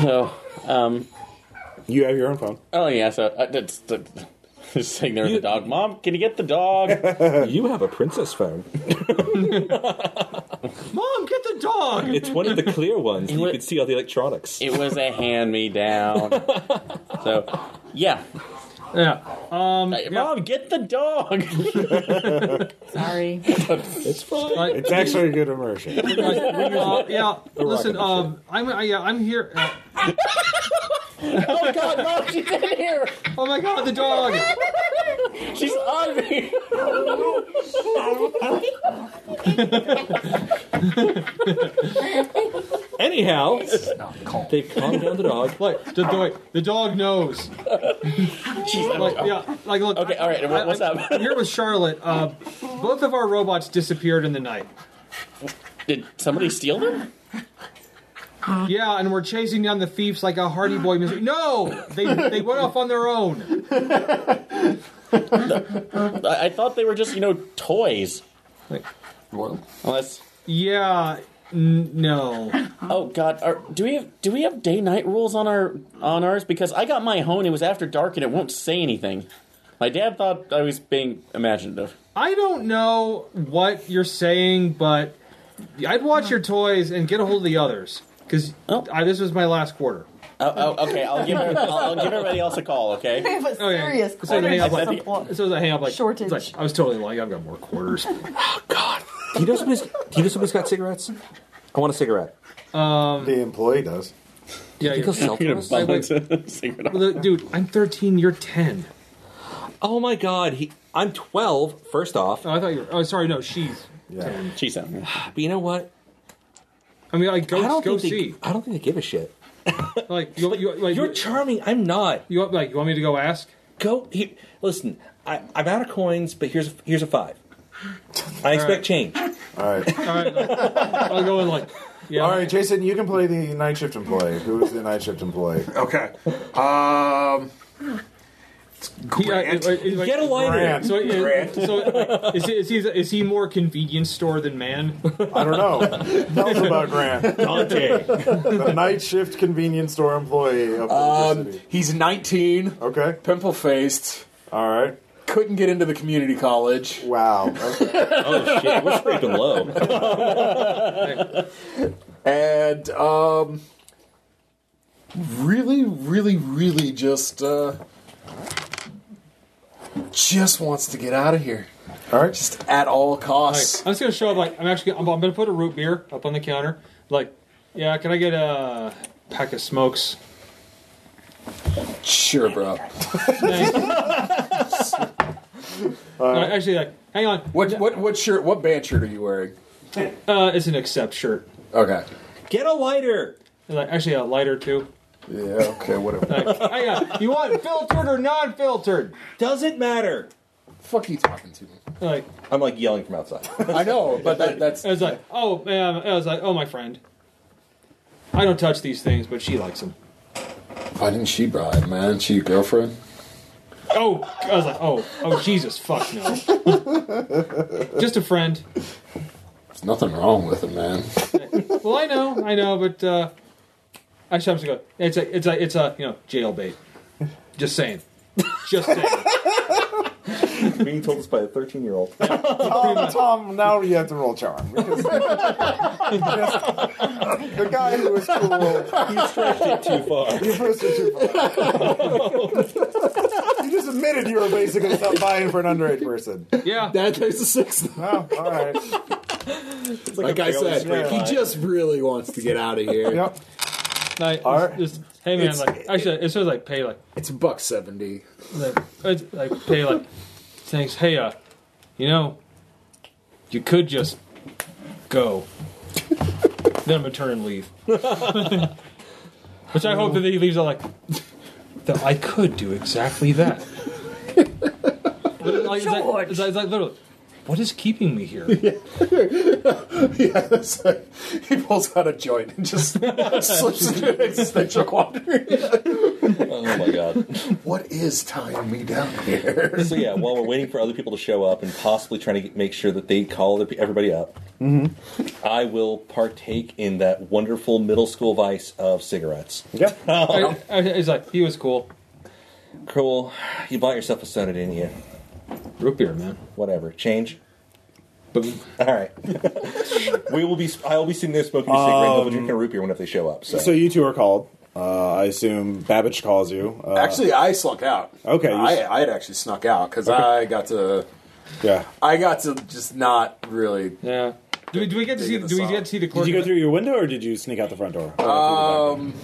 Speaker 3: so um,
Speaker 8: You have your own phone.
Speaker 3: oh, yeah, so uh, that's, that's, just sitting there with the dog. Mom, can you get the dog?
Speaker 9: You have a princess phone.
Speaker 4: Mom, get the dog!
Speaker 9: It's one of the clear ones. that
Speaker 3: wa-
Speaker 9: You can see all the electronics.
Speaker 3: it was a hand me down. So, yeah.
Speaker 4: Yeah.
Speaker 3: Hey, Mom, get the dog. Uh,
Speaker 6: Sorry.
Speaker 9: It's fine.
Speaker 4: Like,
Speaker 8: It's actually a good immersion.
Speaker 4: uh, yeah. Listen,
Speaker 9: rocket
Speaker 4: um, I'm I, yeah, I'm here. uh,
Speaker 3: oh, God, Mom, she's in here.
Speaker 4: oh my God, the dog!
Speaker 3: She's on me.
Speaker 9: Anyhow, they've calmed down the dog.
Speaker 4: Like the dog, the dog knows. Like yeah, like look.
Speaker 3: Okay, all right, what- what's
Speaker 4: I-
Speaker 3: up?
Speaker 4: I'm here with Charlotte. Uh, both of our robots disappeared in the night.
Speaker 3: Did somebody steal them?
Speaker 4: Yeah, and we're chasing down the thieves like a Hardy Boy. Mis- no, they they went off on their own.
Speaker 3: I, I thought they were just, you know, toys.
Speaker 4: Like,
Speaker 3: Unless
Speaker 4: yeah, N- no.
Speaker 3: Oh God, are, do we have do we have day night rules on our on ours? Because I got my hone. It was after dark, and it won't say anything. My dad thought I was being imaginative.
Speaker 4: I don't know what you're saying, but I'd watch your toys and get a hold of the others because
Speaker 3: Oh.
Speaker 4: this was my last quarter.
Speaker 3: Oh, oh okay. I'll give I'll, I'll give everybody else a call.
Speaker 8: We
Speaker 3: Okay.
Speaker 8: have a
Speaker 4: Oh, yeah.
Speaker 8: serious
Speaker 4: So they
Speaker 8: quarter
Speaker 4: have,
Speaker 3: like-
Speaker 8: support.
Speaker 4: So as I hang up, like it's
Speaker 8: Shortage.
Speaker 4: like, I was totally lying. I've got more quarters.
Speaker 7: Do you know somebody's, do you know somebody's got cigarettes? I want a cigarette.
Speaker 1: The employee does.
Speaker 4: yeah,
Speaker 7: You
Speaker 4: you're,
Speaker 7: can sell to us?
Speaker 4: Wait, wait.
Speaker 3: Cigarette.
Speaker 4: Well, dude, I'm 13. You're 10.
Speaker 7: Oh my god, he, I'm 12, first off.
Speaker 4: Oh, I thought you were. Oh, sorry. No, she's.
Speaker 1: Yeah.
Speaker 3: She's out.
Speaker 7: But you know what?
Speaker 4: I mean, like go
Speaker 7: I don't
Speaker 4: go
Speaker 7: think
Speaker 4: see.
Speaker 7: They, I don't think they give a shit.
Speaker 4: Like you, you like
Speaker 7: You're
Speaker 4: you,
Speaker 7: charming. I'm not.
Speaker 4: you want- like you want me to go ask?
Speaker 7: Go. Here, listen, I, I'm out of coins, but here's here's a five. I expect
Speaker 4: right.
Speaker 7: change.
Speaker 1: All right.
Speaker 4: All right, I'll go in like. Yeah.
Speaker 1: All right, Jason, you can play the night shift employee. Who is the night shift employee?
Speaker 5: Okay. Um,
Speaker 4: He, uh,
Speaker 5: Grant.
Speaker 4: it- it- like-
Speaker 7: Get a lighter.
Speaker 1: Grant.
Speaker 4: So, it- it- so it- like, is, he, is, he, is he more convenience store than man?
Speaker 1: I don't know. Tell us about Grant,
Speaker 7: Dante.
Speaker 1: the night shift convenience store employee of Boulder
Speaker 5: um,
Speaker 1: City.
Speaker 5: he's 19,
Speaker 1: Okay.
Speaker 5: pimple faced,
Speaker 1: All right.
Speaker 5: couldn't get into the community college.
Speaker 1: Wow. Okay.
Speaker 7: oh shit, we're scraping low.
Speaker 5: and um, really, really, really just uh, just wants to get out of here.
Speaker 1: All right.
Speaker 5: Just at all
Speaker 4: Like,
Speaker 5: costs.
Speaker 4: I'm just gonna show up. Like I'm actually. I'm, I'm gonna put a root beer up on the counter. Like, yeah, can I get a pack of smokes?
Speaker 5: Sure, bro.
Speaker 4: Thanks. No, actually, like, hang on.
Speaker 5: What what what shirt? What band shirt are you wearing?
Speaker 4: Uh, it's an accept shirt.
Speaker 5: Okay.
Speaker 7: Get a lighter.
Speaker 4: And, Like, actually, a lighter too.
Speaker 5: Yeah. Okay. Whatever.
Speaker 4: Like, hang on. You want filtered or non-filtered?
Speaker 7: Doesn't matter.
Speaker 5: Fuck you talking to me.
Speaker 4: Like,
Speaker 7: I'm like yelling from outside.
Speaker 5: I know, but that, that's
Speaker 4: I was like, oh man. I was like, oh my friend. I don't touch these things, but she likes them.
Speaker 5: why didn't she bribe, man? She your girlfriend?
Speaker 4: Oh, I was like, oh, oh, Jesus, fuck no. Just a friend.
Speaker 5: There's nothing wrong with it, man.
Speaker 4: Well, I know, I know, but uh, I should go. It's a, it's a, it's a, you know, jail bait. Just saying. Just saying.
Speaker 7: Being told this by a 13 year old.
Speaker 1: Tom, Tom, now you have to roll charm. Because the guy who was cool,
Speaker 7: He stretched it too far.
Speaker 1: you pushed it too far. you just admitted you were basically not buying for an underage person.
Speaker 4: Yeah.
Speaker 5: That takes a sixth.
Speaker 1: Oh, all right.
Speaker 5: Like, I said, he just really wants to get out of here.
Speaker 1: Yep.
Speaker 4: Like,
Speaker 1: All right.
Speaker 4: just, hey man,
Speaker 5: It's-
Speaker 4: like, actually, it's just like pay, like,
Speaker 5: It's a buck seventy.
Speaker 4: like, it's, like pay, like, thanks. Hey, uh, you know, you could just go. then I'm gonna turn and leave. Which I hope that he leaves. all like, that I could do exactly that. But it's like, it's like-
Speaker 8: George.
Speaker 4: it's like- it's like literally, what is keeping me here?
Speaker 5: Yeah, it's like, he pulls out a joint and just slips into existential quandary.
Speaker 7: Oh my god.
Speaker 5: What is tying me down here?
Speaker 7: So yeah, while we're waiting for other people to show up and possibly trying to get, make sure that they call other, pe- everybody up, I will partake in that wonderful middle school vice of cigarettes.
Speaker 1: Yep.
Speaker 4: I, I, it's like he was cool.
Speaker 7: Cool. You bought yourself a soda, didn't you?
Speaker 4: Root beer, man.
Speaker 7: Whatever. Change.
Speaker 4: Boom.
Speaker 7: All right. we will be. I will be sitting there smoking a cigarette. and They'll be drinking a root beer whenever they show up. Um, So,
Speaker 1: So you two are called. Uh, I assume Babbage calls you. Uh,
Speaker 5: Actually, I slunk out.
Speaker 1: Okay, you-
Speaker 5: I, I had actually snuck out because I got to,
Speaker 1: yeah.
Speaker 5: I got to just not really.
Speaker 4: Yeah. Do we, do we get to see? Do we get to see the
Speaker 1: Did
Speaker 4: clerk?
Speaker 1: you go through your window or did you sneak out the front door?
Speaker 5: Um,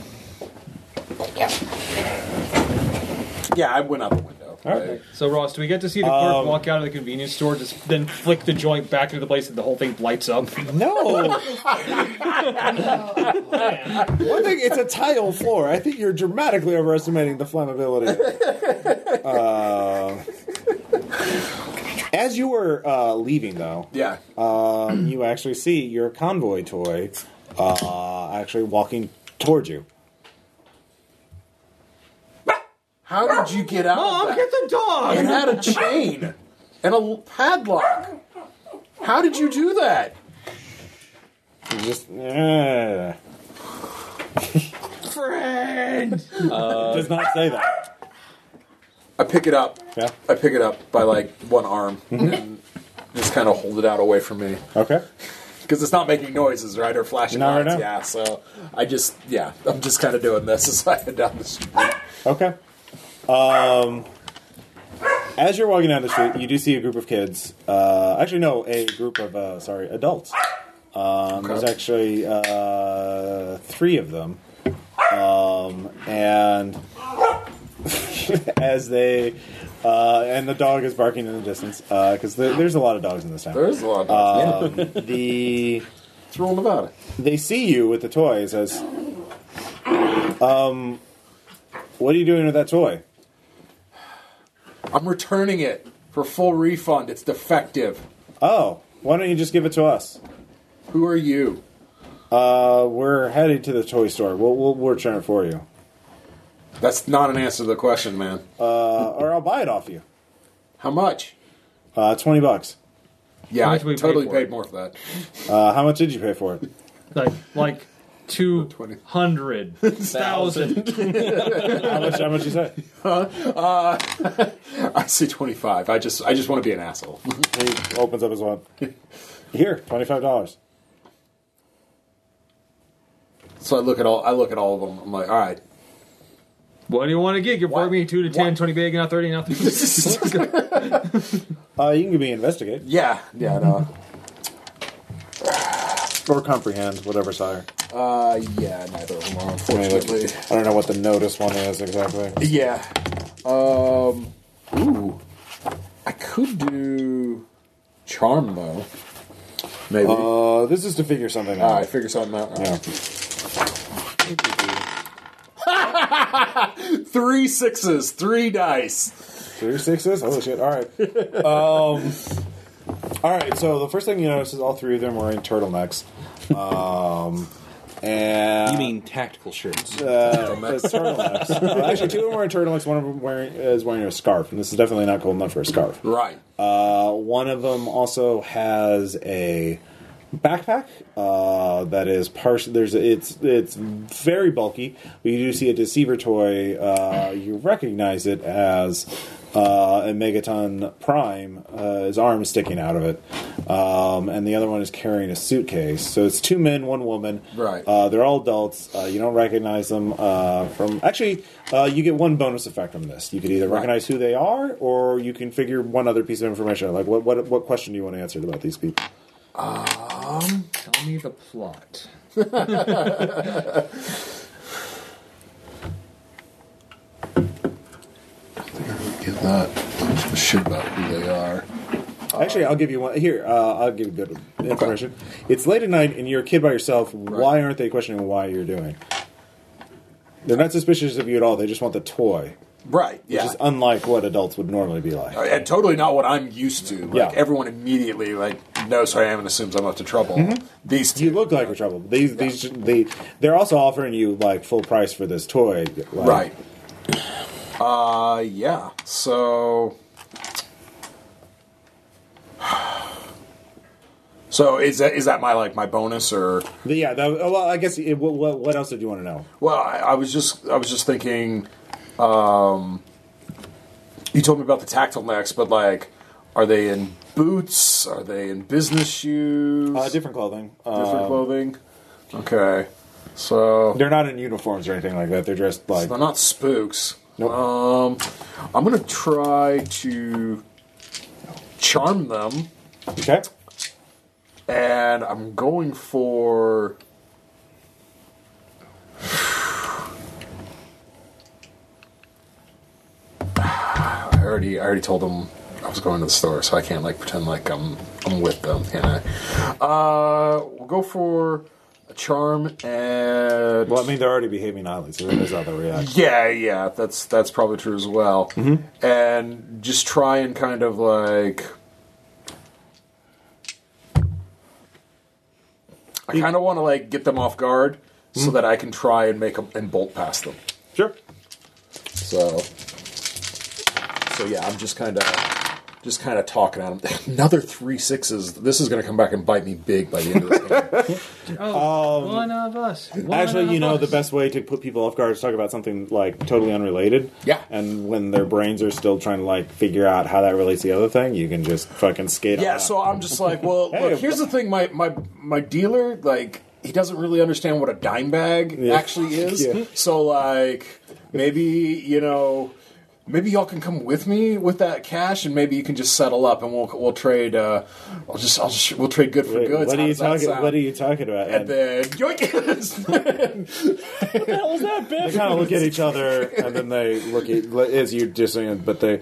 Speaker 5: yeah, I went out the window.
Speaker 1: right.
Speaker 4: So Ross, do we get to see the clerk walk out of the convenience store, just then flick the joint back into the place, and the whole thing lights up?
Speaker 1: No. One thing, it's a tile floor. I think you're dramatically overestimating the flammability. Uh, as you were uh, leaving, though,
Speaker 5: Yeah.
Speaker 1: um, you actually see your convoy toy uh, actually walking towards you.
Speaker 5: How did you get out? of that?
Speaker 4: the dog.
Speaker 5: It had a chain and a l- padlock. How did you do that?
Speaker 1: It's just eh.
Speaker 4: Friend!
Speaker 1: It does not say that.
Speaker 5: I pick it up.
Speaker 1: Yeah. Mm-hmm.
Speaker 5: I pick it up by like one arm and just kind of hold it out away from me
Speaker 1: Okay.
Speaker 5: because it's not making noises, right, or flashing
Speaker 1: Not right
Speaker 5: lights.
Speaker 1: now.
Speaker 5: yeah. So I just yeah, I'm just kind of doing this as I head down the street.
Speaker 1: Okay. Um, as you're walking down the street, you do see a group of kids. Uh, actually, no, a group of uh, sorry adults. Um, There's actually uh, three of them, um, and as they uh, and the dog is barking in the distance because there, there's a lot of dogs in this town.
Speaker 5: There's a lot. of yeah.
Speaker 1: Um, the
Speaker 5: It's rolling about it.
Speaker 1: they see you with the toys as um what are you doing with that toy
Speaker 5: I'm returning it for full refund. It's defective.
Speaker 1: oh why don't you just give it to us
Speaker 5: Who are you?
Speaker 1: uh we're headed to the toy store we'll we'll, we'll return it for you
Speaker 5: That's not an answer to the question, man.
Speaker 1: uh, or i'll buy it off you
Speaker 5: How much?
Speaker 1: uh 20 bucks
Speaker 5: Yeah,
Speaker 4: How
Speaker 5: I
Speaker 4: much we paid
Speaker 5: totally
Speaker 4: for
Speaker 5: paid
Speaker 4: it?
Speaker 5: more for that.
Speaker 1: uh how much did you pay for it
Speaker 4: Like, like 200.
Speaker 3: Thousand.
Speaker 1: how much how much you say
Speaker 5: I say twenty five. I just I just want to be an asshole.
Speaker 1: he opens up his wallet here 25 dollars
Speaker 5: so I look at all I look at all of them. I'm like, all right.
Speaker 4: What do you want to get? You're
Speaker 5: What?
Speaker 4: for me 2 to 10,
Speaker 5: What?
Speaker 4: 20 big, not 30, nothing.
Speaker 1: uh you can give me investigate
Speaker 5: Yeah, yeah, no.
Speaker 1: or comprehend whatever's higher
Speaker 5: Uh, yeah, neither of them are
Speaker 1: I, mean, like,
Speaker 5: unfortunately.
Speaker 1: I don't know what the notice one is exactly
Speaker 5: Yeah. Um. Ooh. I could do charm though. Maybe. All
Speaker 1: uh this is to figure something out
Speaker 5: right, figure something out.
Speaker 1: yeah
Speaker 5: Three sixes, three dice.
Speaker 1: Three sixes? Oh shit! All right. Um, all right. So the first thing you notice is all three of them wearing turtlenecks. Um, and
Speaker 7: You mean tactical shirts?
Speaker 1: uh, it's turtlenecks? Uh, actually, two of them wearing turtlenecks. One of them wearing, is wearing a scarf, and this is definitely not cold enough for a scarf.
Speaker 5: Right.
Speaker 1: Uh, one of them also has a backpack uh, that is partial. There's it's it's very bulky, but you do see a deceiver toy. Uh, you recognize it as uh, a Megaton Prime. Uh, his arm is sticking out of it, um, and the other one is carrying a suitcase. So it's two men, one woman.
Speaker 5: Right.
Speaker 1: Uh, they're all adults. Uh, you don't recognize them uh, from. Actually, uh, you get one bonus effect from this. You could either recognize who they are, or you can figure one other piece of information. out. Like, what what what question do you want answered about these people?
Speaker 4: Tell me the plot.
Speaker 5: Get that. The shit about who they are.
Speaker 1: Actually, I'll give you one here. Uh, I'll give you good information. It's late at night, and you're a kid by yourself. Why aren't they questioning why you're doing? They're not suspicious of you at all. They just want the toy,
Speaker 5: Right.
Speaker 1: which
Speaker 5: Yeah. Uh,
Speaker 1: is unlike what adults would normally be like.
Speaker 5: and totally not what I'm used to. Like
Speaker 1: Yeah.
Speaker 5: everyone immediately like knows who I am and assumes I'm up to trouble. These two,
Speaker 1: You look like you're trouble. These these they they're also offering you like full price for this toy. Like,
Speaker 5: right? Uh, yeah. So, so is that is that my like my bonus or?
Speaker 1: But yeah. That, oh, well, I guess it, what, what what else did you want to know?
Speaker 5: Well, I, I was just I was just thinking. Um, you told me about the tactile necks, but like, are they in boots? Are they in business shoes?
Speaker 1: Uh, different clothing. Uh,
Speaker 5: different clothing. Okay, so
Speaker 1: they're not in uniforms or anything like that. They're dressed like
Speaker 5: they're not spooks.
Speaker 1: Nope.
Speaker 5: Um, I'm gonna try to charm them,
Speaker 1: okay.
Speaker 5: and I'm going for. I already, I already told them I was going to the store, so I can't like pretend like I'm, I'm with them, can I? Uh, we'll go for a charm and
Speaker 1: Well, I mean, they're already behaving oddly, so there's other reaction.
Speaker 5: Yeah, yeah, that's that's probably true as well. And just try and kind of like. I kind of want to like get them off guard so that I can try and make them and bolt past them.
Speaker 1: Sure.
Speaker 5: So, so yeah, I'm just kind of just kind of talking at him. Another three sixes. This is going to come back and bite me big by the end of this game.
Speaker 4: Oh, one of us. One
Speaker 1: Actually, you
Speaker 4: of
Speaker 1: know,
Speaker 4: us.
Speaker 1: the best way to put people off guard is talk about something like totally unrelated.
Speaker 5: Yeah.
Speaker 1: And when their brains are still trying to like figure out how that relates to the other thing, you can just fucking skate. on
Speaker 5: yeah,
Speaker 1: out.
Speaker 5: so I'm just like, well, look, here's the thing. My my my dealer, like, he doesn't really understand what a dime bag
Speaker 1: Yeah.
Speaker 5: actually is.
Speaker 1: Yeah.
Speaker 5: So like, maybe you know. Maybe y'all can come with me with that cash, and maybe you can just settle up, and we'll we'll trade. Uh, I'll just I'll just we'll trade good for
Speaker 1: Wait,
Speaker 5: goods.
Speaker 1: what
Speaker 5: How
Speaker 1: are you
Speaker 5: does that
Speaker 1: talking?
Speaker 5: sound?
Speaker 1: What are you talking about?
Speaker 5: And then yoink!
Speaker 1: they kind of look at each other, and then they look at as you just saying, but they.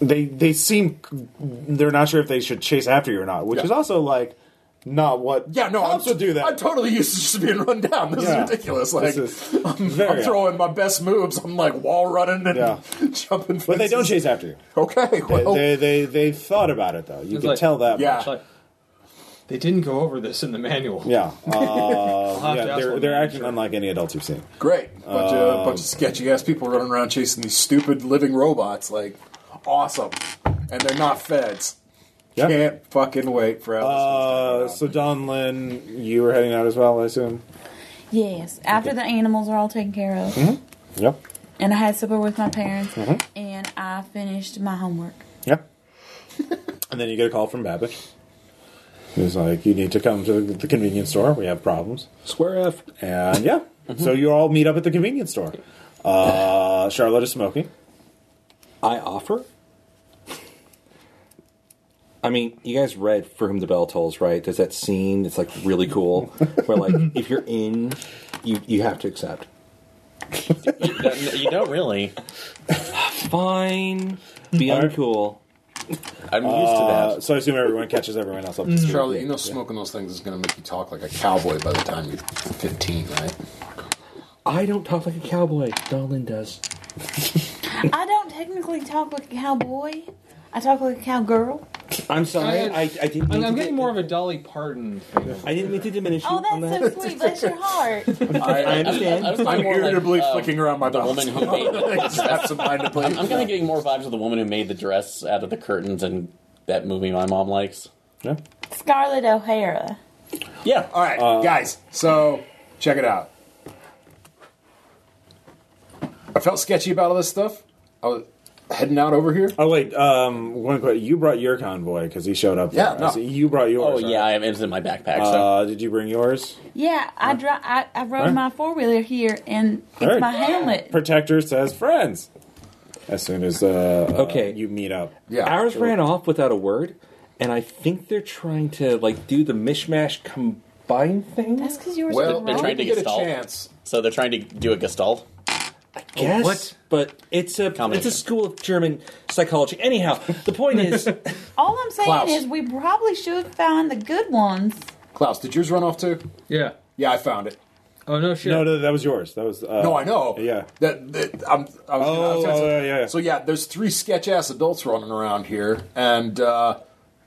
Speaker 1: They they seem they're not sure if they should chase after you or not, which
Speaker 5: Yeah.
Speaker 1: is also like not what
Speaker 5: Yeah, no, I'm
Speaker 1: cops would do that.
Speaker 5: I'm totally used to just being run down. This
Speaker 1: Yeah.
Speaker 5: is ridiculous. Like,
Speaker 1: This is
Speaker 5: I'm,
Speaker 1: very
Speaker 5: I'm throwing my best moves. I'm like wall running and
Speaker 1: Yeah.
Speaker 5: jumping.
Speaker 1: but they don't
Speaker 5: fences.
Speaker 1: chase after you.
Speaker 5: Okay,
Speaker 1: They,
Speaker 5: well,
Speaker 1: they, they they thought about it though. You
Speaker 4: It's
Speaker 1: can
Speaker 4: like-
Speaker 1: tell that.
Speaker 5: Yeah.
Speaker 1: much.
Speaker 4: It's like, they didn't go over this in the manual.
Speaker 1: Yeah, uh,
Speaker 4: have to
Speaker 1: yeah
Speaker 4: ask
Speaker 1: they're,
Speaker 4: one
Speaker 1: they're
Speaker 4: man,
Speaker 1: acting
Speaker 4: sure.
Speaker 1: unlike any adults you've seen.
Speaker 5: great. Bunch of bunch of sketchy ass people running around chasing these stupid living robots. Like, awesome, and they're not feds.
Speaker 1: Yeah.
Speaker 5: Can't fucking wait for. how this
Speaker 1: Uh,
Speaker 5: goes down.
Speaker 1: so Don Lynn, you were heading out as well, I assume.
Speaker 6: Yes, after the animals are all taken care of,
Speaker 1: Mm-hmm. Yep.
Speaker 6: and I had supper with my parents,
Speaker 1: Mm-hmm.
Speaker 6: and I finished my homework.
Speaker 1: Yep. and then you get a call from Babish. He's like, "You need to come to the convenience store. We have problems."
Speaker 9: Square F.
Speaker 1: And yeah, so you all meet up at the convenience store. Uh, Charlotte is smoking.
Speaker 9: I offer. I mean, you guys read For Whom the Bell Tolls, right? There's that scene that's like really cool where, like, if you're in, you, you have to accept.
Speaker 3: That- you don't really.
Speaker 9: Fine. Be uncool.
Speaker 3: I'm used to that.
Speaker 1: Uh, so I assume everyone catches everyone else up. to speed.
Speaker 5: Charlie, you know, smoking those things is going to make you talk like a cowboy by the time you're 15, right?
Speaker 9: I don't talk like a cowboy. Dolan does.
Speaker 6: I don't technically talk like a cowboy. I talk like a cowgirl.
Speaker 9: I'm sorry.
Speaker 4: I-
Speaker 9: I, I, didn't.
Speaker 4: I'm,
Speaker 9: mean
Speaker 4: I'm
Speaker 9: to
Speaker 4: getting
Speaker 9: di-
Speaker 4: more of a Dolly Parton. Thing.
Speaker 9: I didn't mean to diminish you.
Speaker 6: Oh,
Speaker 9: on that.
Speaker 6: that's so sweet. Bless your heart.
Speaker 5: I,
Speaker 9: I understand.
Speaker 3: I was
Speaker 5: I'm um,
Speaker 3: thinking more like,
Speaker 5: irritably
Speaker 3: uh,
Speaker 5: flicking around my
Speaker 3: the
Speaker 5: balls.
Speaker 3: woman who made the
Speaker 5: Absentmindedly.
Speaker 3: I'm kind of getting more vibes of the woman who made the dress out of the curtains and that movie my mom likes.
Speaker 1: Yeah.
Speaker 6: Scarlett O'Hara.
Speaker 3: Yeah.
Speaker 5: All right, guys. So check it out. I felt sketchy about all this stuff. I was heading out over here.
Speaker 1: Oh wait, um, one quick. You brought your convoy because he showed up.
Speaker 5: Yeah,
Speaker 1: there.
Speaker 5: no.
Speaker 1: I see. you brought
Speaker 3: Oh,
Speaker 1: yours.
Speaker 3: yeah, I it was in my backpack. so.
Speaker 1: Uh, did you bring yours?
Speaker 6: Yeah, I dri I, I rode
Speaker 1: Right.
Speaker 6: my four wheeler here, and it's
Speaker 1: Right.
Speaker 6: my helmet.
Speaker 1: Protector says friends.
Speaker 5: Oh,
Speaker 1: As soon as uh, uh,
Speaker 9: Okay.
Speaker 1: you meet up.
Speaker 5: Yeah.
Speaker 9: Ours ran off without a word, and I think they're trying to like do the mishmash combine thing.
Speaker 6: That's because yours
Speaker 5: well,
Speaker 6: were
Speaker 5: they
Speaker 3: they're
Speaker 6: wrong.
Speaker 3: trying to
Speaker 5: get a
Speaker 3: stalled.
Speaker 5: chance.
Speaker 3: so they're trying to do a gestalt.
Speaker 9: guess,
Speaker 4: What?
Speaker 9: but it's a it's
Speaker 3: Combination.
Speaker 9: a school of German psychology. Anyhow, the point is,
Speaker 6: All I'm saying
Speaker 5: Klaus.
Speaker 6: is we probably should find the good ones.
Speaker 5: Klaus, did yours run off too?
Speaker 4: Yeah.
Speaker 5: Yeah, I found it.
Speaker 4: Oh no shit.
Speaker 1: No, no, that was yours. That was. Uh,
Speaker 5: No, I know.
Speaker 1: Yeah.
Speaker 5: That, that I'm. I was gonna, I was
Speaker 1: Oh,
Speaker 5: gonna say-
Speaker 1: yeah, yeah, yeah.
Speaker 5: So yeah, there's three sketch ass adults running around here, and uh,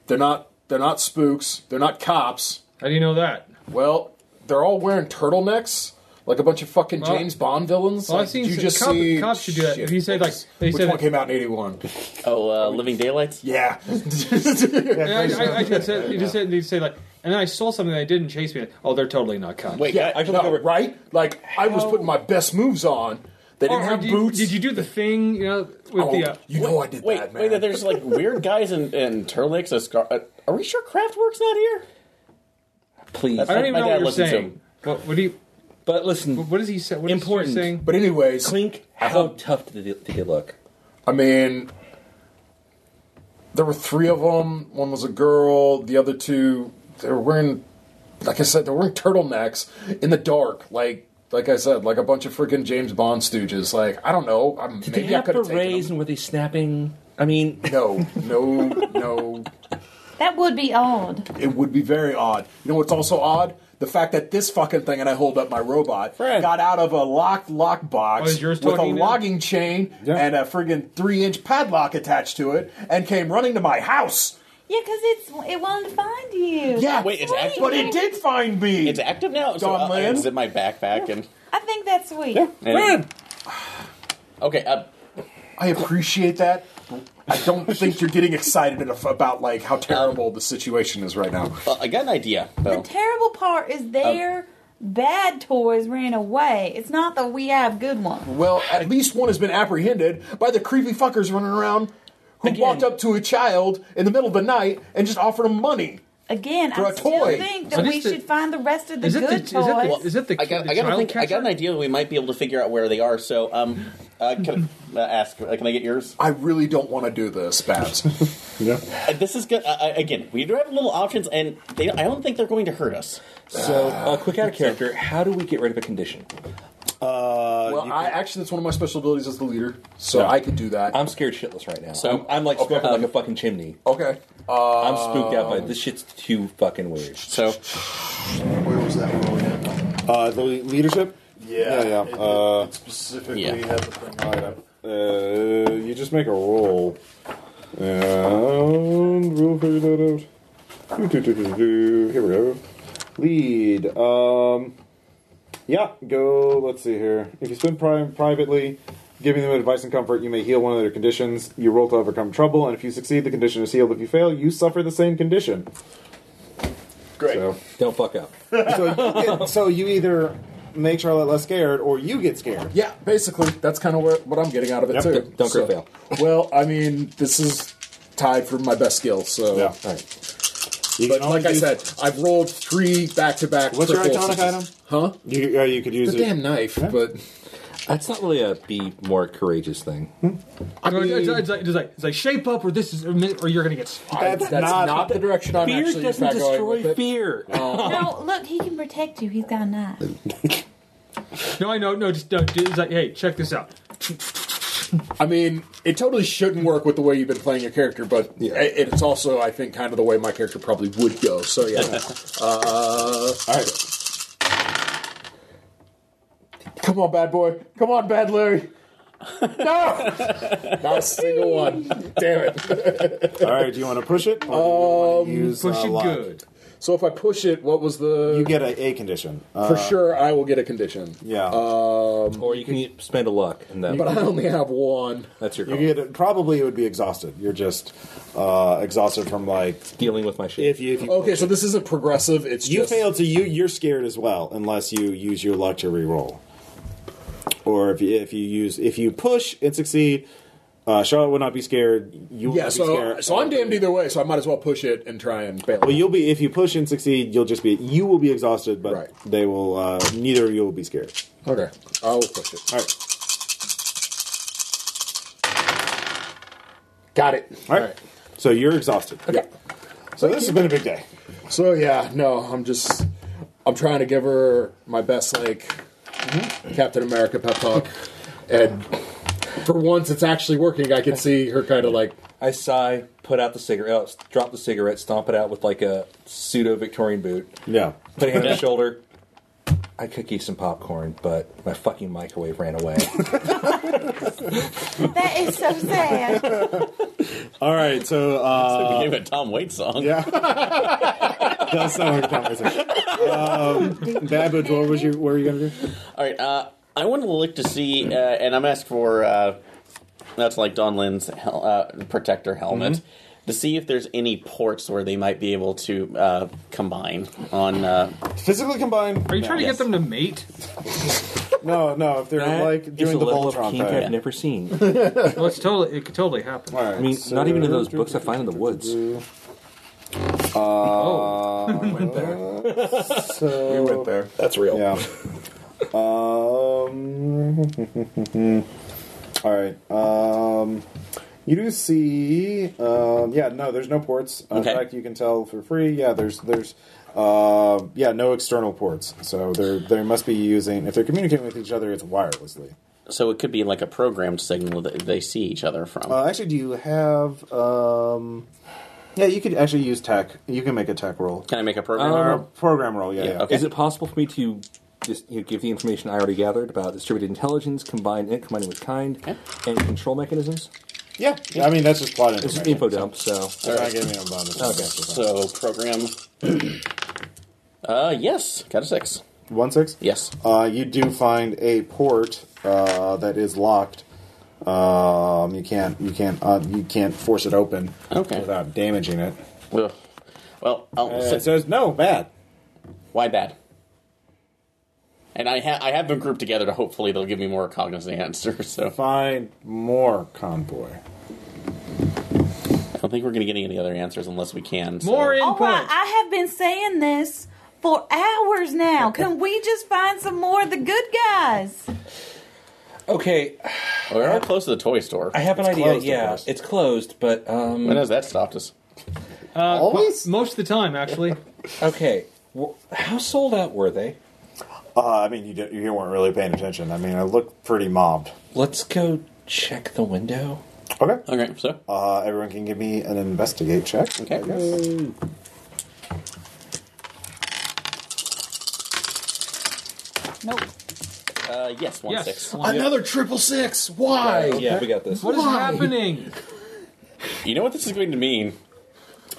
Speaker 5: they're not. They're not spooks. They're not cops.
Speaker 4: How do you know that?
Speaker 5: Well, they're all wearing turtlenecks, like a bunch of fucking
Speaker 4: Well-
Speaker 5: James Bond villains.
Speaker 4: Well, I've
Speaker 5: Like,
Speaker 4: seen
Speaker 5: did you
Speaker 4: some-
Speaker 5: just
Speaker 4: cop-
Speaker 5: see
Speaker 4: cops should do that. If you say, like,
Speaker 5: what
Speaker 4: they
Speaker 5: was- which
Speaker 4: say
Speaker 5: one
Speaker 4: that-
Speaker 5: came out in '81?
Speaker 3: Oh, uh, Living Daylights?
Speaker 5: Yeah,
Speaker 4: Yeah, I, I, I just said, you just said, you say like, and I stole something they didn't chase me. Oh, they're totally not cops.
Speaker 3: Wait,
Speaker 5: yeah.
Speaker 3: I,
Speaker 5: no, right? Like I was putting my best moves on. They
Speaker 4: Or-
Speaker 5: didn't
Speaker 4: or
Speaker 5: have
Speaker 4: did, you,
Speaker 5: boots.
Speaker 4: did you do the thing? You know, with
Speaker 5: Oh,
Speaker 4: the uh,
Speaker 5: you know I did
Speaker 3: wait,
Speaker 5: that, man.
Speaker 3: wait, there's like weird guys in, in Turlex. A scar- uh, are we sure Kraftwerk's not here?
Speaker 9: please.
Speaker 4: I don't
Speaker 3: My-
Speaker 4: even
Speaker 3: my
Speaker 4: know
Speaker 3: dad
Speaker 4: what you're
Speaker 3: listens to
Speaker 4: saying. What, what do you?
Speaker 9: But listen,
Speaker 4: What is he saying? What is he
Speaker 9: Important.
Speaker 4: saying?
Speaker 5: but anyways,
Speaker 9: Clink,
Speaker 5: I
Speaker 9: how
Speaker 5: hope-
Speaker 9: tough did they, did they look?
Speaker 5: I mean, there were three of them. One was a girl. The other two, they were wearing, like I said, they were wearing turtlenecks in the dark. Like, like I said, like a bunch of freaking James Bond stooges. Like, I don't know. i
Speaker 9: Did
Speaker 5: maybe
Speaker 9: they
Speaker 5: I
Speaker 9: have
Speaker 5: could have taken
Speaker 9: berets
Speaker 5: them.
Speaker 9: and were they snapping? I mean,
Speaker 5: No, no, no.
Speaker 6: That would be odd.
Speaker 5: It would be very odd. You know what's also odd? The fact that this fucking thing, and I hold up my robot,
Speaker 1: Fred.
Speaker 5: got out of a locked lockbox
Speaker 4: Oh, is yours
Speaker 5: with a
Speaker 4: talking now?
Speaker 5: logging chain
Speaker 1: Yeah.
Speaker 5: and a friggin' three inch padlock attached to it and came running to my house.
Speaker 6: Yeah, because it's it wanted to find you.
Speaker 5: Yeah,
Speaker 3: Wait, it's
Speaker 6: Sweet.
Speaker 3: active.
Speaker 5: but it did find me.
Speaker 3: It's active now. So
Speaker 5: Don
Speaker 3: I- I
Speaker 5: Lynn?
Speaker 3: was in my backpack and.
Speaker 6: I think that's sweet.
Speaker 3: and okay, uh,
Speaker 5: I appreciate that. I don't think you're getting excited enough about like how terrible the situation is right now.
Speaker 3: Well, I got an idea.
Speaker 6: The
Speaker 3: Though.
Speaker 6: terrible part is their
Speaker 5: Oh.
Speaker 6: bad toys ran away. It's not that we have good ones.
Speaker 5: Well, at least one has been apprehended by the creepy fuckers running around who
Speaker 3: Again.
Speaker 5: walked up to a child in the middle of the night and just offered him money.
Speaker 6: Again,
Speaker 5: For
Speaker 6: I
Speaker 5: a
Speaker 6: still
Speaker 5: toy.
Speaker 6: think
Speaker 4: But
Speaker 6: that we
Speaker 4: is the-
Speaker 6: should find the rest of the
Speaker 4: Is it the,
Speaker 6: good toys.
Speaker 4: is it the, is it the,
Speaker 3: I got,
Speaker 4: the
Speaker 3: I got, to
Speaker 4: child
Speaker 3: think, I got an
Speaker 4: catcher?
Speaker 3: idea that we might be able to figure out where they are. So, um, uh, can I uh, ask? Uh, can I get yours?
Speaker 5: I really don't want to do this, Babs.
Speaker 3: Uh, this is good. Uh, uh, again, we do have little options, and they, I don't think they're going to hurt us.
Speaker 7: So, uh, quick out of character. How do we get rid of a condition?
Speaker 5: well, I actually that's one of my special abilities as the leader, so I could do that.
Speaker 7: I'm scared shitless right now.
Speaker 3: So- um,
Speaker 7: I'm, I'm like smoking like a fucking chimney.
Speaker 5: okay. Uh,
Speaker 7: I'm spooked out by this shit's too fucking weird.
Speaker 3: So,
Speaker 14: Where was that roll again?
Speaker 1: Uh, the le- leadership? Yeah,
Speaker 14: it-
Speaker 1: yeah.
Speaker 14: it
Speaker 1: Uh,
Speaker 14: specifically
Speaker 3: yeah.
Speaker 14: had the thing on it.
Speaker 1: uh, you just make a roll. And we'll figure that out. Do, do, do, do, do. Here we go. Lead. Um, yeah, go. Let's see here. If you spend prime privately, giving them advice and comfort, you may heal one of their conditions. You roll to overcome trouble, and if you succeed, the condition is healed. If you fail, you suffer the same condition.
Speaker 14: Great.
Speaker 1: So,
Speaker 7: Don't fuck up.
Speaker 1: so, you, get, so you either make Charlotte less scared, or you get scared.
Speaker 5: Yeah, basically, that's kind of what, what I'm getting out of it
Speaker 1: Yep.
Speaker 5: too.
Speaker 7: Don't- don't
Speaker 5: so,
Speaker 7: fail.
Speaker 5: Well, I mean, this is tied for my best skill. So,
Speaker 1: Yeah.
Speaker 5: all right.
Speaker 1: You
Speaker 5: but
Speaker 1: can only
Speaker 5: like I
Speaker 1: do-
Speaker 5: said, I've rolled three back to back.
Speaker 1: What's your iconic item?
Speaker 5: Huh?
Speaker 1: You, uh, you could use
Speaker 5: The
Speaker 1: it.
Speaker 5: damn knife. But
Speaker 7: That's not really a be more courageous thing.
Speaker 5: I
Speaker 4: No,
Speaker 5: mean,
Speaker 4: it's, it's like, it's, like, it's like shape up, or this is, or you're gonna get. Spot.
Speaker 5: I-
Speaker 1: That's
Speaker 5: that's,
Speaker 1: not-
Speaker 5: not, the direction I'm
Speaker 7: Fear
Speaker 5: actually
Speaker 7: doesn't
Speaker 5: not going with
Speaker 7: destroy
Speaker 5: it.
Speaker 7: fear.
Speaker 6: No, look, he can protect you. He's got a knife.
Speaker 4: No, I know, no, just don't. do- It's like, hey, check this out.
Speaker 5: I mean, it totally shouldn't work with the way you've been playing your character, but i it's also, I think, kind of the way my character probably would go. So yeah. uh,
Speaker 1: All right.
Speaker 5: Come on, bad boy. Come on, bad Larry. No! Not a single one. Damn it.
Speaker 1: All right. Do you want to push it? Or do you wanna use,
Speaker 4: Push
Speaker 1: uh,
Speaker 4: it
Speaker 1: luck?
Speaker 4: good.
Speaker 5: So if I push it, what was the.
Speaker 1: You get a, a condition. Uh,
Speaker 5: for sure, I will get a condition.
Speaker 1: yeah. Um,
Speaker 7: or you can spend a luck, and that,
Speaker 5: But I only have one.
Speaker 7: that's your
Speaker 1: you
Speaker 7: call.
Speaker 1: get probably it would be exhausted. You're just uh, exhausted from like
Speaker 7: dealing with my shit. Oh,
Speaker 1: if you if you,
Speaker 5: Okay, so this isn't progressive. It's
Speaker 1: you
Speaker 5: just.
Speaker 1: fail to you you're scared as well unless you use your luck to re-roll. Or if you, if you use if you push and succeed, uh, Charlotte would not be scared. You would
Speaker 5: Yeah,
Speaker 1: not be
Speaker 5: so,
Speaker 1: scared.
Speaker 5: so I'm damned either way, so I might as well push it and try and bail.
Speaker 1: Well, you'll be if you push and succeed, you'll just be you will be exhausted, but
Speaker 5: Right.
Speaker 1: they will uh, neither of you will be scared.
Speaker 5: Okay, I will push it.
Speaker 1: All right.
Speaker 5: Got it.
Speaker 1: All right. So you're exhausted.
Speaker 5: Okay.
Speaker 1: So this has been a big day.
Speaker 5: So yeah, no, I'm just. I'm trying to give her my best, like, Captain America pep talk. And for once, it's actually working. I can see her kind of like.
Speaker 7: I sigh, put out the cigarette, drop the cigarette, stomp it out with like a pseudo Victorian boot,
Speaker 1: Yeah.
Speaker 7: put it on the shoulder. I could eat some popcorn, but my fucking microwave ran away.
Speaker 6: That is so sad.
Speaker 1: All right. So uh,
Speaker 3: we gave a Tom Waits song.
Speaker 1: yeah, does sound like a conversation. Um, Bad Butch, what was you? What were you gonna do?
Speaker 3: All right. Uh, I want to look to see, uh, and I'm asked for uh, that's like Don Lynn's hel- uh, protector helmet to see if there's any ports where they might be able to uh, combine on. Uh,
Speaker 1: Physically combined?
Speaker 4: Are you trying to
Speaker 3: Yes.
Speaker 4: get them to mate?
Speaker 1: No, no. If they're like
Speaker 7: It's a
Speaker 1: doing the
Speaker 7: level of
Speaker 1: Voltron
Speaker 7: kink
Speaker 1: thing.
Speaker 7: I've never seen.
Speaker 4: Well, it's totally, it could totally happen.
Speaker 1: All right,
Speaker 7: I mean,
Speaker 1: so-
Speaker 7: not even in those books I find in the woods.
Speaker 4: Oh.
Speaker 3: Uh,
Speaker 1: So, we went there.
Speaker 5: That's real.
Speaker 1: Yeah. um. all right. Um. You do see. Um. Yeah. No. There's no ports. Uh,
Speaker 3: Okay.
Speaker 1: In fact, you can tell for free. Yeah. There's. There's. Uh, yeah. No external ports. So they're they must be using if they're communicating with each other. It's wirelessly.
Speaker 3: so it could be like a programmed signal that they see each other from.
Speaker 1: Uh, actually, do you have? Um. Yeah. You could actually use tech. You can make a tech roll.
Speaker 3: Can I make a program?
Speaker 1: Or program roll. Yeah.
Speaker 3: Yeah,
Speaker 1: Yeah.
Speaker 3: okay.
Speaker 7: Is it possible for me to just you know, give the information I already gathered about distributed intelligence combined and combining with kind
Speaker 3: Okay.
Speaker 7: and control mechanisms?
Speaker 1: Yeah. I mean, that's just plot
Speaker 7: This is
Speaker 1: information.
Speaker 7: info dump, so
Speaker 1: They're not giving me a bonus. Okay.
Speaker 3: so program. uh, yes, got a six.
Speaker 1: One six.
Speaker 3: Yes.
Speaker 1: Uh, you do find a port uh, that is locked Um, you can't you can't uh, you can't force it open
Speaker 3: Okay.
Speaker 1: without damaging it.
Speaker 3: Ugh. Well, I'll,
Speaker 1: Uh,
Speaker 3: so-
Speaker 1: it says no bad.
Speaker 3: why bad? And I ha- I have them grouped together to hopefully they'll give me more cognizant answers. So
Speaker 1: Find more convoy.
Speaker 3: I don't think we're going to get any other answers unless we can. So.
Speaker 4: More
Speaker 6: All
Speaker 4: input.
Speaker 6: right, I have been saying this for hours now. Can we just find some more of the good guys?
Speaker 9: Okay,
Speaker 3: Well, we are close to the toy store.
Speaker 9: I have an
Speaker 3: It's
Speaker 9: idea.
Speaker 3: closed, of
Speaker 9: yeah,
Speaker 3: course.
Speaker 9: it's closed, but um,
Speaker 3: when has that stopped us?
Speaker 1: Always.
Speaker 4: Most of the time, actually.
Speaker 9: okay. Wh- How sold out were they?
Speaker 1: Uh, I mean, you did, you weren't really paying attention. I mean, I looked pretty mobbed.
Speaker 9: Let's go check the window.
Speaker 1: Okay.
Speaker 3: Okay, so
Speaker 1: Uh, everyone can give me an investigate check.
Speaker 3: Okay.
Speaker 1: I guess.
Speaker 8: Nope.
Speaker 3: uh, yes, one
Speaker 4: Yes.
Speaker 3: six.
Speaker 4: One, yeah.
Speaker 5: Another triple six. Why?
Speaker 9: Yeah, we got this.
Speaker 4: What is
Speaker 5: Why?
Speaker 4: happening?
Speaker 3: You know what this is going to mean?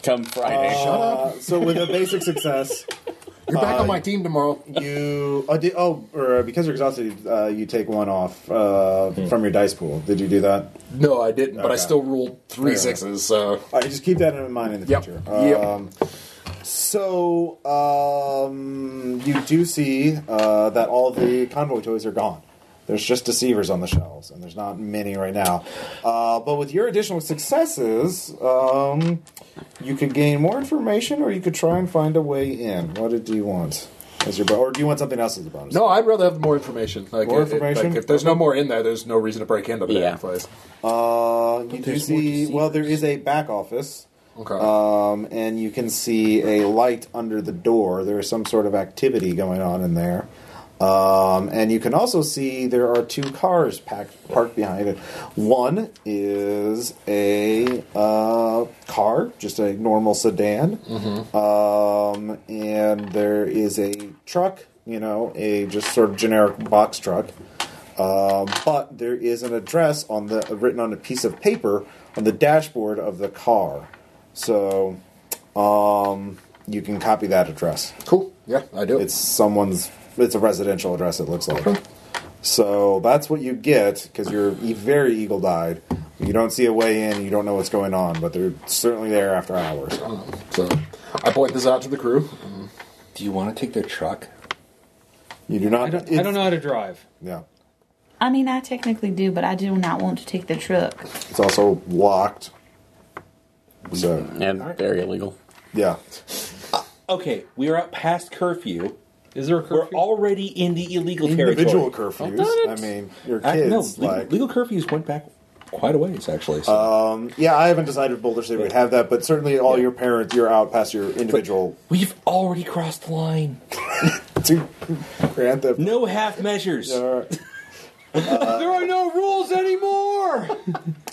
Speaker 3: Come Friday.
Speaker 1: Uh, so with a basic success,
Speaker 5: You're back on my team tomorrow.
Speaker 1: you oh, did, oh or because you're exhausted, uh, you take one off uh,
Speaker 5: Mm-hmm.
Speaker 1: from your dice pool. Did you do that?
Speaker 5: No, I didn't, but I
Speaker 1: Okay.
Speaker 5: still rolled three
Speaker 1: Fair enough.
Speaker 5: sixes. So
Speaker 1: All right, just keep that in mind in the
Speaker 5: Yep.
Speaker 1: future.
Speaker 5: Yep.
Speaker 1: Um, So um, you do see uh, that all the convoy toys are gone. There's just deceivers on the shelves, and there's not many right now. Uh, but with your additional successes, um, you could gain more information, or you could try and find a way in. What did- do you want? As your bo- or do you want something else as a bonus?
Speaker 5: no, I'd rather have more information. Like,
Speaker 1: More
Speaker 5: it- it-
Speaker 1: information?
Speaker 5: like, if there's no more in there, there's no reason to break into the
Speaker 3: Yeah.
Speaker 5: damn place.
Speaker 1: Uh, you do
Speaker 9: there's more
Speaker 1: see. Well, there is a back office.
Speaker 5: Okay.
Speaker 1: Um, and you can see a light under the door. There is some sort of activity going on in there. Um, and you can also see there are two cars packed, parked behind it. One is a uh, car, just a normal sedan. Um, and there is a truck, you know, a just sort of generic box truck. Um, but there is an address on the written on a piece of paper on the dashboard of the car. So um, you can copy that address.
Speaker 5: cool. Yeah, I do.
Speaker 1: It's someone's. It's a residential address. It looks like. So that's what you get because you're e- very eagle-eyed. You don't see a way in. You don't know what's going on, but they're certainly there after hours.
Speaker 5: so I point this out to the crew.
Speaker 9: Do you want to take their truck?
Speaker 1: You do not.
Speaker 4: I don't, I
Speaker 1: it's-
Speaker 4: don't know how to drive.
Speaker 1: Yeah,
Speaker 6: I mean, I technically do, but I do not want to take the truck.
Speaker 1: it's also locked. So
Speaker 3: and very illegal.
Speaker 1: yeah,
Speaker 9: Okay, we are out past curfew.
Speaker 4: Is there a
Speaker 9: We're
Speaker 4: curfew?
Speaker 9: already in the illegal
Speaker 1: individual
Speaker 9: territory.
Speaker 1: curfews. I mean, your
Speaker 9: Act- no,
Speaker 1: kids
Speaker 9: legal,
Speaker 1: like
Speaker 9: legal curfews went back quite a ways actually. So.
Speaker 1: Yeah, I haven't decided if Boulder City would have that, but certainly all your parents, you're out past your individual
Speaker 9: We've already crossed the line.
Speaker 1: to Grand Theft.
Speaker 9: No half measures.
Speaker 1: All right.
Speaker 4: there are no rules anymore.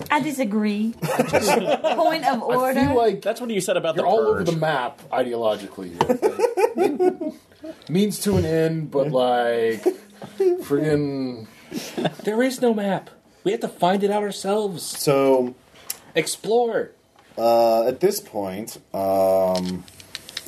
Speaker 6: I disagree. Point of order.
Speaker 5: I feel like
Speaker 3: That's when you said about
Speaker 5: you're
Speaker 3: the
Speaker 5: all
Speaker 3: purge.
Speaker 5: over the map ideologically. here. Means to an end, but like friggin'
Speaker 9: There is no map. We have to find it out ourselves.
Speaker 1: So
Speaker 9: Explore.
Speaker 1: uh, at this point, um,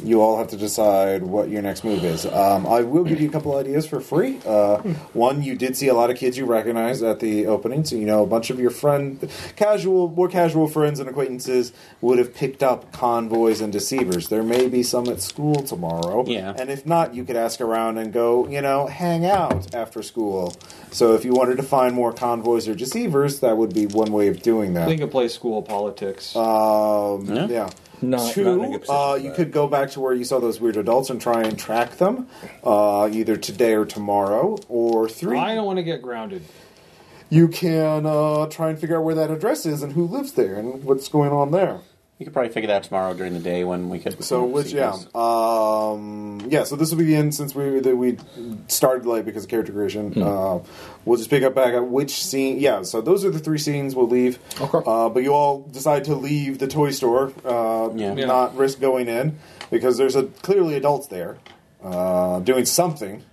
Speaker 1: you all have to decide what your next move is. Um, I will give you a couple ideas for free. Uh, one, you did see a lot of kids you recognize at the opening, so you know a bunch of your friend, casual, more casual friends and acquaintances would have picked up convoys and deceivers. There may be some at school tomorrow.
Speaker 3: Yeah.
Speaker 1: And if not, you could ask around and go, you know, hang out after school. So if you wanted to find more convoys or deceivers, that would be one way of doing that.
Speaker 4: I think I play school politics.
Speaker 1: Um,
Speaker 3: Yeah.
Speaker 1: yeah.
Speaker 9: Not-
Speaker 1: Two,
Speaker 9: not in a good position
Speaker 1: uh,
Speaker 9: for
Speaker 1: you
Speaker 9: that.
Speaker 1: could go back to where you saw those weird adults and try and track them, uh, either today or tomorrow. Or three,
Speaker 4: I don't want to get grounded.
Speaker 1: you can uh, try and figure out where that address is and who lives there and what's going on there.
Speaker 3: You could probably figure that out tomorrow during the day when we could.
Speaker 1: So, which
Speaker 3: see
Speaker 1: yeah,
Speaker 3: who's-
Speaker 1: um, yeah. So this will be the end since we that we started late because of character creation. Uh, we'll just pick up back at which scene. Yeah. So those are the three scenes we'll leave.
Speaker 5: Okay.
Speaker 1: Uh, but you all decide to leave the toy store, uh,
Speaker 3: Yeah. Yeah.
Speaker 1: not risk going in because there's a clearly adults there uh, doing something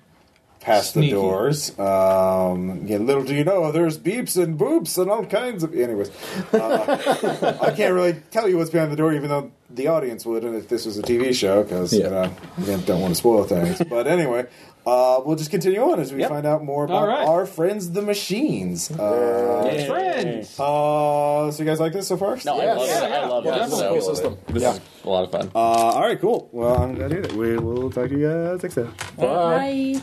Speaker 1: past
Speaker 4: Sneaky.
Speaker 1: the doors. Um, yeah, little do you know, there's beeps and boops and all kinds of. Anyways, uh, I can't really tell you what's behind the door, even though the audience wouldn't if this was a TV show because
Speaker 7: Yeah.
Speaker 1: you know again, don't want to spoil things. But anyway, uh, we'll just continue on as we find out more
Speaker 4: All
Speaker 1: about
Speaker 4: right.
Speaker 1: our friends, the machines. Uh,
Speaker 4: Friends.
Speaker 1: uh, so you guys like this so far?
Speaker 3: No, Oh, I love it. I love
Speaker 5: Yeah,
Speaker 3: it.
Speaker 5: it's a
Speaker 3: So,
Speaker 5: cool system.
Speaker 3: This
Speaker 5: Yeah.
Speaker 3: is a lot of fun.
Speaker 1: Uh, all right, cool. Well, I'm gonna do that. We will talk to you guys next time.
Speaker 6: Bye.